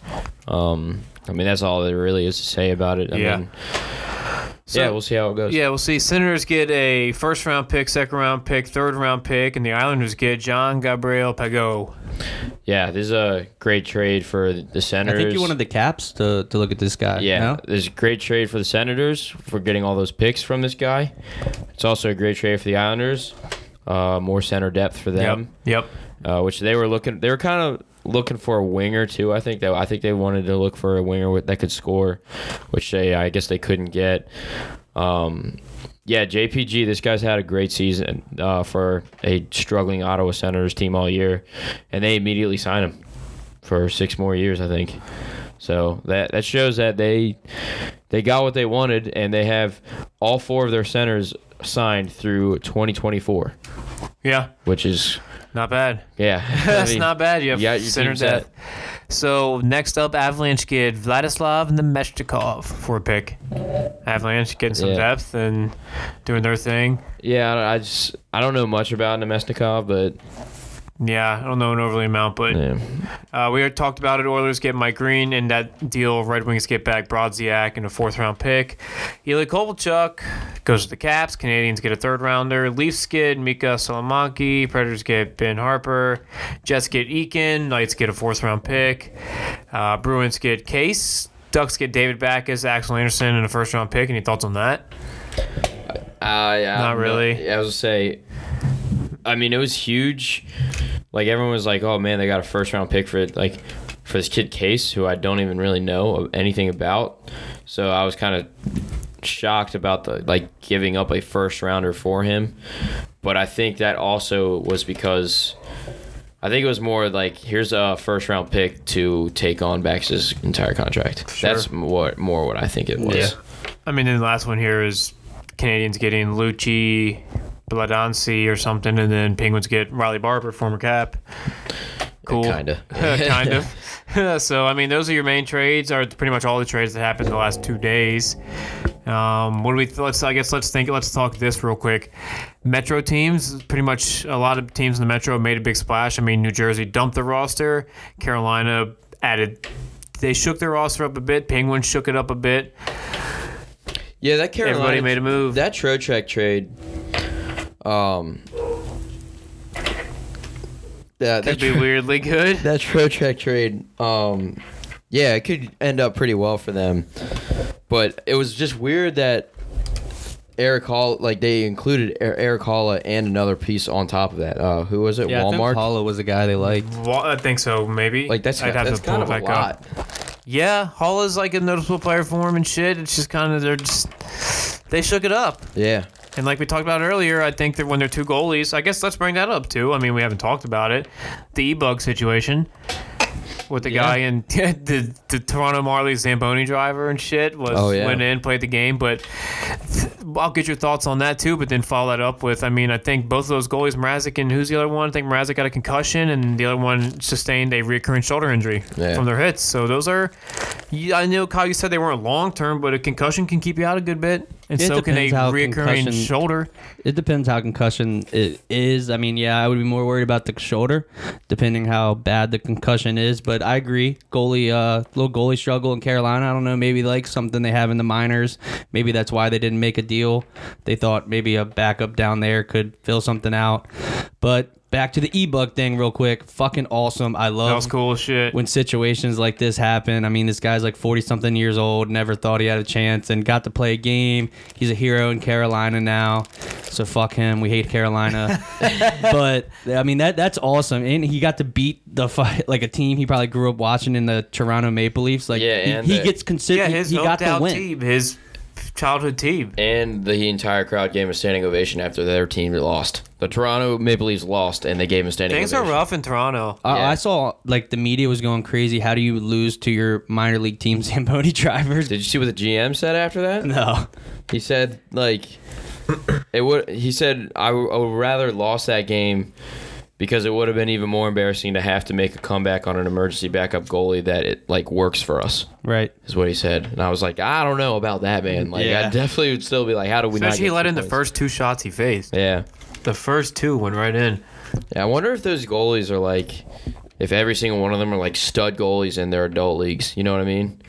[SPEAKER 3] Um, I mean, that's all there really is to say about it. I
[SPEAKER 1] Yeah.
[SPEAKER 3] mean, yeah, we'll see how it goes.
[SPEAKER 1] Yeah, we'll see. Senators get a first round pick, second round pick, third round pick, and the Islanders get John Gabriel Pagot.
[SPEAKER 3] Yeah, this is a great trade for the
[SPEAKER 2] I
[SPEAKER 3] Senators.
[SPEAKER 2] think you wanted the Caps to, to look at this guy.
[SPEAKER 3] Yeah,
[SPEAKER 2] no?
[SPEAKER 3] there's a great trade for the Senators for getting all those picks from this guy. It's also a great trade for the Islanders. Uh, more center depth for
[SPEAKER 1] Yep.
[SPEAKER 3] them,
[SPEAKER 1] Yep.
[SPEAKER 3] uh, which they were looking. They were kind of looking for a winger too. I think that I think they wanted to look for a winger with- that could score, which they I guess they couldn't get. Um, yeah, JPG. This guy's had a great season uh, for a struggling Ottawa Senators team all year, and they immediately signed him for six more years, I think. So that that shows that they they got what they wanted, and they have all four of their centers signed through 2024,
[SPEAKER 1] Yeah.
[SPEAKER 3] which is
[SPEAKER 1] Not bad.
[SPEAKER 3] yeah,
[SPEAKER 1] That's
[SPEAKER 3] I mean,
[SPEAKER 1] not bad. You have
[SPEAKER 3] yeah, your
[SPEAKER 1] center
[SPEAKER 3] team's set.
[SPEAKER 1] depth. So next up, Avalanche get Vladislav Nemestikov for a pick. Avalanche getting some
[SPEAKER 3] Yeah.
[SPEAKER 1] depth and doing their thing.
[SPEAKER 3] Yeah, I, I just I don't know much about Nemestikov, but
[SPEAKER 1] Yeah, I don't know an overly amount, but
[SPEAKER 3] yeah.
[SPEAKER 1] Uh, we already talked about it. Oilers get Mike Green and that deal. Red Wings get back Brodziak and a fourth round pick. Eli Kovalchuk goes to the Caps. Canadians get a third rounder. Leafs get Mika Salamanki. Predators get Ben Harper. Jets get Eakin. Knights get a fourth round pick. Uh, Bruins get Case. Ducks get David Backus, Axel Anderson, and a first round pick. Any thoughts on that?
[SPEAKER 3] Uh, yeah,
[SPEAKER 1] Not
[SPEAKER 3] no,
[SPEAKER 1] really.
[SPEAKER 3] I was gonna say, I mean, it was huge. Like everyone was like, "Oh man, they got a first round pick for it." Like for this kid Case, who I don't even really know anything about. So I was kind of shocked about the like giving up a first rounder for him. But I think that also was because I think it was more like here's a first round pick to take on Bax's entire contract. That's what more what I think it was.
[SPEAKER 1] I mean, then the last one here is Canadians getting Lucci, Bladancy or something, and then Penguins get Riley Barber, former cap. Cool.
[SPEAKER 3] Kinda.
[SPEAKER 1] kind of. so, I mean, those are your main trades, are pretty much all the trades that happened in the last two days. Um, what do we? Let's. I guess let's think. Let's talk this real quick. Metro teams. Pretty much a lot of teams in the Metro made a big splash. I mean, New Jersey dumped the roster. Carolina added. They shook their roster up a bit. Penguins shook it up a bit.
[SPEAKER 3] Yeah, that Carolina.
[SPEAKER 1] Everybody made a move.
[SPEAKER 3] That Trocheck trade. Um. That that,
[SPEAKER 1] Could be weirdly good.
[SPEAKER 3] that Trocheck trade. Um. Yeah, it could end up pretty well for them, but it was just weird that Eric Hall, like they included Er- Eric Halla and another piece on top of that. Uh, who was it?
[SPEAKER 2] Yeah, I
[SPEAKER 3] Walmart.
[SPEAKER 2] think Paula was a guy they liked.
[SPEAKER 1] Well, I think so, maybe.
[SPEAKER 3] like that's,
[SPEAKER 1] I'd have
[SPEAKER 3] that's
[SPEAKER 1] to pull
[SPEAKER 3] kind
[SPEAKER 1] it
[SPEAKER 3] of a
[SPEAKER 1] back up.
[SPEAKER 3] lot.
[SPEAKER 1] Yeah, Hall is like a noticeable player for him and shit. It's just kind of they're just they shook it up.
[SPEAKER 3] Yeah.
[SPEAKER 1] And like we talked about earlier, I think that when they're two goalies, I guess let's bring that up too. I mean, we haven't talked about it. The e-bug situation with the guy in the, the Toronto Marlies Zamboni driver and shit was
[SPEAKER 3] Oh, yeah.
[SPEAKER 1] went in, played the game, but I'll get your thoughts on that too, but then follow that up with I mean, I think both of those goalies, Mrazek and who's the other one? I think Mrazek got a concussion and the other one sustained a recurrent shoulder injury
[SPEAKER 3] Yeah.
[SPEAKER 1] from their hits. So those are yeah, I know Kyle you said they weren't long term, but a concussion can keep you out a good bit. And
[SPEAKER 2] It
[SPEAKER 1] so can a
[SPEAKER 2] depends how
[SPEAKER 1] reoccurring
[SPEAKER 2] concussion-
[SPEAKER 1] shoulder.
[SPEAKER 2] It depends how concussion it is. I mean, yeah, I would be more worried about the shoulder, depending how bad the concussion is. But I agree, goalie, uh, little goalie struggle in Carolina. I don't know, maybe like something they have in the minors. Maybe that's why they didn't make a deal. They thought maybe a backup down there could fill something out. But back to the e-bug thing real quick. Fucking awesome. I love
[SPEAKER 1] That was cool as shit.
[SPEAKER 2] when situations like this happen. I mean, this guy's like 40 something years old, never thought he had a chance, and got to play a game. He's a hero in Carolina now. So fuck him. We hate Carolina. but I mean, that that's awesome. And he got to beat the fight, like a team he probably grew up watching in the Toronto Maple Leafs. Like,
[SPEAKER 3] Yeah,
[SPEAKER 2] he-
[SPEAKER 3] and
[SPEAKER 2] he,
[SPEAKER 3] the-
[SPEAKER 2] gets considered,
[SPEAKER 1] yeah,
[SPEAKER 2] he-
[SPEAKER 1] his
[SPEAKER 2] he, got the
[SPEAKER 1] out
[SPEAKER 2] win.
[SPEAKER 1] team, his childhood team.
[SPEAKER 3] And the entire crowd gave him a standing ovation after their team lost. The Toronto Maple Leafs lost, and they gave him a standing
[SPEAKER 1] Things are
[SPEAKER 3] ovation.
[SPEAKER 1] rough in Toronto.
[SPEAKER 2] I-
[SPEAKER 3] Yeah.
[SPEAKER 2] I saw like the media was going crazy. How do you lose to your minor league team Zamboni drivers?
[SPEAKER 3] Did you see what the GM said after that?
[SPEAKER 2] no.
[SPEAKER 3] He said like it would. He said I w- I would rather lost that game because it would have been even more embarrassing to have to make a comeback on an emergency backup goalie that it like works for us.
[SPEAKER 2] Right.
[SPEAKER 3] Is what he said, and I was like, I don't know about that, man. Like, I
[SPEAKER 2] Yeah.
[SPEAKER 3] definitely would still be like, how do we not?
[SPEAKER 1] Especially he
[SPEAKER 3] get
[SPEAKER 1] let
[SPEAKER 3] two
[SPEAKER 1] in the
[SPEAKER 3] points?
[SPEAKER 1] first two shots he faced.
[SPEAKER 3] Yeah.
[SPEAKER 1] The first two went right in.
[SPEAKER 3] Yeah, I wonder if those goalies are like, if every single one of them are like stud goalies in their adult leagues. You know what I mean?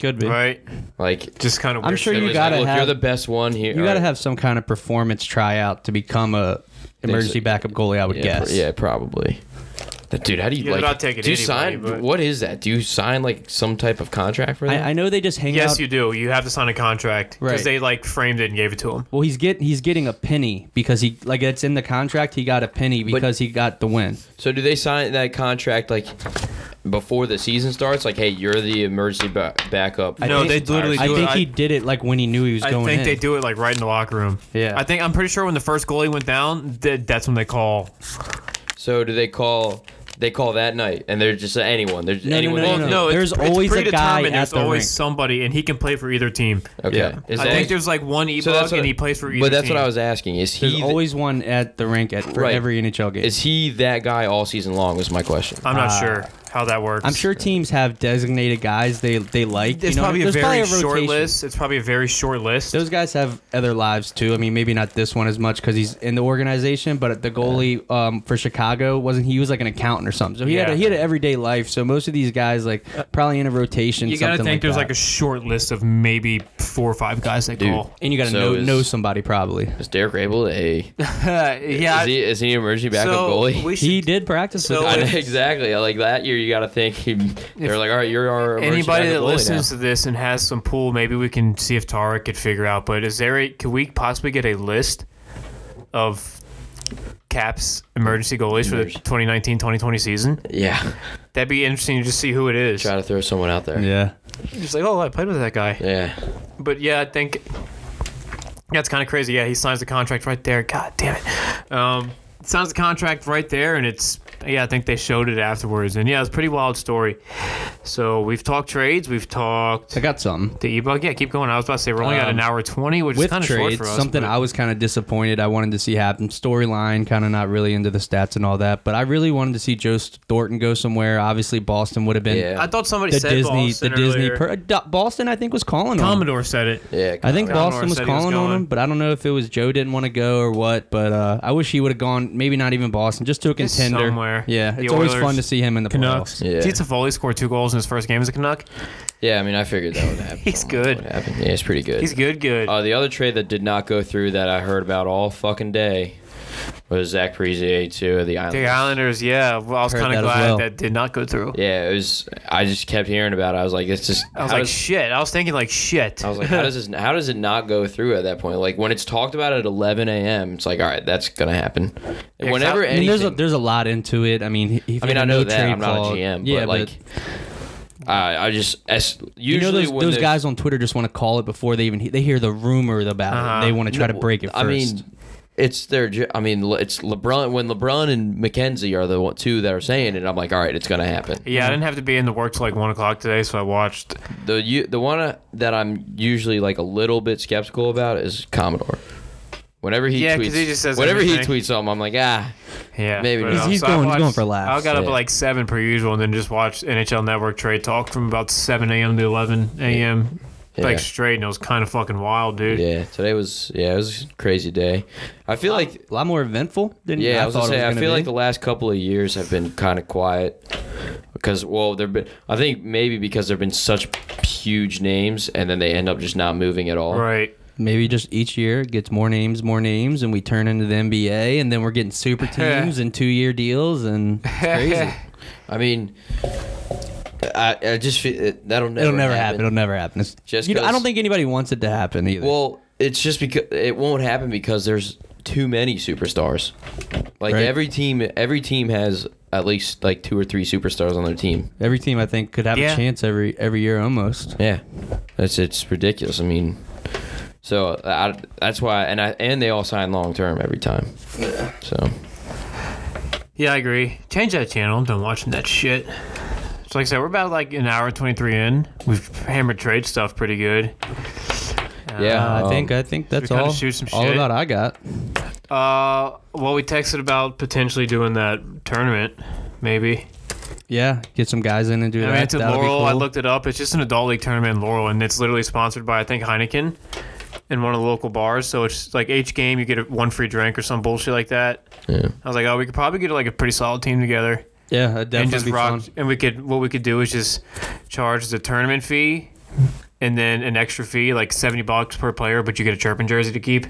[SPEAKER 2] Could be.
[SPEAKER 1] Right?
[SPEAKER 3] Like,
[SPEAKER 1] Just kind of.
[SPEAKER 2] I'm sure
[SPEAKER 3] it
[SPEAKER 2] you
[SPEAKER 3] was
[SPEAKER 2] gotta
[SPEAKER 3] like, look,
[SPEAKER 2] have-
[SPEAKER 3] you're the best one here.
[SPEAKER 2] You got to
[SPEAKER 3] or-
[SPEAKER 2] have some kind of performance tryout to become a emergency backup goalie. I would
[SPEAKER 3] yeah,
[SPEAKER 2] guess.
[SPEAKER 3] pro- yeah, probably. That dude, how do you
[SPEAKER 1] Yeah, they're
[SPEAKER 3] like?
[SPEAKER 1] not taking
[SPEAKER 3] do you
[SPEAKER 1] anybody,
[SPEAKER 3] sign?
[SPEAKER 1] but-
[SPEAKER 3] What is that? Do you sign like some type of contract for that?
[SPEAKER 2] I, I know they just hang
[SPEAKER 1] Yes,
[SPEAKER 2] out.
[SPEAKER 1] you do. You have to sign a contract because
[SPEAKER 2] Right.
[SPEAKER 1] they like framed it and gave it to him.
[SPEAKER 2] well, he's get he's getting a penny because he like it's in the contract. He got a penny because he got the win.
[SPEAKER 3] so do they sign that contract like before the season starts? Like, hey, you're the emergency ba- backup.
[SPEAKER 1] No,
[SPEAKER 2] think-
[SPEAKER 1] they literally
[SPEAKER 2] I
[SPEAKER 1] do
[SPEAKER 2] think
[SPEAKER 1] it.
[SPEAKER 2] he
[SPEAKER 1] I-
[SPEAKER 2] did it like when he knew he was
[SPEAKER 1] I
[SPEAKER 2] going.
[SPEAKER 1] think
[SPEAKER 2] in.
[SPEAKER 1] they do it like right in the locker room.
[SPEAKER 2] Yeah.
[SPEAKER 1] I think I'm pretty sure when the first goalie went down, that, that's when they call.
[SPEAKER 3] So do they call? They call that night, and they're just anyone. They're
[SPEAKER 2] no,
[SPEAKER 3] anyone.
[SPEAKER 2] no,
[SPEAKER 3] who's
[SPEAKER 2] no,
[SPEAKER 3] in.
[SPEAKER 2] no. There's always a guy
[SPEAKER 1] predetermined.
[SPEAKER 2] at
[SPEAKER 1] There's
[SPEAKER 2] the
[SPEAKER 1] always
[SPEAKER 2] rink.
[SPEAKER 1] somebody, and he can play for either team.
[SPEAKER 3] Okay.
[SPEAKER 1] Yeah.
[SPEAKER 3] Is
[SPEAKER 1] I
[SPEAKER 3] that-
[SPEAKER 1] think there's like one e
[SPEAKER 3] So that's what-
[SPEAKER 1] and he plays for either.
[SPEAKER 3] But that's
[SPEAKER 1] team.
[SPEAKER 3] what I was asking. Is he
[SPEAKER 2] There's
[SPEAKER 3] the-
[SPEAKER 2] always one at the rink at for
[SPEAKER 3] Right.
[SPEAKER 2] every NHL game.
[SPEAKER 3] is he that guy all season long? Was my question.
[SPEAKER 1] I'm not uh, sure how that works.
[SPEAKER 2] I'm sure teams have designated guys they they like.
[SPEAKER 1] it's
[SPEAKER 2] you know?
[SPEAKER 1] probably a
[SPEAKER 2] There's
[SPEAKER 1] very short
[SPEAKER 2] rotation.
[SPEAKER 1] list. It's probably a very short list.
[SPEAKER 2] Those guys have other lives too. I mean, maybe not this one as much because he's in the organization, but the goalie um, for Chicago wasn't he was like an accountant or something. So he had
[SPEAKER 1] Yeah. Uh,
[SPEAKER 2] a, he had an everyday life. So most of these guys like probably in a rotation.
[SPEAKER 1] you got to
[SPEAKER 2] something
[SPEAKER 1] think there's
[SPEAKER 2] that.
[SPEAKER 1] like a short list of maybe four or five guys they call.
[SPEAKER 2] and you got to
[SPEAKER 3] So
[SPEAKER 2] know,
[SPEAKER 3] is-
[SPEAKER 2] know somebody probably.
[SPEAKER 3] Is Derek Rabel a
[SPEAKER 1] yeah.
[SPEAKER 3] is he is he an emergency backup goalie?
[SPEAKER 1] we
[SPEAKER 2] He
[SPEAKER 1] should-
[SPEAKER 2] did practice.
[SPEAKER 1] So
[SPEAKER 2] with
[SPEAKER 3] I know,
[SPEAKER 1] if-
[SPEAKER 3] exactly. Like that year, you got to think he, they're like, all right, you're our emergency
[SPEAKER 1] Anybody that
[SPEAKER 3] backup goalie
[SPEAKER 1] listens
[SPEAKER 3] now.
[SPEAKER 1] to this and has some pool, maybe we can see if Tarek could figure out. But is there a, could we possibly get a list of Caps emergency goalies for the 2019-2020 season?
[SPEAKER 3] yeah,
[SPEAKER 1] That'd be interesting to just see who it is.
[SPEAKER 3] try to throw someone out there.
[SPEAKER 2] yeah,
[SPEAKER 1] Just like, oh, I played with that guy.
[SPEAKER 3] Yeah.
[SPEAKER 1] But yeah, I think that's kind of crazy. Yeah, he signs the contract right there. God damn it. Um, signs the contract right there, and it's yeah. I think they showed it afterwards, and yeah, it's a pretty wild story. So we've talked trades, we've talked
[SPEAKER 2] I got some.
[SPEAKER 1] The e-bug, yeah, keep going. I was about to say we're only at an
[SPEAKER 2] Um,
[SPEAKER 1] hour twenty, which is
[SPEAKER 2] With
[SPEAKER 1] kind of short
[SPEAKER 2] trades,
[SPEAKER 1] for us.
[SPEAKER 2] something
[SPEAKER 1] but-
[SPEAKER 2] I was kind of disappointed. I wanted to see happen. Storyline, kind of not really into the stats and all that, but I really wanted to see Joe Thornton go somewhere. Obviously, Boston would have been
[SPEAKER 3] Yeah.
[SPEAKER 1] I thought somebody
[SPEAKER 2] the
[SPEAKER 1] said
[SPEAKER 2] Disney,
[SPEAKER 1] Boston
[SPEAKER 2] the Disney,
[SPEAKER 1] earlier.
[SPEAKER 2] per, Do- Boston. I think was calling on him.
[SPEAKER 1] Commodore said it.
[SPEAKER 3] Yeah.
[SPEAKER 2] I think
[SPEAKER 1] Connor
[SPEAKER 2] Boston was
[SPEAKER 1] said he was
[SPEAKER 2] calling on
[SPEAKER 1] going.
[SPEAKER 2] him, but I don't know if it was Joe didn't want to go or what. But uh, I wish he would have gone. Maybe not even Boston, just to a
[SPEAKER 1] Just
[SPEAKER 2] contender.
[SPEAKER 1] somewhere.
[SPEAKER 2] Yeah,
[SPEAKER 1] The
[SPEAKER 2] it's always
[SPEAKER 1] Oilers,
[SPEAKER 2] fun to see him in the
[SPEAKER 1] Canucks.
[SPEAKER 2] playoffs.
[SPEAKER 3] Yeah.
[SPEAKER 1] Tito Foley scored two goals in his first game as a Canuck.
[SPEAKER 3] Yeah. I mean, I figured that would happen.
[SPEAKER 1] He's
[SPEAKER 3] I don't know
[SPEAKER 1] good.
[SPEAKER 3] what happened. Yeah, he's pretty good.
[SPEAKER 1] He's good, good.
[SPEAKER 2] Oh,
[SPEAKER 3] Uh, the other trade that did not go through that I heard about all fucking day was Zach Parise to the Islanders.
[SPEAKER 1] the Islanders, yeah. Well, I was
[SPEAKER 2] Heard
[SPEAKER 1] kind
[SPEAKER 2] that
[SPEAKER 1] of
[SPEAKER 2] as
[SPEAKER 1] glad
[SPEAKER 2] well.
[SPEAKER 1] that did not go through.
[SPEAKER 3] Yeah, it was. I just kept hearing about it. I was like, it's just.
[SPEAKER 1] I was
[SPEAKER 3] how
[SPEAKER 1] like,
[SPEAKER 3] does-
[SPEAKER 1] shit. I was thinking like, shit.
[SPEAKER 3] I was like, how does this? How does it not go through at that point? Like when it's talked about at 11 a.m., it's like, all right, that's gonna happen.
[SPEAKER 1] Yeah, 'cause
[SPEAKER 2] I
[SPEAKER 3] Whenever
[SPEAKER 2] mean,
[SPEAKER 3] anything,
[SPEAKER 2] there's a, there's a lot into it. I mean, he, he
[SPEAKER 3] I mean,
[SPEAKER 2] had
[SPEAKER 3] I
[SPEAKER 2] a
[SPEAKER 3] know
[SPEAKER 2] no
[SPEAKER 3] that
[SPEAKER 2] trade
[SPEAKER 3] I'm not a
[SPEAKER 2] clause.
[SPEAKER 3] GM,
[SPEAKER 2] yeah,
[SPEAKER 3] but like, I I just as
[SPEAKER 2] you know
[SPEAKER 3] usually
[SPEAKER 2] those,
[SPEAKER 3] when
[SPEAKER 2] those
[SPEAKER 3] the-
[SPEAKER 2] guys on Twitter just want to call it before they even he- they hear the rumor about
[SPEAKER 1] Uh-huh.
[SPEAKER 2] it. They want to try to
[SPEAKER 3] No,
[SPEAKER 2] break it first.
[SPEAKER 3] I mean, it's their. ju- I mean, Le- it's LeBron when LeBron and McKenzie are the one- two that are saying it. I'm like, hmm. all right, it's gonna happen.
[SPEAKER 1] yeah, I didn't have to be in the work till like one o'clock today, so I watched.
[SPEAKER 3] The you, the one uh, that I'm usually like a little bit skeptical about is Commodore. Whenever he
[SPEAKER 1] Yeah, 'cause
[SPEAKER 3] tweets,
[SPEAKER 1] he just says
[SPEAKER 3] whenever
[SPEAKER 1] everything.
[SPEAKER 3] he tweets something, I'm like, ah,
[SPEAKER 1] Yeah,
[SPEAKER 3] Maybe
[SPEAKER 1] but,
[SPEAKER 3] not.
[SPEAKER 1] uh,
[SPEAKER 2] He's
[SPEAKER 1] I
[SPEAKER 2] going- he's going
[SPEAKER 1] watched-
[SPEAKER 2] for laughs.
[SPEAKER 1] I got up
[SPEAKER 3] Yeah.
[SPEAKER 1] at like seven per usual, and then just watched NHL Network trade talk from about seven a.m. to eleven a.m.
[SPEAKER 3] Yeah.
[SPEAKER 1] Like straight, and it was kind of fucking wild, dude.
[SPEAKER 3] yeah. Today was yeah, it was a crazy day. I feel like
[SPEAKER 2] a lot more eventful than
[SPEAKER 3] yeah, I,
[SPEAKER 2] I,
[SPEAKER 3] was
[SPEAKER 2] thought
[SPEAKER 3] gonna say
[SPEAKER 2] it
[SPEAKER 3] I
[SPEAKER 2] was
[SPEAKER 3] feel
[SPEAKER 2] gonna be.
[SPEAKER 3] like the last couple of years have been kind of quiet because well, there've been I think maybe because there've been such huge names and then they end up just not moving at all.
[SPEAKER 1] Right.
[SPEAKER 2] Maybe just each year it gets more names, more names, and we turn into the NBA, and then we're getting super teams and two year deals, and it's crazy.
[SPEAKER 3] I mean, I, I just feel it, that'll never
[SPEAKER 2] It'll never happen. It'll never happen. It's
[SPEAKER 3] Just
[SPEAKER 2] you know, I
[SPEAKER 3] 'cause-
[SPEAKER 2] don't think anybody wants it to happen either.
[SPEAKER 3] Well, it's just because it won't happen because there's too many superstars. Like
[SPEAKER 2] Right.
[SPEAKER 3] every team, every team has at least like two or three superstars on their team.
[SPEAKER 2] every team I think could have
[SPEAKER 1] Yeah.
[SPEAKER 2] a chance every every year almost.
[SPEAKER 3] Yeah, that's it's ridiculous. I mean, so I, that's why, and I and they all sign long term every time. So
[SPEAKER 1] Yeah, I agree. Change that channel. I'm done watching that shit. So, like I said, we're about like an hour 23 in. We've hammered trade stuff pretty good.
[SPEAKER 3] yeah,
[SPEAKER 2] Uh, I
[SPEAKER 3] um,
[SPEAKER 2] think I think that's
[SPEAKER 1] kinda
[SPEAKER 2] all.
[SPEAKER 1] shoot some
[SPEAKER 2] all
[SPEAKER 1] shit?
[SPEAKER 2] about I got.
[SPEAKER 1] Uh, well, we texted about potentially doing that tournament, maybe.
[SPEAKER 2] Yeah, get some guys in and do
[SPEAKER 1] I
[SPEAKER 2] that.
[SPEAKER 1] mean, it's at
[SPEAKER 2] That would be
[SPEAKER 1] Laurel. I
[SPEAKER 2] cool.
[SPEAKER 1] looked it up. It's just an adult league tournament in Laurel, and it's literally sponsored by I think Heineken, in one of the local bars. So it's like each game you get a- one free drink or some bullshit like that.
[SPEAKER 3] Yeah.
[SPEAKER 1] I was like, oh, we could probably get like a pretty solid team together.
[SPEAKER 2] Yeah, that'd definitely
[SPEAKER 1] and just
[SPEAKER 2] be
[SPEAKER 1] rock.
[SPEAKER 2] fun.
[SPEAKER 1] And we could what we could do is just charge the tournament fee, and then an extra fee like seventy bucks per player, but you get a chirping jersey to keep.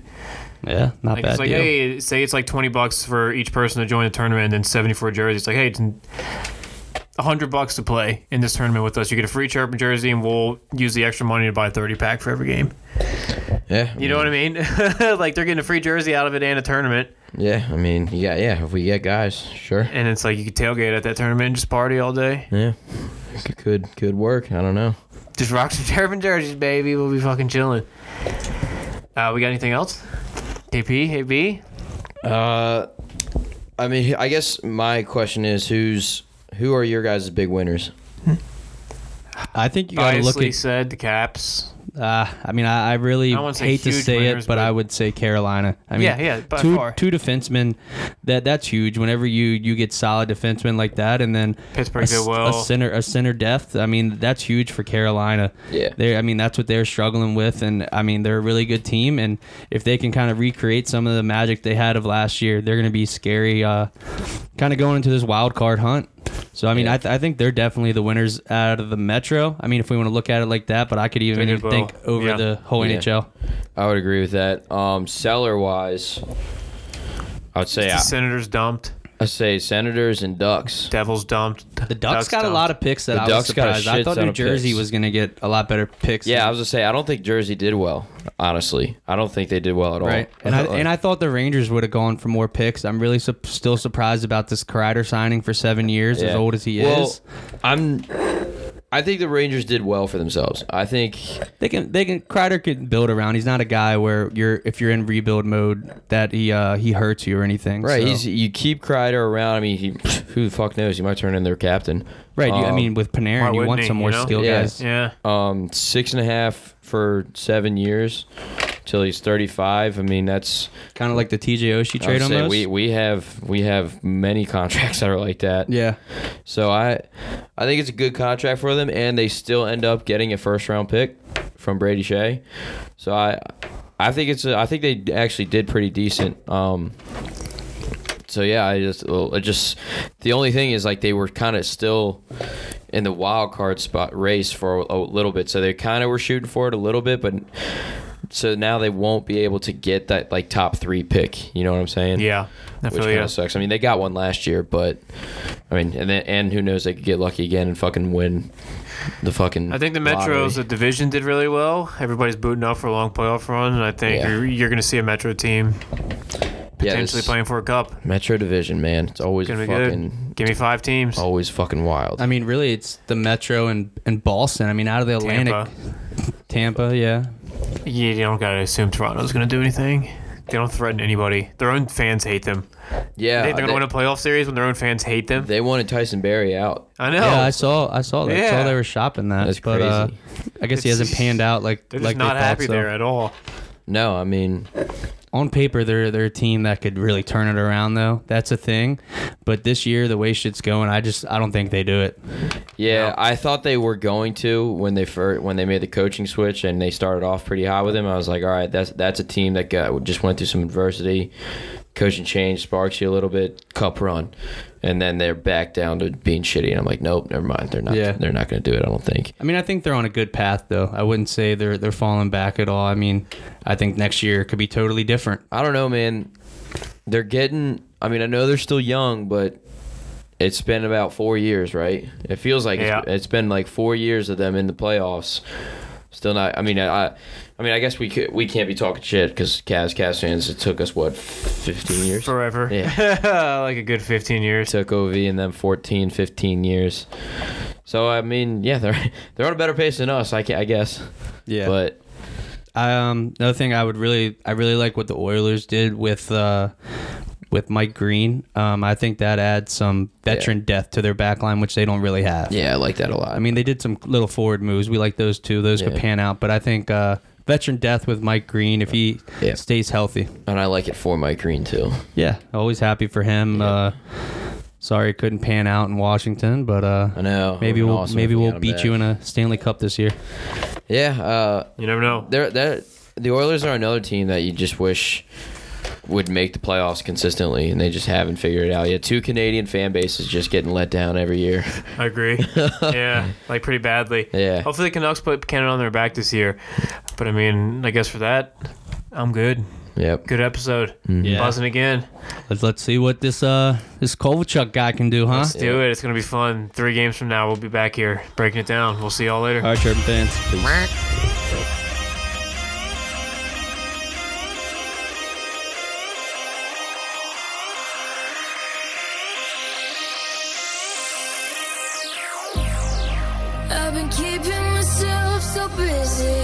[SPEAKER 2] Yeah, not
[SPEAKER 1] Like
[SPEAKER 2] bad
[SPEAKER 1] it's like
[SPEAKER 2] deal.
[SPEAKER 1] hey, say it's like twenty bucks for each person to join the tournament, and then seventy for a jersey. It's like hey. It's, hundred bucks to play in this tournament with us. You get a free chirping jersey, and we'll use the extra money to buy a thirty pack for every game.
[SPEAKER 3] yeah,
[SPEAKER 1] You know what I mean? like they're getting a free jersey out of it and a tournament,
[SPEAKER 3] yeah. I mean, yeah, yeah. If we get guys, sure.
[SPEAKER 1] and it's like you could tailgate at that tournament and just party all day.
[SPEAKER 3] Yeah, C- could could work. I don't know.
[SPEAKER 1] Just rock some Terrapin jerseys, baby. We'll be fucking chilling. Uh, we got anything else? KP, AB?
[SPEAKER 3] Uh, I mean, I guess my question is, who's who are your guys' big winners?
[SPEAKER 2] I think you gotta look
[SPEAKER 1] Biasley
[SPEAKER 2] at.
[SPEAKER 1] said the Caps.
[SPEAKER 2] Uh, I mean, I, I really
[SPEAKER 1] I wouldn't say
[SPEAKER 2] hate to
[SPEAKER 1] huge
[SPEAKER 2] say
[SPEAKER 1] winners,
[SPEAKER 2] it, but,
[SPEAKER 1] but-
[SPEAKER 2] I would say Carolina. I mean,
[SPEAKER 1] Yeah, yeah, by
[SPEAKER 2] two
[SPEAKER 1] far.
[SPEAKER 2] two defensemen, that that's huge. Whenever you you get solid defensemen like that, and then
[SPEAKER 1] Pittsburgh
[SPEAKER 2] a, s-
[SPEAKER 1] did well.
[SPEAKER 2] a center a center depth. I mean, that's huge for Carolina.
[SPEAKER 3] Yeah.
[SPEAKER 2] they. I mean, that's what they're struggling with, and I mean, they're a really good team, and if they can kind of recreate some of the magic they had of last year, they're going to be scary. Uh, kind of going into this wild card hunt. So I mean, I, th- I think they're definitely the winners out of the Metro. I mean, if we want to look at it like that, but I could even
[SPEAKER 1] They did well.
[SPEAKER 2] think over
[SPEAKER 1] Yeah.
[SPEAKER 2] the whole
[SPEAKER 3] Yeah.
[SPEAKER 2] NHL.
[SPEAKER 3] I would agree with that. Um, seller wise, I would say
[SPEAKER 1] The
[SPEAKER 3] I,
[SPEAKER 1] Senators dumped.
[SPEAKER 3] I'd say Senators and Ducks.
[SPEAKER 1] Devils dumped.
[SPEAKER 2] The Ducks, got a
[SPEAKER 1] dumped.
[SPEAKER 2] lot of picks that
[SPEAKER 3] The
[SPEAKER 2] I
[SPEAKER 3] Ducks
[SPEAKER 2] was
[SPEAKER 3] got a
[SPEAKER 2] surprised. I
[SPEAKER 3] shit
[SPEAKER 2] thought
[SPEAKER 3] ton
[SPEAKER 2] New
[SPEAKER 3] of
[SPEAKER 2] Jersey
[SPEAKER 3] picks.
[SPEAKER 2] was going to get a lot better picks.
[SPEAKER 3] Yeah, I was gonna say I don't think Jersey did well. Honestly, I don't think they did well at all.
[SPEAKER 2] right. And I and I thought the Rangers would have gone for more picks. I'm really sup still surprised about this Kreider signing for seven years, as
[SPEAKER 3] Yeah.
[SPEAKER 2] old as he
[SPEAKER 3] Well,
[SPEAKER 2] is.
[SPEAKER 3] I'm. I think the Rangers did well for themselves. I think
[SPEAKER 2] They can they can Kreider can build around. He's not a guy where you're if you're in rebuild mode that he uh, he hurts you or anything.
[SPEAKER 3] right.
[SPEAKER 2] so-
[SPEAKER 3] He's you keep Kreider around. I mean, he, who the fuck knows? He might turn in their captain.
[SPEAKER 2] right. you- I
[SPEAKER 3] Um,
[SPEAKER 2] mean, with
[SPEAKER 1] Why
[SPEAKER 2] Panarin, you want
[SPEAKER 1] wouldn't
[SPEAKER 2] some
[SPEAKER 1] he,
[SPEAKER 2] more
[SPEAKER 1] you know?
[SPEAKER 2] skilled
[SPEAKER 3] Yeah.
[SPEAKER 2] guys.
[SPEAKER 1] Yeah.
[SPEAKER 3] Um, six and a half for seven years till he's thirty-five. I mean, that's
[SPEAKER 2] Kind of like the TJ Oshie
[SPEAKER 3] I would
[SPEAKER 2] trade
[SPEAKER 3] say
[SPEAKER 2] almost.
[SPEAKER 3] we we have we have many contracts that are like that.
[SPEAKER 2] yeah.
[SPEAKER 3] So I I think it's a good contract for them, and they still end up getting a first-round pick from Brady Shea. So I I think it's a, I think they actually did pretty decent. Um, so yeah, I just well, it just the only thing is like they were kind of still in the wild card spot race for a, a little bit, so they kind of were shooting for it a little bit, but so now they won't be able to get that like top three pick. You know what I'm saying?
[SPEAKER 1] Yeah. I
[SPEAKER 3] Which
[SPEAKER 1] feel
[SPEAKER 3] kind
[SPEAKER 1] you.
[SPEAKER 3] of sucks. I mean, they got one last year, but I mean, and then, and who knows? They could get lucky again and fucking win the fucking.
[SPEAKER 1] I think the Metros,
[SPEAKER 3] lottery.
[SPEAKER 1] the division did really well. Everybody's booting up for a long playoff run, and I think
[SPEAKER 3] Yeah.
[SPEAKER 1] you're, you're going to see a Metro team
[SPEAKER 3] Yeah,
[SPEAKER 1] potentially
[SPEAKER 3] this
[SPEAKER 1] playing for a cup.
[SPEAKER 3] Metro Division, man. It's always
[SPEAKER 1] Gonna be
[SPEAKER 3] fucking
[SPEAKER 1] good. Give me five teams.
[SPEAKER 3] always fucking wild.
[SPEAKER 2] I mean, really, it's the Metro and, and Boston. I mean, out of the Atlantic,
[SPEAKER 1] Tampa.
[SPEAKER 2] Tampa, yeah.
[SPEAKER 1] You don't gotta assume Toronto's gonna do anything. They don't threaten anybody. Their own fans hate them.
[SPEAKER 3] yeah,
[SPEAKER 1] they, are gonna win a playoff series when their own fans hate them.
[SPEAKER 3] they wanted Tyson Berry out.
[SPEAKER 1] I know.
[SPEAKER 2] Yeah, I saw, I saw that. I
[SPEAKER 1] Yeah.
[SPEAKER 2] saw they were shopping that.
[SPEAKER 3] That's
[SPEAKER 2] but uh, I guess he
[SPEAKER 1] It's-
[SPEAKER 2] hasn't panned out like
[SPEAKER 1] they're just
[SPEAKER 2] like
[SPEAKER 1] not
[SPEAKER 2] they thought,
[SPEAKER 1] happy
[SPEAKER 2] so.
[SPEAKER 1] there at all.
[SPEAKER 3] No, I mean,
[SPEAKER 2] On paper, they're they're a team that could really turn it around, though. That's a thing. But this year, the way shit's going, I just I don't think they do it.
[SPEAKER 3] yeah, I thought they were going to when they first when they made the coaching switch and they started off pretty high with him. I was like, all right, that's that's a team that got just went through some adversity. coaching change sparks you a little bit, cup run, and then they're back down to being shitty. And I'm like, nope, never mind. They're not.
[SPEAKER 2] Yeah.
[SPEAKER 3] They're not going to do it. I don't think.
[SPEAKER 2] I mean, I think they're on a good path, though. I wouldn't say they're they're falling back at all. I mean, I think next year could be totally different.
[SPEAKER 3] I don't know, man. They're getting. I mean, I know they're still young, but it's been about four years, right? It feels like it's,
[SPEAKER 1] Yeah.
[SPEAKER 3] it's been like four years of them in the playoffs. Still not. I mean, I. I mean, I guess we could, we can't be talking shit because Cavs Cavs fans. It took us what fifteen years.
[SPEAKER 1] forever. like a good 15 years.
[SPEAKER 3] took OV and them 14, 15 years. So I mean, yeah, they're they're on a better pace than us, I, ca- I guess.
[SPEAKER 2] Yeah,
[SPEAKER 3] But
[SPEAKER 2] Um, another thing I would really, I really like what the Oilers did with uh, with Mike Green. Um, I think that adds some veteran depth to their back line, which they don't really have.
[SPEAKER 3] yeah, I like that a lot.
[SPEAKER 2] I mean, they did some little forward moves. We like those two; those could
[SPEAKER 3] Yeah.
[SPEAKER 2] pan out. But I think uh, veteran depth with Mike Green, if he
[SPEAKER 3] Yeah.
[SPEAKER 2] stays healthy,
[SPEAKER 3] and I like it for Mike Green too.
[SPEAKER 2] yeah, always happy for him. Uh, sorry it couldn't pan out in Washington, but uh,
[SPEAKER 3] I know.
[SPEAKER 2] maybe
[SPEAKER 3] It would've been
[SPEAKER 2] we'll
[SPEAKER 3] awesome
[SPEAKER 2] maybe
[SPEAKER 3] if we
[SPEAKER 2] we'll
[SPEAKER 3] got him
[SPEAKER 2] beat
[SPEAKER 3] back.
[SPEAKER 2] you in a Stanley Cup this year.
[SPEAKER 3] Yeah, uh,
[SPEAKER 1] You never know.
[SPEAKER 3] they're they're the Oilers are another team that you just wish would make the playoffs consistently, and they just haven't figured it out yet. Two Canadian fan bases just getting let down every year.
[SPEAKER 1] I agree. yeah, like pretty badly.
[SPEAKER 3] Yeah.
[SPEAKER 1] Hopefully the Canucks put Canada on their back this year. But I mean, I guess for that, I'm good.
[SPEAKER 3] Yep.
[SPEAKER 1] Good episode.
[SPEAKER 2] Yeah.
[SPEAKER 1] Buzzing again.
[SPEAKER 2] Let's let's see what this uh this Kovalchuk guy can do, huh?
[SPEAKER 1] Let's do it. It's gonna be fun. Three games from now, we'll be back here breaking it down. We'll see y'all later.
[SPEAKER 2] All right, Sherman fans.
[SPEAKER 6] I've been keeping myself so busy.